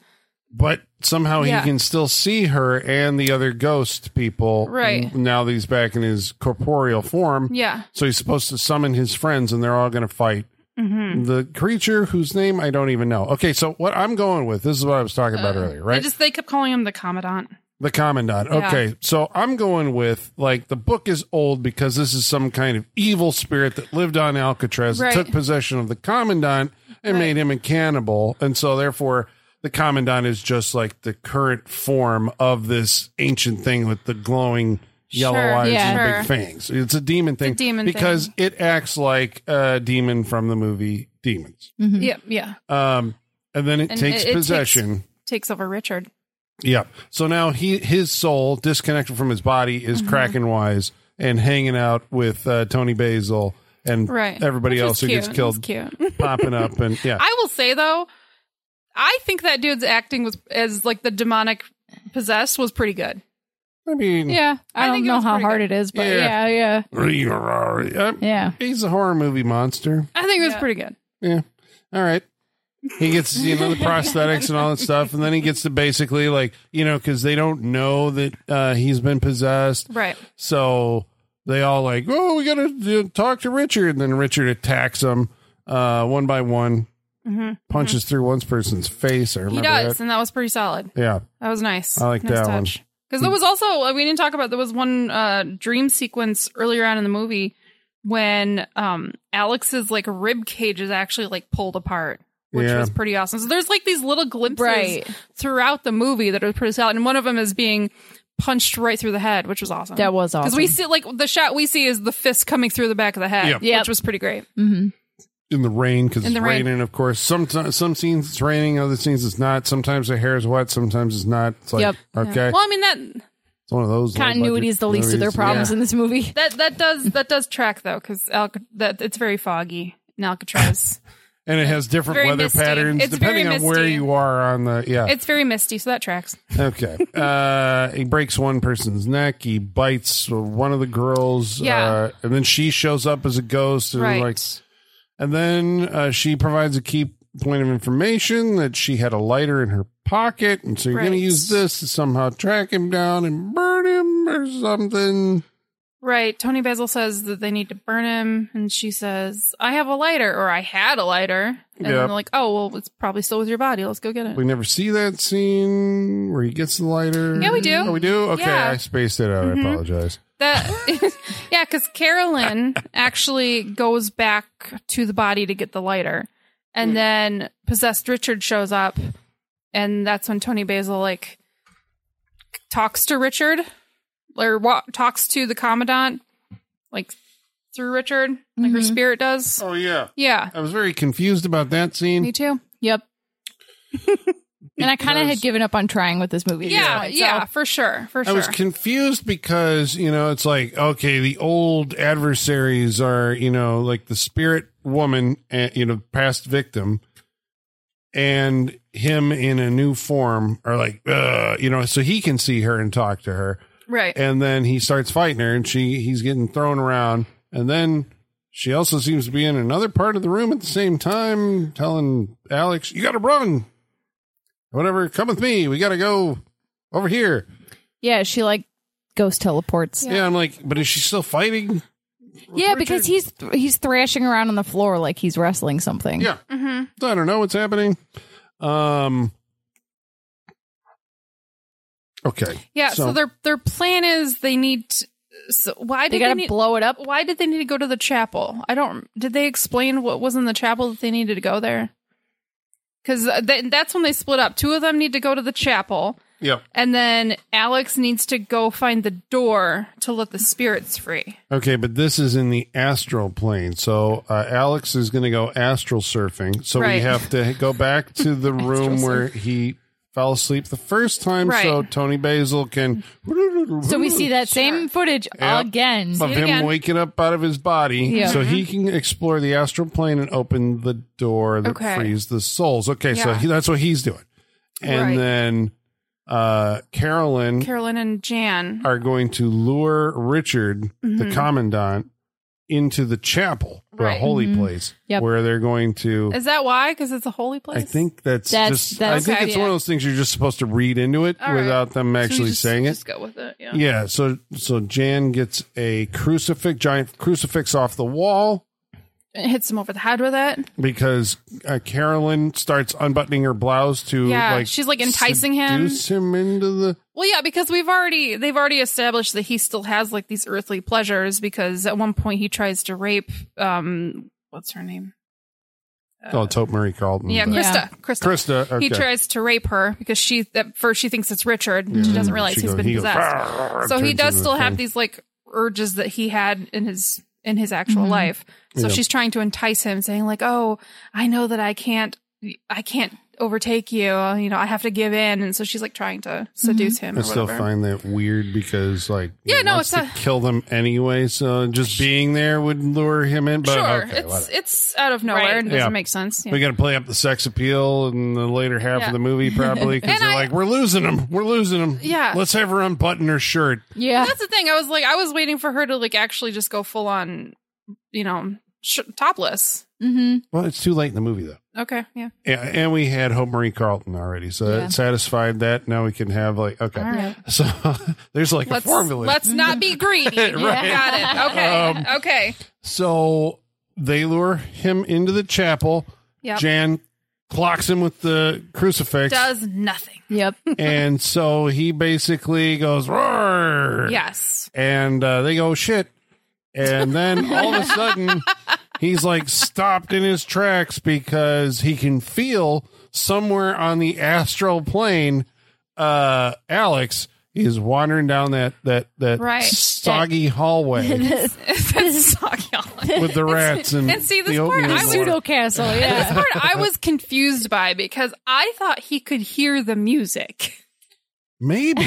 Speaker 2: but somehow
Speaker 3: Yeah.
Speaker 2: he can still see her and the other ghost people.
Speaker 3: Right.
Speaker 2: n- Now that he's back in his corporeal form.
Speaker 3: Yeah.
Speaker 2: So he's supposed to summon his friends, and they're all going to fight.
Speaker 3: Mm-hmm.
Speaker 2: The creature whose name I don't even know. Okay, so what I'm going with this is what I was talking about earlier,
Speaker 3: Uh, I
Speaker 2: right?
Speaker 3: just they kept calling him the commandant.
Speaker 2: The Commandant. Okay. So I'm going with like the book is old because this is some kind of evil spirit that lived on Alcatraz
Speaker 3: Right.
Speaker 2: and took possession of the Commandant and made him a cannibal. And so therefore the Commandant is just like the current form of this ancient thing with the glowing yellow
Speaker 3: Sure.
Speaker 2: eyes
Speaker 4: Yeah.
Speaker 2: and the
Speaker 3: Sure.
Speaker 2: big fangs. It's a demon thing.
Speaker 3: demon
Speaker 2: because it acts like a demon from the movie Demons.
Speaker 3: Yeah, yeah.
Speaker 2: Um and then it
Speaker 3: And
Speaker 2: takes
Speaker 3: it- it takes-
Speaker 2: possession.
Speaker 3: Takes over Richard.
Speaker 2: Yeah. So now he his soul disconnected from his body
Speaker 3: Mm-hmm.
Speaker 2: is Kraken wise and hanging out with uh, Tony Basil and
Speaker 3: Right.
Speaker 2: everybody
Speaker 3: Which was
Speaker 2: else who
Speaker 3: cute.
Speaker 2: gets killed
Speaker 3: That's cute. *laughs*
Speaker 2: popping up and yeah.
Speaker 3: I will say though, I think that dude's acting was as like the demonic possessed was pretty good.
Speaker 2: I mean,
Speaker 4: Yeah. I,
Speaker 3: I
Speaker 4: don't
Speaker 3: think it
Speaker 4: know
Speaker 3: was
Speaker 4: how
Speaker 3: pretty
Speaker 4: hard
Speaker 3: good.
Speaker 4: it is, but
Speaker 2: Yeah.
Speaker 4: yeah, yeah.
Speaker 2: yeah.
Speaker 4: Yeah.
Speaker 2: He's a horror movie monster.
Speaker 3: I think it was pretty good.
Speaker 2: Yeah. All right. He gets, you
Speaker 3: *laughs*
Speaker 2: know, the prosthetics and all that stuff. And then he gets to basically, like, you know, because they don't know that uh, he's been possessed.
Speaker 3: Right.
Speaker 2: So they all like, oh, we got to talk to Richard. And then Richard attacks them uh, one by one, punches through one person's face. I
Speaker 3: Mm-hmm. He
Speaker 2: remember
Speaker 3: does,
Speaker 2: that.
Speaker 3: and that was pretty solid.
Speaker 2: Yeah.
Speaker 3: That was nice.
Speaker 2: I like
Speaker 3: nice
Speaker 2: that one.
Speaker 3: Because there was also uh, we didn't talk about there was one uh, dream sequence earlier on in the movie when um, Alex's like rib cage is actually like pulled apart, which
Speaker 2: Yeah.
Speaker 3: was pretty awesome. So there's like these little glimpses
Speaker 4: Right.
Speaker 3: throughout the movie that are pretty solid, and one of them is being punched right through the head, which was awesome.
Speaker 4: That was
Speaker 3: Because
Speaker 4: awesome.
Speaker 3: we see, like, the shot we see is the fist coming through the back of the head,
Speaker 2: Yeah.
Speaker 4: Yep.
Speaker 3: which was pretty great.
Speaker 2: In the rain, because
Speaker 3: In
Speaker 2: it's
Speaker 3: the rain.
Speaker 2: raining, of course. Some, some scenes it's raining, other scenes it's not. Sometimes the hair is wet, sometimes it's not. It's like,
Speaker 4: Yep.
Speaker 2: okay.
Speaker 3: Well, I mean that
Speaker 2: It's one of those. low-budget
Speaker 4: Continuity is the least of their
Speaker 2: movies.
Speaker 4: problems
Speaker 2: Yeah.
Speaker 4: in this movie.
Speaker 3: that that does that does track though, because that it's very foggy in Alcatraz.
Speaker 2: And it has different
Speaker 3: Very
Speaker 2: weather
Speaker 3: misty.
Speaker 2: patterns
Speaker 3: It's
Speaker 2: depending
Speaker 3: very
Speaker 2: on where
Speaker 3: misty.
Speaker 2: you are on the. Yeah.
Speaker 3: it's very misty, so that tracks.
Speaker 2: Okay. Uh, he breaks one person's neck. He bites one of the girls.
Speaker 3: Yeah.
Speaker 2: Uh, and then she shows up as a ghost. And
Speaker 3: Right.
Speaker 2: like, and then uh, she provides a key point of information that she had a lighter in her pocket, and so you're going
Speaker 3: Right.
Speaker 2: to use this to somehow track him down and burn him or something.
Speaker 3: Right. Tony Basil says that they need to burn him, and she says, "I have a lighter, or I had a lighter." And
Speaker 2: Yeah.
Speaker 3: they're like, "Oh, well, it's probably still with your body. Let's go get it."
Speaker 2: We never see that scene where he gets the lighter.
Speaker 3: Yeah, we do.
Speaker 2: Oh, we do. Okay,
Speaker 3: Yeah. Mm-hmm.
Speaker 2: I spaced it out. I apologize.
Speaker 3: That, *laughs* yeah, because Carolyn actually goes back to the body to get the lighter, and then possessed Richard shows up, and that's when Tony Basil like talks to Richard, or wa- talks to the commandant, like through Richard, like her spirit does.
Speaker 2: Oh yeah,
Speaker 3: Yeah,
Speaker 2: I was very confused about that scene.
Speaker 3: me too.
Speaker 4: Yep. and I kind of
Speaker 2: Because-
Speaker 4: had given up on trying with this movie. at this
Speaker 3: Yeah, yeah,
Speaker 4: point, so-
Speaker 3: for sure, for
Speaker 2: I
Speaker 3: sure.
Speaker 2: was confused because, you know, it's like, okay, the old adversaries are, you know, like the spirit woman, and, you know, past victim, and him in a new form are like, Ugh, you know, so he can see her and talk to her.
Speaker 3: right.
Speaker 2: And then he starts fighting her and she he's getting thrown around. And then she also seems to be in another part of the room at the same time, telling Alex, You gotta run. Whatever, come with me. We gotta go over here.
Speaker 4: Yeah, she like ghost teleports.
Speaker 2: Yeah. I'm like, but is she still fighting?
Speaker 4: Yeah, because he's he's thrashing around on the floor like he's wrestling something.
Speaker 2: Yeah. Mm-hmm. I don't know what's happening. Um. Okay.
Speaker 3: Yeah, so,
Speaker 2: So-
Speaker 3: their their plan is they need so why
Speaker 4: They
Speaker 3: did they,
Speaker 4: gotta
Speaker 3: need,
Speaker 4: blow it up.
Speaker 3: why did they need to go to the chapel? I don't. Did they explain what was in the chapel that they needed to go there? Because th- that's when they split up. Two of them need to go to the chapel,
Speaker 2: Yep.
Speaker 3: and then Alex needs to go find the door to let the spirits free.
Speaker 2: Okay, but this is in the astral plane. So uh, Alex is going to go astral surfing. So we
Speaker 3: Right.
Speaker 2: have to go back
Speaker 4: *laughs*
Speaker 2: to the room where he fell asleep the first time
Speaker 3: Right.
Speaker 2: so Tony Basil can.
Speaker 4: So we see that same footage
Speaker 2: Yep.
Speaker 4: again.
Speaker 2: Of
Speaker 3: it
Speaker 2: him
Speaker 3: again. Mm-hmm.
Speaker 2: waking up out of his body,
Speaker 4: Yeah.
Speaker 2: so he can explore the astral plane and open the door that
Speaker 3: Okay.
Speaker 2: frees the souls. Okay, so
Speaker 3: Yeah.
Speaker 2: he, that's what he's doing, and
Speaker 3: Right.
Speaker 2: then uh, Carolyn
Speaker 3: Carolyn and Jan.
Speaker 2: are going to lure Richard, the commandant, into the chapel, the
Speaker 3: Mm-hmm. Right.
Speaker 2: holy place,
Speaker 4: Yep.
Speaker 2: where they're going to.
Speaker 3: Is that why? Because it's a holy
Speaker 2: I
Speaker 3: place.
Speaker 2: think that's,
Speaker 4: That's-
Speaker 2: just.
Speaker 4: that's-
Speaker 2: I think
Speaker 4: okay.
Speaker 2: it's one of those things you're just supposed to read into it
Speaker 3: All right.
Speaker 2: without them
Speaker 3: So we
Speaker 2: actually
Speaker 3: just-
Speaker 2: saying it.
Speaker 3: Just go with it. Yeah.
Speaker 2: Yeah, so so Jan gets a crucifix, giant crucifix off the wall
Speaker 3: It hits him over the head with it.
Speaker 2: because uh, Carolyn starts unbuttoning her blouse to
Speaker 3: Yeah,
Speaker 2: like
Speaker 3: she's, like, enticing him.
Speaker 2: seduce him into the
Speaker 3: Well, yeah, because we've already they've already established that he still has like these earthly pleasures because at one point he tries to rape um what's her name?
Speaker 2: oh Tote Marie Carlton.
Speaker 3: Uh, Yeah,
Speaker 2: but-
Speaker 3: Krista. Krista.
Speaker 2: Krista. Okay.
Speaker 3: He tries to rape her because she at first she thinks it's Richard and she doesn't realize
Speaker 2: She
Speaker 3: he's
Speaker 2: goes-
Speaker 3: been
Speaker 2: he goes,
Speaker 3: possessed.
Speaker 2: "Arr,"
Speaker 3: so he
Speaker 2: turns
Speaker 3: does
Speaker 2: into a
Speaker 3: still have
Speaker 2: thing.
Speaker 3: these like urges that he had in his in his actual life. So
Speaker 2: Mm-hmm. Yeah.
Speaker 3: she's trying to entice him saying like, "Oh, I know that I can't I can't overtake you. You know, I have to give in." And so she's like trying to seduce him.
Speaker 2: I
Speaker 3: or
Speaker 2: still
Speaker 3: whatever.
Speaker 2: find that weird because, like,
Speaker 3: Yeah,
Speaker 2: he
Speaker 3: no,
Speaker 2: wants
Speaker 3: it's
Speaker 2: to
Speaker 3: a-
Speaker 2: kill them anyway. So just being there would lure him in. But
Speaker 3: sure,
Speaker 2: okay,
Speaker 3: it's
Speaker 2: whatever.
Speaker 3: it's out of nowhere
Speaker 4: Right.
Speaker 3: and doesn't
Speaker 2: Yeah.
Speaker 3: make sense. Yeah.
Speaker 2: we got to play up the sex appeal in the later half
Speaker 3: Yeah.
Speaker 2: of the movie, probably
Speaker 3: *laughs*
Speaker 2: because
Speaker 3: And
Speaker 2: they're
Speaker 3: I-
Speaker 2: like, "We're losing him. We're losing him.
Speaker 3: Yeah.
Speaker 2: let's have her unbutton her shirt.
Speaker 4: yeah.
Speaker 3: That's the thing. I was like, I was waiting for her to like actually just go full on, you know, sh- topless.
Speaker 4: Mm-hmm.
Speaker 2: Well, it's too late in the movie though.
Speaker 3: Okay, yeah,
Speaker 2: Yeah, and we had Hope Marie Carlton already, so
Speaker 4: Yeah.
Speaker 2: that satisfied that. Now we can have like okay,
Speaker 3: all right.
Speaker 2: so *laughs* there's like
Speaker 3: Let's
Speaker 2: a formula.
Speaker 3: let's not
Speaker 2: *laughs*
Speaker 3: be greedy.
Speaker 2: Right.
Speaker 3: Got it. Okay,
Speaker 2: Um,
Speaker 3: okay.
Speaker 2: So they lure him into the chapel.
Speaker 3: Yep.
Speaker 2: Jan clocks him with the crucifix.
Speaker 3: Does *laughs* nothing.
Speaker 4: Yep.
Speaker 2: and so he basically goes roar
Speaker 3: Yes.
Speaker 2: and uh, they go shit and then all
Speaker 3: *laughs*
Speaker 2: of a sudden he's like stopped in his tracks because he can feel somewhere on the astral plane uh alex is wandering down that that that
Speaker 3: Right.
Speaker 2: soggy hallway
Speaker 3: *laughs* That's sucky.
Speaker 2: with *laughs* the rats and,
Speaker 3: and see, this
Speaker 2: the
Speaker 3: part
Speaker 2: oatmeal
Speaker 3: I
Speaker 2: water. *laughs*
Speaker 3: would-
Speaker 4: Pseudo castle.
Speaker 3: This
Speaker 4: Yeah.
Speaker 3: part I was confused by because I thought he could hear the music. *laughs*
Speaker 2: maybe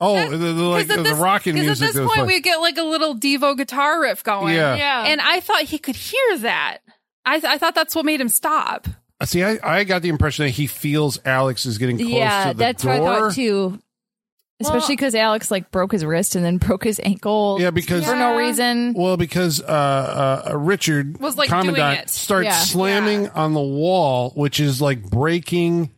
Speaker 2: oh the, the, *laughs* like
Speaker 3: Because
Speaker 2: the,
Speaker 3: at this-
Speaker 2: rocking
Speaker 3: 'cause
Speaker 2: music
Speaker 3: At
Speaker 2: that
Speaker 3: this
Speaker 2: was playing.
Speaker 3: point, we get like a little Devo guitar riff going.
Speaker 2: Yeah.
Speaker 4: Yeah.
Speaker 3: And I thought he could hear that. I, th- I thought that's what made him stop.
Speaker 2: see I, I got the impression that he feels alex is getting close to
Speaker 4: yeah.
Speaker 2: the
Speaker 4: That's
Speaker 2: door.
Speaker 4: what I thought too. Especially
Speaker 3: Well-
Speaker 4: because Alex like broke his wrist and then broke his ankle.
Speaker 2: Yeah, because
Speaker 4: for no reason.
Speaker 2: well, because uh, uh, Richard
Speaker 3: Was, like,
Speaker 2: Commandant
Speaker 3: doing it.
Speaker 2: starts
Speaker 4: Yeah.
Speaker 2: slamming on the wall, which is like breaking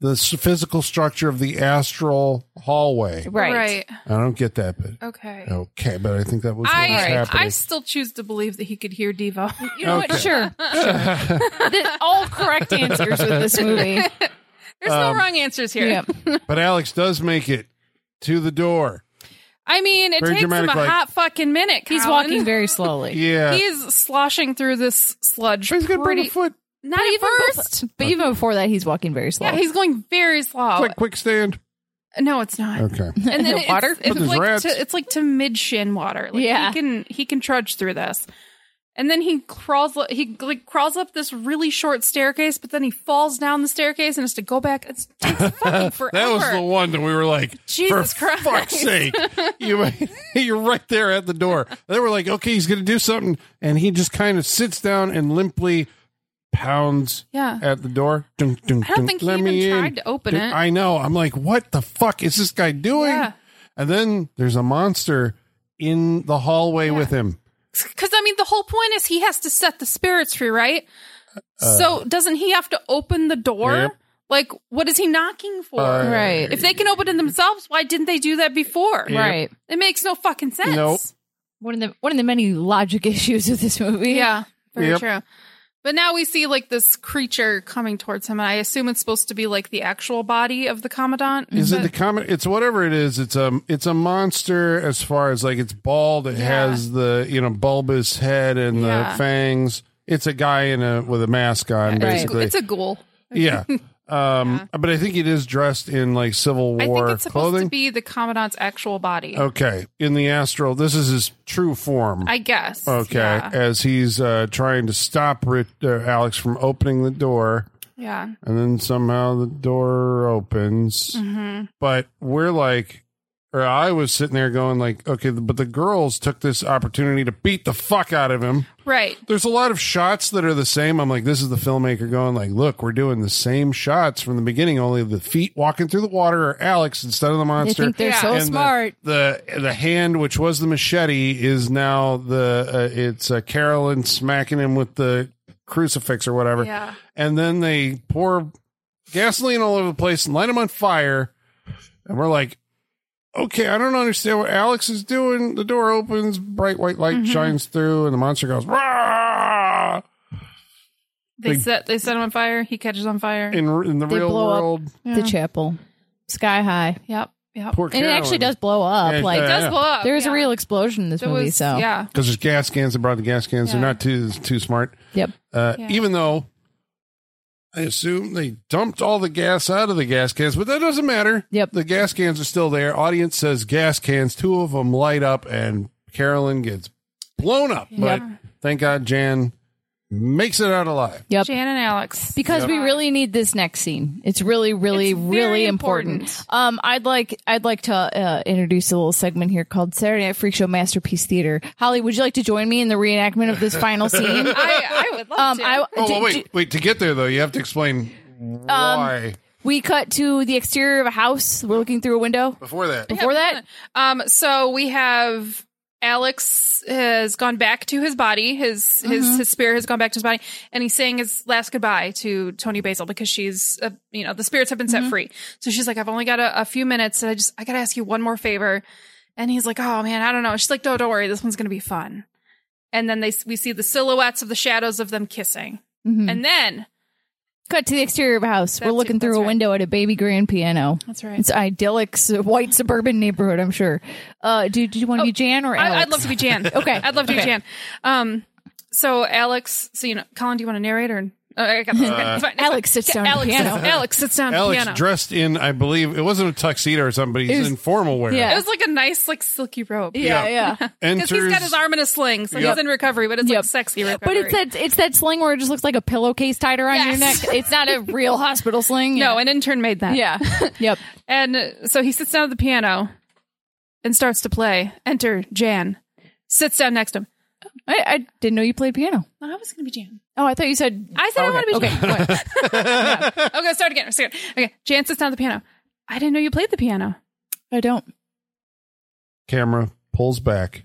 Speaker 2: the s- physical structure of the astral hallway.
Speaker 4: Right.
Speaker 2: I don't get that, but
Speaker 3: Okay.
Speaker 2: okay, but I think that was what was
Speaker 3: I
Speaker 2: happening.
Speaker 3: I still choose to believe that he could hear Devo. *laughs*
Speaker 4: You know
Speaker 2: Okay.
Speaker 4: what? *laughs* Sure. sure. The- all correct answers with this movie.
Speaker 3: There's
Speaker 2: Um,
Speaker 3: no wrong answers here.
Speaker 4: Yep.
Speaker 2: but Alex does make it to the door.
Speaker 3: I mean, it
Speaker 2: Very
Speaker 3: takes him a
Speaker 2: dramatic, like-
Speaker 3: hot fucking minute.
Speaker 4: He's
Speaker 3: Colin.
Speaker 4: walking very slowly.
Speaker 2: Yeah,
Speaker 3: He's sloshing through this sludge.
Speaker 2: he's gonna break
Speaker 3: pretty,
Speaker 2: a foot.
Speaker 3: Not
Speaker 4: But
Speaker 3: even
Speaker 4: even befo-
Speaker 3: first.
Speaker 4: but even before that, he's walking very slow.
Speaker 3: Yeah, he's going very slow.
Speaker 2: Quick, quick stand.
Speaker 3: no, it's not.
Speaker 2: Okay,
Speaker 3: and
Speaker 2: *laughs*
Speaker 3: then it's,
Speaker 4: Water?
Speaker 3: It's
Speaker 2: But there's
Speaker 3: like
Speaker 2: rats.
Speaker 3: to, it's like to mid shin water. Like
Speaker 4: Yeah.
Speaker 3: he can he can trudge through this, and then he crawls he like crawls up this really short staircase, but then he falls down the staircase and has to go back. It's, it
Speaker 2: *laughs*
Speaker 3: takes fucking forever.
Speaker 2: that was the one that we were like,
Speaker 3: Jesus
Speaker 2: for
Speaker 3: Christ.
Speaker 2: fuck's
Speaker 3: *laughs*
Speaker 2: sake, you *laughs* you're right there at the door. They were like, okay, he's gonna do something, and he just kind of sits down and limply pounds
Speaker 3: Yeah.
Speaker 2: at the door. Dun, dun,
Speaker 3: I don't
Speaker 2: dun,
Speaker 3: think he
Speaker 2: "Let me
Speaker 3: even
Speaker 2: in."
Speaker 3: tried to open
Speaker 2: Dun-
Speaker 3: it.
Speaker 2: I know. I'm like, what the fuck is this guy doing?
Speaker 3: Yeah.
Speaker 2: And then there's a monster in the hallway with him.
Speaker 3: Because I mean, the whole point is he has to set the spirits free, right? so doesn't he have to open the door?
Speaker 2: Uh. Yep.
Speaker 3: Like, what is he knocking for?
Speaker 2: Uh,
Speaker 4: right.
Speaker 3: if they can open it themselves, why didn't they do that before?
Speaker 4: right.
Speaker 3: It makes no fucking sense.
Speaker 2: Nope.
Speaker 4: *laughs* One of the one of the many logic issues with this movie.
Speaker 3: Yeah, very
Speaker 2: Yep.
Speaker 3: true. But now we see like this creature coming towards him, and I assume it's supposed to be like the actual body of the commandant.
Speaker 2: Is it
Speaker 3: but-
Speaker 2: the common? It's whatever it is. It's a it's a monster as far as like it's bald. It
Speaker 3: Yeah.
Speaker 2: has the you know bulbous head and
Speaker 3: Yeah.
Speaker 2: the fangs. It's a guy in a with a mask on,
Speaker 4: Right.
Speaker 2: basically.
Speaker 3: It's a ghoul. *laughs*
Speaker 2: yeah. Um, but I think it is dressed in like Civil
Speaker 3: I
Speaker 2: War
Speaker 3: think it's supposed
Speaker 2: clothing. Oh.
Speaker 3: to be the commandant's actual body.
Speaker 2: okay, in the astral, this is his true form.
Speaker 3: I guess.
Speaker 2: okay,
Speaker 3: Yeah.
Speaker 2: as he's uh, trying to stop Rit- uh, Alex from opening the door.
Speaker 3: yeah.
Speaker 2: and then somehow the door opens.
Speaker 4: Mm-hmm.
Speaker 2: But we're like, or I was sitting there going like, okay, but the girls took this opportunity to beat the fuck out of him.
Speaker 3: Right.
Speaker 2: There's a lot of shots that are the same. I'm like, this is the filmmaker going like, look, we're doing the same shots from the beginning. Only the feet walking through the water are Alex instead of the
Speaker 4: They
Speaker 2: monster.
Speaker 4: think they're
Speaker 3: Yeah.
Speaker 4: so
Speaker 2: And the-
Speaker 4: smart.
Speaker 2: The, the hand, which was the machete, is now the uh, it's uh, Carolyn smacking him with the crucifix or whatever
Speaker 3: Yeah.
Speaker 2: and then they pour gasoline all over the place and light them on fire. And we're like, okay, I don't understand what Alex is doing. The door opens, bright white light
Speaker 4: Mm-hmm.
Speaker 2: shines through, and the monster goes, Rah!
Speaker 3: They
Speaker 2: Like-
Speaker 3: set they set him on fire. He catches on fire.
Speaker 2: In, in the
Speaker 4: They
Speaker 2: real
Speaker 4: blow up.
Speaker 2: world.
Speaker 3: Yeah.
Speaker 4: The chapel, sky high,
Speaker 3: Yep. Yep.
Speaker 2: Poor
Speaker 4: and it actually does blow up.
Speaker 2: Yeah, it
Speaker 4: like
Speaker 2: does.
Speaker 3: does blow up.
Speaker 4: there is a
Speaker 3: Oh, yeah.
Speaker 4: real explosion in this
Speaker 3: There
Speaker 4: movie.
Speaker 3: was-
Speaker 4: so
Speaker 3: yeah.
Speaker 2: Because there's gas cans. They brought the gas cans.
Speaker 3: Yeah.
Speaker 2: They're not too, too smart.
Speaker 4: yep.
Speaker 2: Uh,
Speaker 3: Yeah.
Speaker 2: Even though I assume they dumped all the gas out of the gas cans, but that doesn't matter.
Speaker 4: Yep.
Speaker 2: The gas cans are still there. Audience says gas cans. Two of them light up, and Carolyn gets blown up. But
Speaker 4: Yep.
Speaker 2: thank God Jan makes it out alive.
Speaker 4: Yep.
Speaker 3: Jan and Alex.
Speaker 4: because we
Speaker 3: Yep.
Speaker 4: really need this next scene. It's really, really,
Speaker 3: It's very
Speaker 4: really important.
Speaker 3: important.
Speaker 4: Um, I'd like, I'd like to uh, introduce a little segment here called Saturday Night Freak Show Masterpiece Theater. Holly, would you like to join me in the reenactment of
Speaker 2: *laughs*
Speaker 4: this final scene? um,
Speaker 3: I, I would love to.
Speaker 4: I
Speaker 2: Oh,
Speaker 4: d-
Speaker 2: well,
Speaker 4: d-
Speaker 2: Oh, wait, wait. To get there though, you have to explain
Speaker 3: Um,
Speaker 2: why.
Speaker 4: we cut to the exterior of a house. We're looking through a window.
Speaker 2: Before that,
Speaker 4: Before that,
Speaker 3: Um, so we have Alex has gone back to his body. His his his spirit has gone back to his body, and he's saying his last goodbye to Tony Basil because she's uh, you know the spirits have been set free. So she's like, I've only got a, a few minutes. And I just I gotta ask you one more favor. And he's like, Oh man, I don't know. She's like, No, don't worry. This one's gonna be fun. And then they we see the silhouettes of the shadows of them kissing,
Speaker 4: Mhm.
Speaker 3: and then
Speaker 4: cut to the exterior of a house. We're
Speaker 3: That's-
Speaker 4: looking through
Speaker 3: that's
Speaker 4: a
Speaker 3: right.
Speaker 4: window at a baby grand piano.
Speaker 3: that's right.
Speaker 4: It's idyllic, su- white suburban neighborhood. I'm sure. Uh, do, do you want to be Jan or Alex?
Speaker 3: Oh, I, I'd love to be Jan.
Speaker 4: Okay.
Speaker 3: I'd love to be Jan. Um, so Alex, so you know, Colin, do you want to narrate or? Uh, I got this. Okay, it's fine, it's
Speaker 4: Alex sits down
Speaker 3: fine.
Speaker 4: at
Speaker 3: Alex,
Speaker 4: the piano.
Speaker 3: sits- Alex sits down. at the
Speaker 2: Alex
Speaker 3: piano.
Speaker 2: dressed in, I believe it wasn't a tuxedo or something, but he's
Speaker 4: It was-
Speaker 2: in formal wear.
Speaker 4: yeah.
Speaker 3: It was like a nice, like silky robe.
Speaker 4: yeah.
Speaker 3: *laughs*
Speaker 4: yeah.
Speaker 3: Because he's
Speaker 2: Enters-
Speaker 3: got his arm in a sling, so
Speaker 2: Yep.
Speaker 3: he's in recovery, but it's
Speaker 4: Yep.
Speaker 3: like sexy recovery.
Speaker 4: But it's that it's that sling where it just looks like a pillowcase tied around your neck.
Speaker 3: Yes.
Speaker 4: It's
Speaker 3: *laughs*
Speaker 4: not a real hospital sling.
Speaker 3: no,
Speaker 4: Yeah.
Speaker 3: an intern made that. *laughs*
Speaker 4: yeah, yep.
Speaker 3: And uh, so he sits down at the piano and starts to play. Enter Jan. Sits down next to him.
Speaker 4: I, I didn't know you played piano.
Speaker 3: No, I was going to be Jan.
Speaker 4: Oh, I thought you said
Speaker 3: I said I want to be
Speaker 4: okay.
Speaker 3: Jan.
Speaker 4: Okay,
Speaker 3: *laughs*
Speaker 4: what?
Speaker 3: Okay, start again. Start again. Okay, Jan sits down at the piano. I didn't know you played the piano.
Speaker 4: I don't.
Speaker 2: camera pulls back.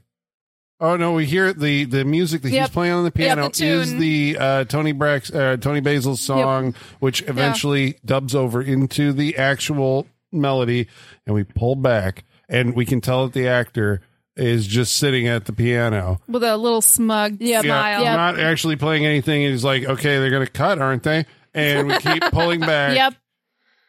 Speaker 2: Oh no, we hear the the music that
Speaker 4: Yep.
Speaker 2: he's playing on the piano
Speaker 3: the
Speaker 2: is
Speaker 3: tune.
Speaker 2: the uh, Tony Brax uh, Tony Basil's song, which eventually dubs over into the actual melody, and we pull back, and we can tell that the actor is just sitting at the piano,
Speaker 3: with a little smug
Speaker 4: Yeah,
Speaker 3: smile.
Speaker 4: Yep.
Speaker 2: not actually playing anything. And he's like, "Okay, they're gonna cut, aren't they?" And we keep pulling back
Speaker 4: *laughs* Yep.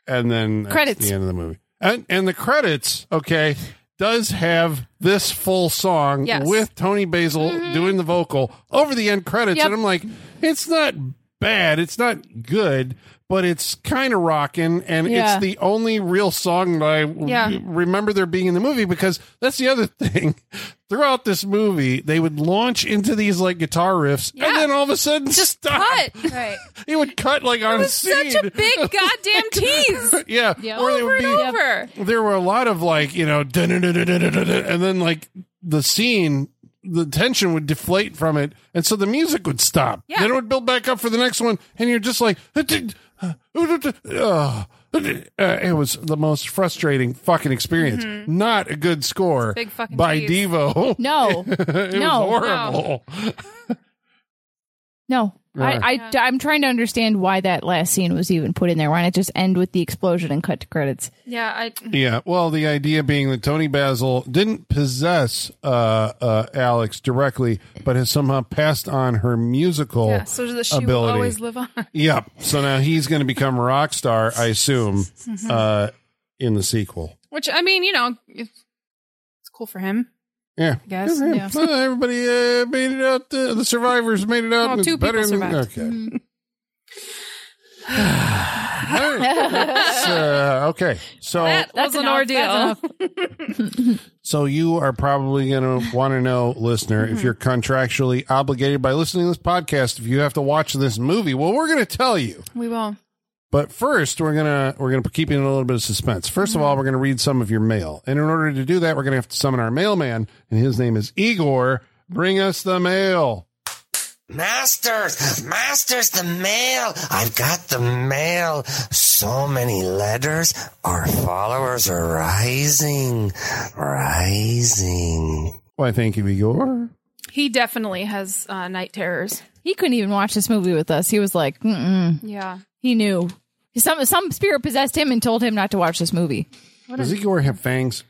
Speaker 2: and then that's
Speaker 4: Credits.
Speaker 2: the end of the movie and and the credits okay does have this full song
Speaker 3: Yes. Mm-hmm.
Speaker 2: with tony basil doing the vocal over the end credits
Speaker 4: Yep.
Speaker 2: and i'm like it's not bad it's not good but it's kind of rocking and
Speaker 4: Yeah.
Speaker 2: it's the only real song that i w-
Speaker 3: Yeah.
Speaker 2: remember there being in the movie because that's the other *laughs* thing throughout this movie they would launch into these like guitar riffs and
Speaker 3: Yeah.
Speaker 2: then all of a sudden just stop *laughs*
Speaker 3: Cut. *laughs* Right.
Speaker 2: he would cut like on scene
Speaker 3: Such a big goddamn tease.
Speaker 2: yeah
Speaker 4: Yep.
Speaker 2: or they
Speaker 3: Over
Speaker 2: would
Speaker 3: and
Speaker 2: be
Speaker 3: over.
Speaker 2: there were a lot of like you know dun-dun-dun-dun-dun-dun-dun, and then like the scene the tension would deflate from it and so the music would stop
Speaker 3: Yeah.
Speaker 2: then it would build back up for the next one and you're just like "Ah, did- ah, ah, ah, ah, ah, ah." it was the most frustrating fucking experience not a good score
Speaker 3: Mm-hmm. big fucking
Speaker 2: by
Speaker 3: tease.
Speaker 2: devo
Speaker 4: No,
Speaker 2: *laughs* it
Speaker 4: No.
Speaker 2: was horrible
Speaker 4: no.
Speaker 2: Yeah.
Speaker 4: I, I
Speaker 3: Yeah.
Speaker 4: I'm trying to understand why that last scene was even put in there. Why not just end with the explosion and cut to credits?
Speaker 3: Yeah, I
Speaker 2: Yeah, well, the idea being that Tony Basil didn't possess uh, uh, Alex directly, but has somehow passed on her musical
Speaker 3: yeah, so that she will
Speaker 2: ability.
Speaker 3: always live on. *laughs*
Speaker 2: Yep. So now he's going to become a rock star, I assume,
Speaker 3: Mm-hmm.
Speaker 2: uh, in the sequel.
Speaker 3: Which I mean, you know, it's it's cool for him.
Speaker 2: Yeah.
Speaker 3: I guess,
Speaker 2: Okay.
Speaker 3: yeah.
Speaker 2: Well, everybody uh, made it out. The, the survivors made it out.
Speaker 3: Well,
Speaker 2: and it's
Speaker 3: two people
Speaker 2: better than-
Speaker 3: survived. Mm-hmm.
Speaker 2: Okay. *sighs* All right. That's, uh, okay. So
Speaker 3: That
Speaker 4: That's
Speaker 3: was an
Speaker 4: enough,
Speaker 3: ordeal.
Speaker 4: that's
Speaker 2: So you are probably
Speaker 4: *laughs*
Speaker 2: going to want to know, listener,
Speaker 4: Mm-hmm.
Speaker 2: if you're contractually obligated by listening to this podcast, if you have to watch this movie. Well, we're going to tell you.
Speaker 3: We will.
Speaker 2: But first, we're gonna we're gonna keep you in a little bit of suspense. 1st of
Speaker 4: Mm-hmm.
Speaker 2: all, we're gonna read some of your mail, and in order to do that, we're gonna have to summon our mailman, and his name is Igor. Bring us the mail.
Speaker 5: Masters, masters, the mail. I've got the mail. So many letters. Our followers are rising, rising.
Speaker 2: Why, thank you, Igor.
Speaker 3: He definitely has uh, night terrors.
Speaker 4: He couldn't even watch this movie with us. He was like, Mm-mm.
Speaker 3: Yeah.
Speaker 4: he knew some some spirit possessed him and told him not to watch this movie.
Speaker 2: Does Igor have fangs?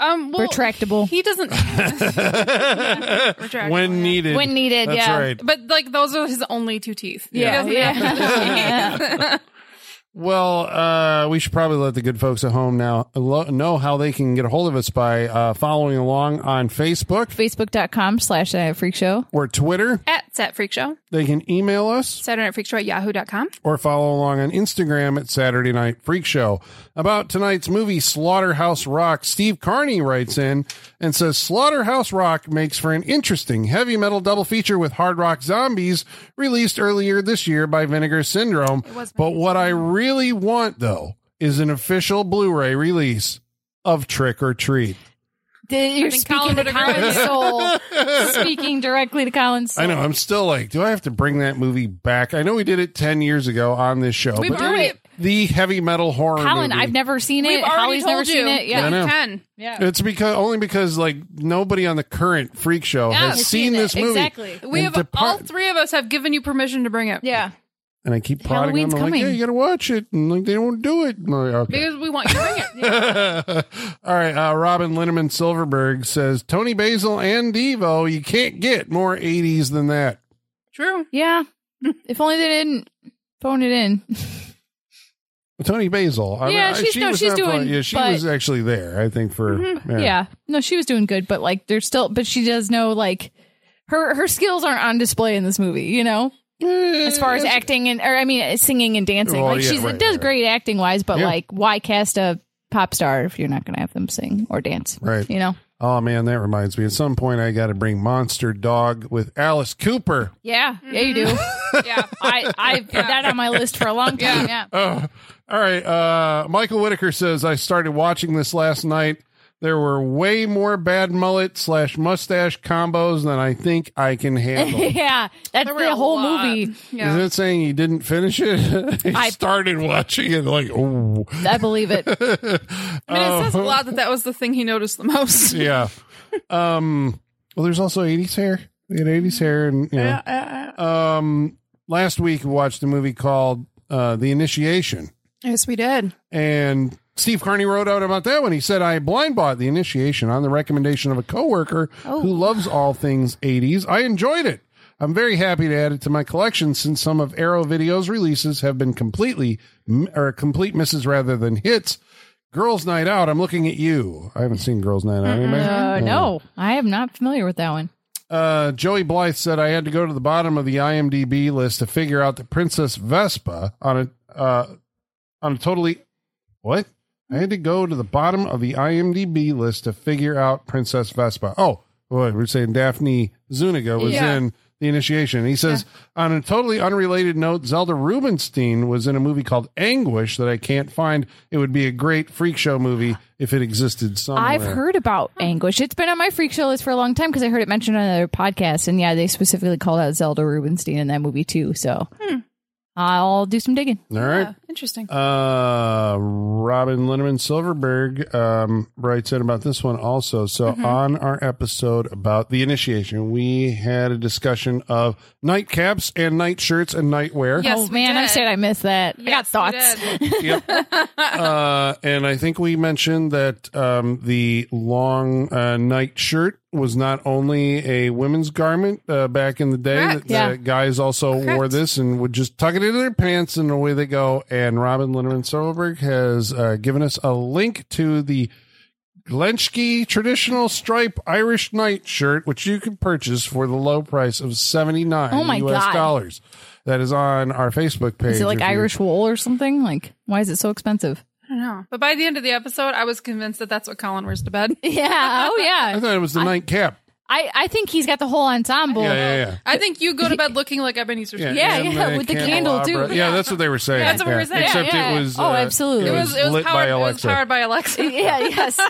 Speaker 3: Um. Well,
Speaker 4: Retractable.
Speaker 2: *laughs*
Speaker 3: He doesn't. retractable,
Speaker 2: when
Speaker 3: yeah.
Speaker 2: needed.
Speaker 4: When needed,
Speaker 2: That's
Speaker 4: yeah.
Speaker 2: right.
Speaker 3: But like those are his only two teeth.
Speaker 2: Yeah.
Speaker 3: He
Speaker 4: *laughs*
Speaker 3: doesn't have
Speaker 2: Well, uh, we should probably let the good folks at home now lo- know how they can get a hold of us by uh, following along on Facebook
Speaker 4: Facebook.com slash uh, freak show.
Speaker 2: or Twitter.
Speaker 3: at Sat Freak Show,
Speaker 2: They can email us.
Speaker 3: Saturday Night Freak Show at yahoo.com.
Speaker 2: or follow along on Instagram at Saturday Night Freak Show. About tonight's movie, Slaughterhouse Rock, Steve Carney writes in and says Slaughterhouse Rock makes for an interesting heavy metal double feature with Hard Rock Zombies, released earlier this year by Vinegar Syndrome. But what I really want, though, is an official Blu ray release of Trick or Treat.
Speaker 4: You're
Speaker 3: think
Speaker 4: speaking
Speaker 3: Colin would
Speaker 4: to
Speaker 3: agree.
Speaker 4: Colin's
Speaker 3: *laughs*
Speaker 4: soul. speaking directly to Colin's soul.
Speaker 2: I know, I'm still like, do I have to bring that movie back? I know we did it 10 years ago on this show,
Speaker 3: We've
Speaker 2: but
Speaker 3: already-
Speaker 2: the heavy metal horror
Speaker 4: Colin,
Speaker 2: movie.
Speaker 4: I've never seen it.
Speaker 3: We've already
Speaker 4: Holly's never
Speaker 3: told you.
Speaker 4: seen it.
Speaker 2: I
Speaker 4: Yeah.
Speaker 2: know.
Speaker 3: Ten.
Speaker 4: yeah.
Speaker 2: *laughs* It's because only because like nobody on the current freak show
Speaker 3: Yeah,
Speaker 2: has
Speaker 3: has
Speaker 2: seen
Speaker 4: seen
Speaker 2: this
Speaker 4: it.
Speaker 2: movie.
Speaker 4: Exactly.
Speaker 3: We
Speaker 2: And
Speaker 3: have
Speaker 2: depart-
Speaker 3: all three of us have given you permission to bring it.
Speaker 4: Yeah.
Speaker 2: And I keep prodding
Speaker 4: Halloween's
Speaker 2: them I'm like,
Speaker 4: coming.
Speaker 2: yeah, you gotta watch it, and like they won't do it. And I'm like,
Speaker 4: *laughs*
Speaker 2: okay.
Speaker 3: Because we want you to bring it.
Speaker 2: *laughs* all right. Uh, Robin Linneman Silverberg says Tony Basil and Devo. You can't get more '80s than that.
Speaker 3: True.
Speaker 4: Yeah. if only they didn't phone it in.
Speaker 2: Tony Basil. I
Speaker 4: Yeah,
Speaker 2: I-
Speaker 4: she's- no,
Speaker 2: was
Speaker 4: she's
Speaker 2: not fun-
Speaker 4: doing-
Speaker 2: Yeah, she
Speaker 4: but- Mm-hmm.
Speaker 2: was actually there. I think for
Speaker 4: *laughs* Yeah.
Speaker 2: yeah.
Speaker 4: No, she was doing good, but like there's still but she does know like her her skills aren't on display in this movie, you know?
Speaker 2: Eh.
Speaker 4: As far as acting and or I mean uh, singing and dancing.
Speaker 2: Well,
Speaker 4: like
Speaker 2: yeah,
Speaker 4: she's
Speaker 2: right,
Speaker 4: does
Speaker 2: right.
Speaker 4: great acting wise, but
Speaker 2: Yeah.
Speaker 4: like why cast a pop star if you're not gonna have them sing or dance?
Speaker 2: Right.
Speaker 4: You know?
Speaker 2: Oh man, that reminds me. At some point, I got to bring Monster Dog with Alice Cooper.
Speaker 4: Yeah. Yeah, you do.
Speaker 3: Mm-hmm. Yeah.
Speaker 4: I I put that on my list for a long time. Yeah.
Speaker 2: Oh, all right. Uh, Michael Whitaker says I started watching this last night. There were way more bad mullet slash mustache combos than I think I can handle.
Speaker 4: *laughs* Yeah, that's
Speaker 3: There were
Speaker 4: the
Speaker 3: a
Speaker 4: whole
Speaker 3: lot.
Speaker 4: movie.
Speaker 2: Is
Speaker 3: *laughs* Yeah.
Speaker 2: it saying you didn't finish it? *laughs* I
Speaker 4: I-
Speaker 2: started watching it like, oh,
Speaker 4: I
Speaker 2: *laughs*
Speaker 4: believe it. Uh,
Speaker 3: I mean, it says a lot that that was the thing he noticed the
Speaker 2: *laughs*
Speaker 3: most.
Speaker 2: yeah. Um. Well, there's also '80s hair. We had '80s hair, and you know. Um. Last week, we watched a movie called uh, "The Initiation."
Speaker 3: Yes, we did.
Speaker 2: And Steve Carney wrote out about that when he said, I blind bought the initiation on the recommendation of a coworker who loves all things 80s. I enjoyed it. I'm very happy to add it to my collection since some of Arrow Video's releases have been completely or complete misses rather than hits. Girls Night Out, I'm looking at you. I haven't seen Girls Night Out. Anybody?
Speaker 4: Uh, no, I am not familiar with that one.
Speaker 2: Uh, Joey Blythe said I had to go to the bottom of the IMDb list to figure out that Princess Vespa on a uh, on a totally what? I had to go to the bottom of the IMDb list to figure out Princess Vespa. Oh, boy, we we're saying Daphne Zuniga was
Speaker 3: Yeah.
Speaker 2: in the initiation. He says on a totally unrelated note, Zelda Rubinstein was in a movie called Anguish that I can't find. It would be a great freak show movie if it existed somewhere.
Speaker 4: I've heard about Anguish. It's been on my freak show list for a long time because I heard it mentioned on another podcast. And yeah, they
Speaker 3: Hmm.
Speaker 4: specifically called out Zelda Rubinstein in that movie too. So I'll do some digging.
Speaker 2: All right.
Speaker 3: Interesting.
Speaker 2: Uh, Robin Linneman Silverberg um, writes in about this one also. So on our episode about the initiation, we had a discussion of nightcaps and night shirts and nightwear.
Speaker 3: Yes,
Speaker 4: oh
Speaker 3: we
Speaker 4: man, I
Speaker 3: did.
Speaker 4: said I missed that. I got
Speaker 3: Yes, we
Speaker 4: thoughts. *laughs*
Speaker 3: did.
Speaker 2: Yep. uh, and I think we mentioned that um, the long uh, night shirt was not only a women's garment uh, back in the day.
Speaker 3: Correct.
Speaker 2: that
Speaker 4: Yeah.
Speaker 2: the guys also wore
Speaker 3: Correct.
Speaker 2: this and would just tuck it into their pants and away they go. And Robin Linneman Silverberg has uh, given us a link to the Glenschke traditional stripe Irish night shirt, which you can purchase for the low price of seventy nine
Speaker 4: Oh my
Speaker 2: US
Speaker 4: God.
Speaker 2: dollars. That is on our Facebook page.
Speaker 4: Is it like
Speaker 2: if you-
Speaker 4: Irish wool or something? Like, why is it
Speaker 3: *laughs*
Speaker 4: so expensive?
Speaker 3: I don't know. But by the end of the episode, I was convinced that that's what Colin wears to
Speaker 4: *laughs*
Speaker 3: bed.
Speaker 4: Yeah. Oh
Speaker 2: I
Speaker 4: yeah.
Speaker 2: thought it was the nightcap.
Speaker 4: *laughs* I I think he's got the whole ensemble.
Speaker 2: Yeah, yeah, yeah.
Speaker 3: I think you go to
Speaker 4: *laughs*
Speaker 3: bed looking like Ebenezer. Scrooge.
Speaker 4: Yeah, yeah, with the candle,
Speaker 2: candelabra.
Speaker 4: too.
Speaker 2: Yeah, that's what they were saying.
Speaker 3: That's what we were saying.
Speaker 2: Except
Speaker 4: Yeah, yeah.
Speaker 2: it was. uh,
Speaker 4: Oh, absolutely.
Speaker 2: It
Speaker 3: It
Speaker 2: was,
Speaker 3: was, it was
Speaker 2: lit
Speaker 3: powered,
Speaker 2: by
Speaker 3: it was
Speaker 2: Alexa.
Speaker 3: powered by Alexa. *laughs*
Speaker 4: *laughs* Yeah, yes.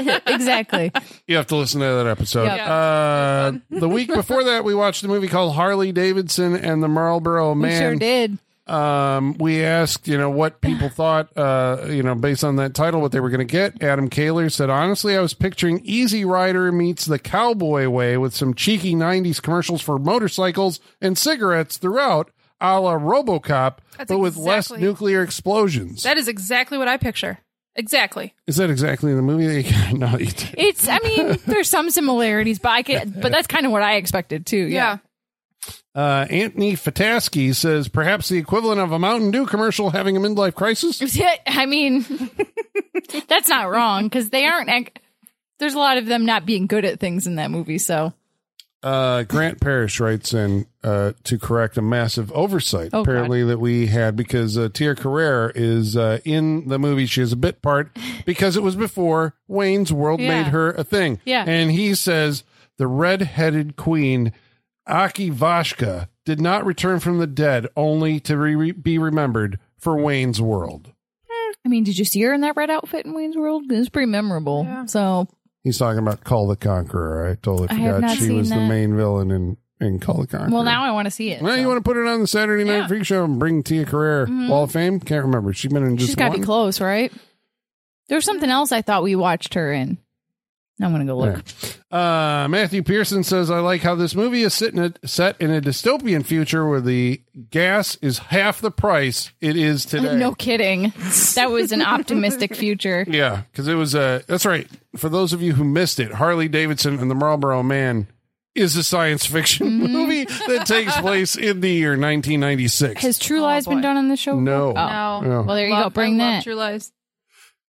Speaker 4: exactly.
Speaker 2: You have to listen to that episode.
Speaker 4: Yeah.
Speaker 2: Uh, the week before that, we watched a movie called Harley Davidson and the Marlboro Man.
Speaker 4: We sure did.
Speaker 2: Um, we asked, you know, what
Speaker 3: *sighs*
Speaker 2: people thought, uh, you know, based on that title, what they were going to get. Adam Kaler said, honestly, I was picturing Easy Rider meets the cowboy way with some cheeky 90s commercials for motorcycles and cigarettes throughout, a la Robocop,
Speaker 3: That's
Speaker 2: but with less
Speaker 3: exactly-
Speaker 2: nuclear explosions.
Speaker 3: That is exactly what I picture. Exactly.
Speaker 2: Is that exactly the movie *laughs* that you got? No, you did.
Speaker 4: It's. I mean, there's some similarities, but I could. But that's kind of what I expected too. Yeah.
Speaker 3: Yeah.
Speaker 2: Uh, Anthony Fataski says perhaps the equivalent of a Mountain Dew commercial having a midlife crisis.
Speaker 4: *laughs* I mean, that's not wrong because they aren't. ac- There's a lot of them not being good at things in that movie. So
Speaker 2: Uh, Grant Parrish writes in uh, to correct a massive oversight
Speaker 4: Oh, God.
Speaker 2: apparently that we had because uh, Tia Carrere is uh, in the movie. She has a bit part because it was before Wayne's World
Speaker 4: Yeah.
Speaker 2: made her a thing.
Speaker 4: Yeah.
Speaker 2: and he says the red-headed queen Aki Vashka did not return from the dead, only to re- be remembered for Wayne's World.
Speaker 4: I mean, did you see her in that red outfit in Wayne's World? It was pretty memorable. So
Speaker 2: He's talking about Call the Conqueror. I totally
Speaker 4: I have
Speaker 2: forgot
Speaker 4: not
Speaker 2: she
Speaker 4: seen
Speaker 2: was the
Speaker 4: that.
Speaker 2: main villain in, in Call the Conqueror.
Speaker 4: well, now I want to see it.
Speaker 2: Well, you
Speaker 4: so.
Speaker 2: want to put it on the Saturday Night
Speaker 4: Yeah. Mm-hmm.
Speaker 2: Freak Show and bring Tia Carrere Wall of Fame? Can't remember. She's been in just
Speaker 4: She's got to
Speaker 2: one.
Speaker 4: be close, right? There was something else I thought we watched her in. I'm gonna go look.
Speaker 2: Uh, Matthew Pearson says, "I like how this movie is sitting at, set in a dystopian future where the gas is half the price it is today."
Speaker 4: Oh, *laughs* No kidding. That was an
Speaker 2: *laughs*
Speaker 4: optimistic future.
Speaker 2: Yeah, because it was Uh, that's right. For those of you who missed it, Harley Davidson and the Marlboro Man is a science fiction
Speaker 4: Mm-hmm.
Speaker 2: movie that takes place in the year 1996.
Speaker 4: Has True Lies been
Speaker 3: Oh, boy.
Speaker 4: done on the show?
Speaker 2: No.
Speaker 4: Oh.
Speaker 3: No.
Speaker 4: Well, there you go.
Speaker 3: Love-
Speaker 4: Bring
Speaker 3: I love
Speaker 4: that.
Speaker 3: True Lies.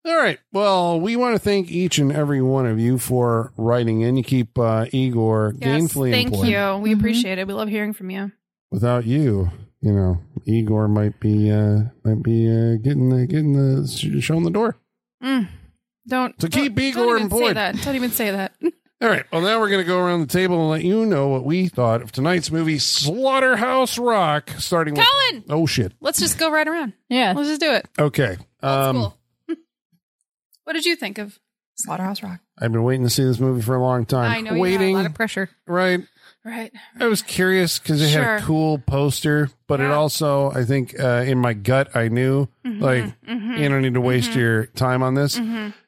Speaker 2: All right. Well, we want to thank each and every one of you for writing in. You keep uh, Igor
Speaker 3: Yes,
Speaker 2: gainfully
Speaker 3: thank
Speaker 2: employed.
Speaker 3: you. We
Speaker 4: Mhm.
Speaker 3: appreciate it. We love hearing from you.
Speaker 2: Without you, you know, Igor might be uh, might be uh, getting the, getting the sh- shown the door.
Speaker 3: Mm. Don't
Speaker 2: To keep
Speaker 3: don't-
Speaker 2: Igor
Speaker 3: don't even say
Speaker 2: employed.
Speaker 3: that. Don't even say *laughs* that.
Speaker 2: All right. Well, now we're going to go around the table and let you know what we thought of tonight's movie Slaughterhouse Rock, starting
Speaker 3: Colin!
Speaker 2: with Oh shit.
Speaker 3: Let's just go right around.
Speaker 4: Yeah.
Speaker 3: Let's just do it.
Speaker 2: Okay. Um,
Speaker 3: cool. *laughs* what did you think of Slaughterhouse Rock?
Speaker 2: I've been waiting to see this movie for a long time.
Speaker 3: I know you have.
Speaker 2: waiting,
Speaker 4: A lot of pressure.
Speaker 2: right?
Speaker 3: Right.
Speaker 2: I was curious because it had a
Speaker 3: Sure.
Speaker 2: cool poster, but it
Speaker 3: Yeah. Mm-hmm.
Speaker 2: also, I think, uh, in my gut, I knew like you don't need to waste your time on this.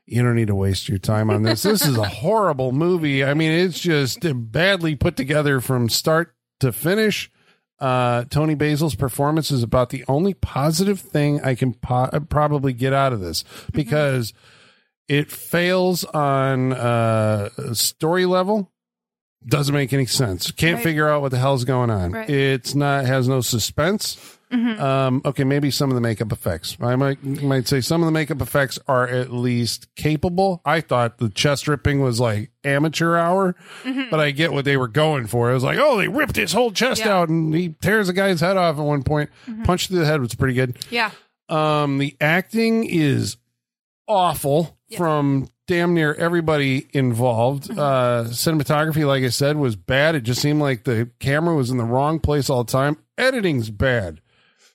Speaker 2: You don't need to waste your time on this. this
Speaker 3: *laughs*
Speaker 2: is a horrible movie. I mean, it's just badly put together from start to finish. Uh, Tony Basil's performance is about the only positive thing I can po- uh, probably get out of this
Speaker 3: Mm-hmm.
Speaker 2: because it fails on uh, story level doesn't make any sense can't
Speaker 3: Right.
Speaker 2: figure out what the hell's going on
Speaker 3: Right. Mm-hmm.
Speaker 2: it's not has no suspense um okay maybe some of the makeup effects i might might say some of the makeup effects are at least capable i thought the chest ripping was like amateur hour
Speaker 3: Mm-hmm.
Speaker 2: but i get what they were going for it was like oh they ripped his whole chest
Speaker 3: Yeah. Mm-hmm.
Speaker 2: out and he tears a guy's head off at one point punch to the head was pretty good
Speaker 3: Yeah.
Speaker 2: um, the acting is awful from damn near everybody involved. Uh, cinematography, like I said, was bad. It just seemed like the camera was in the wrong place all the time. Editing's bad.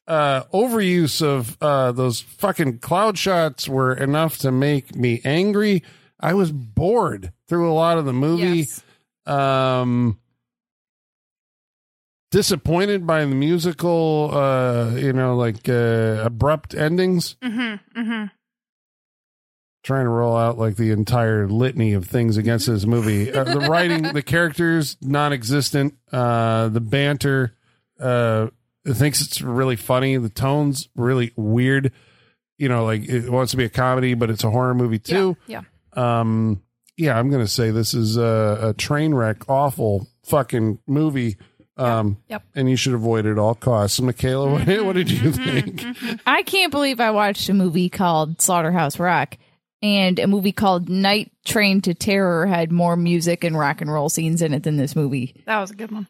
Speaker 2: Uh, overuse of uh, those fucking cloud shots were enough to make me angry. I was bored through a lot of the movie.
Speaker 3: Yes.
Speaker 2: Um, disappointed by the musical, uh, you know, like uh, abrupt endings.
Speaker 3: Mm-hmm. Mm-hmm.
Speaker 2: Trying to roll out like the entire litany of things against this movie. Uh, the writing, the characters, non-existent. Uh, the banter uh, thinks it's really funny. The tone's really weird. You know, like it wants to be a comedy, but it's a horror movie too.
Speaker 3: Yeah.
Speaker 2: um yeah i'm gonna say this is a, a train wreck awful fucking movie um
Speaker 3: Yep. Mm-hmm.
Speaker 2: and you should avoid it at all costs michaela what, what did you think
Speaker 4: I can't believe I watched a movie called Slaughterhouse Rock and a movie called Night Train to Terror had more music and rock and roll scenes in it than this movie.
Speaker 3: That was a good one.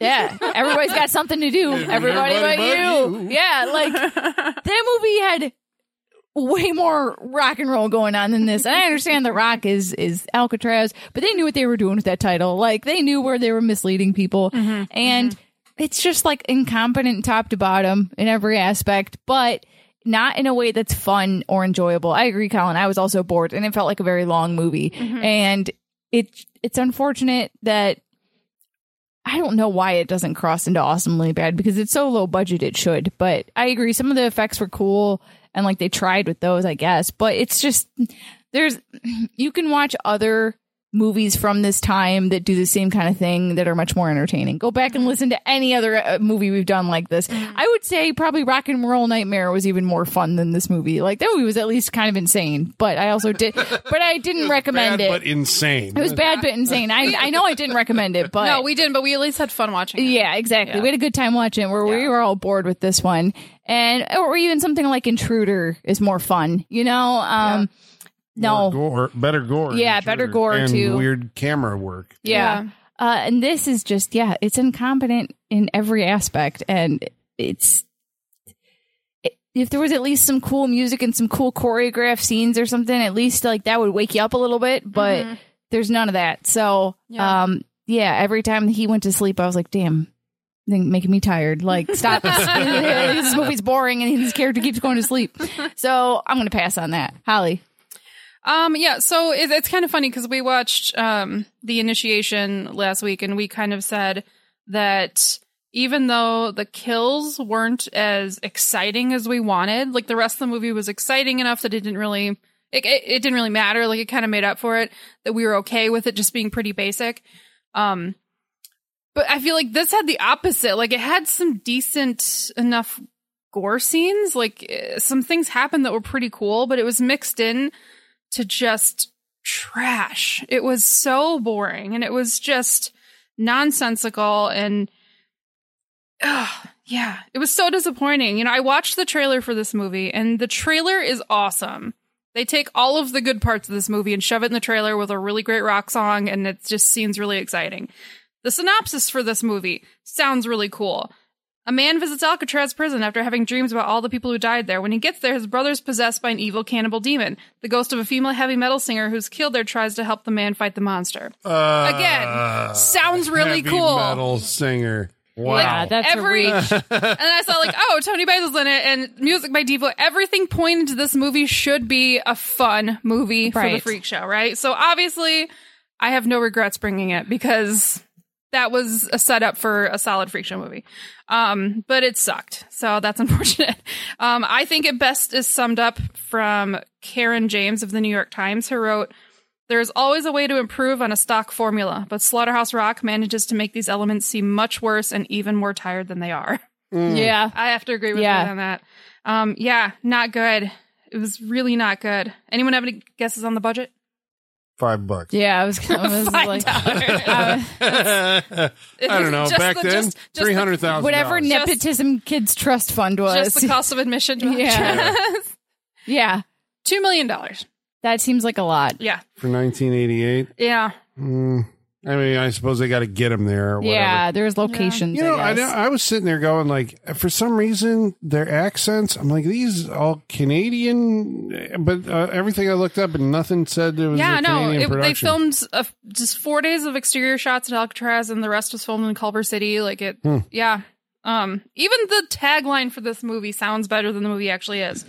Speaker 4: Yeah, everybody's got something to do. Everybody,
Speaker 2: everybody
Speaker 4: but,
Speaker 2: but
Speaker 4: you.
Speaker 2: you.
Speaker 4: Yeah, like that movie had way more rock and roll going on than this. And I understand the rock is is Alcatraz, but they knew what they were doing with that title. Like they knew where they were misleading people, and it's just like incompetent top to bottom in every aspect, but. Not in a way that's fun or enjoyable. I agree, Colin. I was also bored, and it felt like a very long movie. And it it's unfortunate that I don't know why it doesn't cross into awesomely bad because it's so low budget it should. But I agree some of the effects were cool and like they tried with those, I guess. But it's just there's you can watch other movies from this time that do the same kind of thing that are much more entertaining. Go back and listen to any other uh, movie we've done like this. I would say probably Rock and Roll Nightmare was even more fun than this movie. Like that movie was at least kind of insane, but I also did but I didn't recommend
Speaker 2: Bad,
Speaker 4: it.
Speaker 2: but insane
Speaker 4: it was bad but insane. I I know I didn't recommend it, but
Speaker 3: No, we didn't, but we at least had fun watching. it.
Speaker 4: yeah, exactly. We had a good time watching. it, Where we were all bored with this one, and or even something like Intruder is more fun. You know, um,
Speaker 2: More
Speaker 4: no,
Speaker 2: gore, better gore
Speaker 4: Yeah,
Speaker 2: sure.
Speaker 4: better gore,
Speaker 2: and
Speaker 4: too.
Speaker 2: weird camera work
Speaker 4: yeah.
Speaker 3: Yeah.
Speaker 4: Uh, and this is just yeah, it's incompetent in every aspect, and it's. it- If there was at least some cool music and some cool choreographed scenes or something, at least like that would wake you up a little bit. But there's none of that. So,
Speaker 3: Mm-hmm. Yeah.
Speaker 4: um, yeah, every time he went to sleep, I was like, damn, thing making me tired. Like,
Speaker 3: *laughs*
Speaker 4: stop. this, this movie's boring and his character keeps going to sleep. So I'm going to pass on that. Holly.
Speaker 3: Um, yeah, so it, it's kind of funny because we watched um, The Initiation last week and we kind of said that even though the kills weren't as exciting as we wanted, like the rest of the movie was exciting enough that it didn't really. It, it, it didn't really matter. Like it kind of made up for it that we were okay with it just being pretty basic. Um, but I feel like this had the opposite. Like it had some decent enough gore scenes. Like eh, some things happened that were pretty cool, but it was mixed in to just trash. It was so boring and it was just nonsensical and ugh, yeah, it was so disappointing. You know, I watched the trailer for this movie and the trailer is awesome. They take all of the good parts of this movie and shove it in the trailer with a really great rock song and it just seems really exciting. The synopsis for this movie sounds really cool. A man visits Alcatraz prison after having dreams about all the people who died there. When he gets there, his brother is possessed by an evil cannibal demon. The ghost of a female heavy metal singer who's killed there tries to help the man fight the monster.
Speaker 2: uh,
Speaker 3: Again, sounds really
Speaker 2: heavy
Speaker 3: cool.
Speaker 2: metal singer wow
Speaker 4: Yeah, that's
Speaker 3: every
Speaker 4: a reach.
Speaker 3: and I saw like, oh, Tony Basil's in it, and music by Devo. Everything pointed to this movie should be a fun movie for the
Speaker 4: Right.
Speaker 3: freak show, right? So obviously, I have no regrets bringing it because that was a setup for a solid freak show movie. Um, but it sucked, so that's *laughs* unfortunate. Um, I think it best is summed up from Karen James of the New York Times, who wrote. There is always a way to improve on a stock formula, but Slaughterhouse Rock manages to make these elements seem much worse and even more tired than they are.
Speaker 4: yeah.
Speaker 3: I have to agree with
Speaker 4: Yeah.
Speaker 3: you on that. Um, yeah, not good. It was really not good. Anyone have any guesses on the
Speaker 4: *laughs*
Speaker 3: budget?
Speaker 2: five bucks
Speaker 4: Yeah. I was, I
Speaker 3: *laughs*
Speaker 4: was like,
Speaker 2: *laughs*
Speaker 4: I
Speaker 2: i don't know
Speaker 3: *laughs* Just
Speaker 2: back
Speaker 3: the-
Speaker 2: then
Speaker 3: just- just the-
Speaker 2: 300000
Speaker 4: was- whatever
Speaker 3: Just-
Speaker 4: nepotism kids trust fund was. *laughs*
Speaker 3: Just the cost of admission. to
Speaker 4: Yeah.
Speaker 3: Alcatraz.
Speaker 4: yeah.
Speaker 3: *laughs* Two million dollars.
Speaker 4: That seems like a lot.
Speaker 3: Yeah.
Speaker 2: for 1988
Speaker 3: Yeah.
Speaker 2: Mm, I mean, I suppose they got to get him there. Or whatever.
Speaker 4: Yeah. There's locations.
Speaker 2: You know, I,
Speaker 4: I
Speaker 2: know,
Speaker 4: guess.
Speaker 2: I was sitting there going like, for some reason, their accents. I'm like, these all Canadian, but uh, everything I looked up and nothing said there was.
Speaker 3: yeah,
Speaker 2: a
Speaker 3: no.
Speaker 2: Canadian
Speaker 3: It, they
Speaker 2: production.
Speaker 3: filmed uh just four days of exterior shots at Alcatraz, and the rest was filmed in Culver City. Like it,
Speaker 2: Hmm.
Speaker 3: yeah. Um, even the tagline for this movie sounds better than the movie actually is.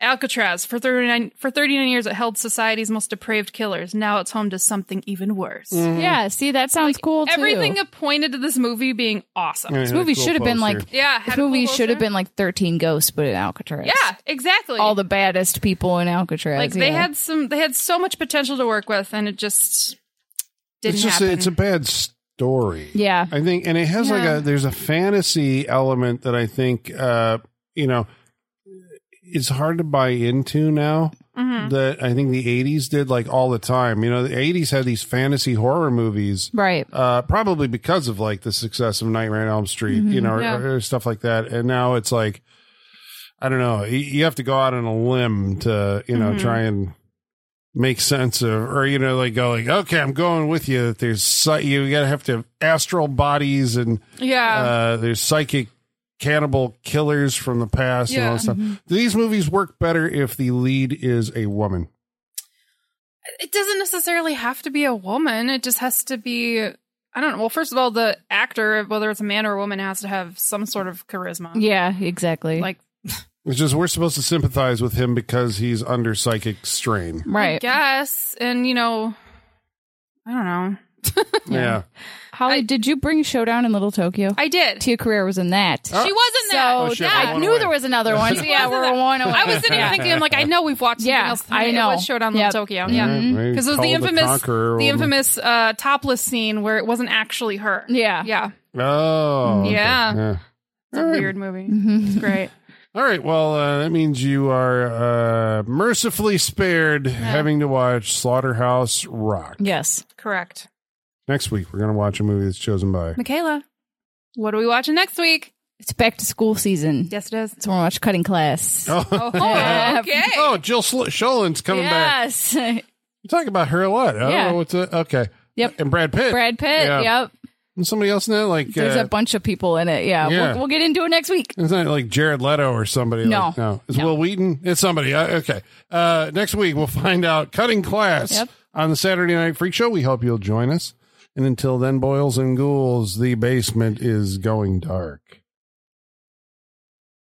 Speaker 3: Alcatraz for 39 for 39 years it held society's most depraved killers. Now it's home to something even worse.
Speaker 2: Mm. um,
Speaker 4: Yeah, see, that sounds cool too.
Speaker 3: Everything pointed to this movie being awesome.
Speaker 2: Yeah,
Speaker 3: Yeah,
Speaker 4: This
Speaker 2: had a
Speaker 4: movie
Speaker 2: cool
Speaker 4: should have been
Speaker 2: poster.
Speaker 4: like
Speaker 3: had
Speaker 4: this
Speaker 3: a cool
Speaker 4: movie should have
Speaker 3: poster.
Speaker 4: been like Thirteen Ghosts, but in Alcatraz.
Speaker 3: Yeah, exactly.
Speaker 4: all the baddest people in Alcatraz.
Speaker 3: like they
Speaker 4: yeah.
Speaker 3: had some they had so much potential to work with and it just didn't
Speaker 2: it's just
Speaker 3: happen.
Speaker 2: it's a bad story.
Speaker 4: Yeah.
Speaker 2: I think, and it has like
Speaker 3: Yeah.
Speaker 2: a there's a fantasy element that I think uh you know it's hard to buy into now.
Speaker 3: Mhm.
Speaker 2: That I think the '80s did like all the time. You know, the '80s had these fantasy horror movies.
Speaker 4: Right.
Speaker 2: Uh, probably because of like the success of Nightmare on Elm Street, you know, or-
Speaker 3: Mm-hmm. Yeah.
Speaker 2: or, stuff like that. And now it's like, I don't know, you, you have to go out on a limb to, you know,
Speaker 3: Mhm.
Speaker 2: try and make sense of, or you know, like go like, okay, I'm going with you. That there's psy- you gotta have to have astral bodies and
Speaker 3: yeah.
Speaker 2: uh, there's psychic cannibal killers from the past and all that
Speaker 3: Yeah.
Speaker 2: stuff. These movies work better if the lead is a woman.
Speaker 3: it doesn't necessarily have to be a woman. It just has to be I don't know. Well, first of all, the actor, whether it's a man or a woman, has to have some sort of charisma.
Speaker 4: Yeah, exactly.
Speaker 3: Like
Speaker 2: It's just we're supposed to sympathize with him because he's under psychic strain.
Speaker 3: I
Speaker 4: right.
Speaker 3: guess. And you know, I don't know.
Speaker 2: yeah.
Speaker 4: Holly,
Speaker 3: I-
Speaker 4: did you bring Showdown in Little Tokyo?
Speaker 3: I did.
Speaker 4: Tia Career was in that.
Speaker 2: Oh.
Speaker 3: She wasn't there.
Speaker 4: So
Speaker 2: Oh, shit,
Speaker 4: I
Speaker 2: we're one
Speaker 4: knew
Speaker 2: away.
Speaker 4: there was another
Speaker 2: *laughs*
Speaker 4: one. So yeah, we're one away.
Speaker 3: I was sitting here thinking, I'm like, I know we've watched something
Speaker 4: Yeah,
Speaker 3: else.
Speaker 4: I
Speaker 3: tonight.
Speaker 4: know.
Speaker 3: It was Showdown in
Speaker 4: Yep.
Speaker 3: Little Tokyo.
Speaker 2: Mm-hmm.
Speaker 3: Yeah. Because it was the infamous, the, infamous uh, topless scene where it wasn't actually her.
Speaker 4: Yeah.
Speaker 3: Yeah.
Speaker 2: Oh, okay.
Speaker 3: Yeah. It's a
Speaker 2: All right.
Speaker 3: weird movie.
Speaker 4: Mhm.
Speaker 3: It's
Speaker 4: *laughs*
Speaker 3: great.
Speaker 2: All right. Well, uh, that means you are uh, mercifully spared having to watch Slaughterhouse Rock.
Speaker 4: Yes.
Speaker 3: Correct.
Speaker 2: Next week, we're going to watch a movie that's chosen by.
Speaker 3: Michaela, what are we watching next week?
Speaker 4: It's back to school season.
Speaker 3: Yes, it is.
Speaker 4: So we're watching Cutting Class.
Speaker 2: Oh,
Speaker 3: Oh, okay.
Speaker 2: oh Jill Sl- Sholin's coming back.
Speaker 4: yes. *laughs*
Speaker 2: You talk about her a lot. I
Speaker 4: Yeah.
Speaker 2: don't know what's a, okay.
Speaker 4: Yep.
Speaker 2: And Brad Pitt.
Speaker 4: Brad Pitt.
Speaker 2: Yeah.
Speaker 4: Yep.
Speaker 2: And somebody else in there, like
Speaker 4: There's
Speaker 2: uh,
Speaker 4: a bunch of people in it. Yeah.
Speaker 2: Yeah.
Speaker 4: We'll, we'll get into it next week.
Speaker 2: It's not like Jared Leto or somebody.
Speaker 4: No.
Speaker 2: like, no. It's Will Wheaton. It's somebody. Uh, okay. Uh, next week we'll find out. Cutting class
Speaker 4: Yep.
Speaker 2: on the Saturday Night Freak Show. We hope you'll join us. And until then, boils and ghouls, the basement is going dark.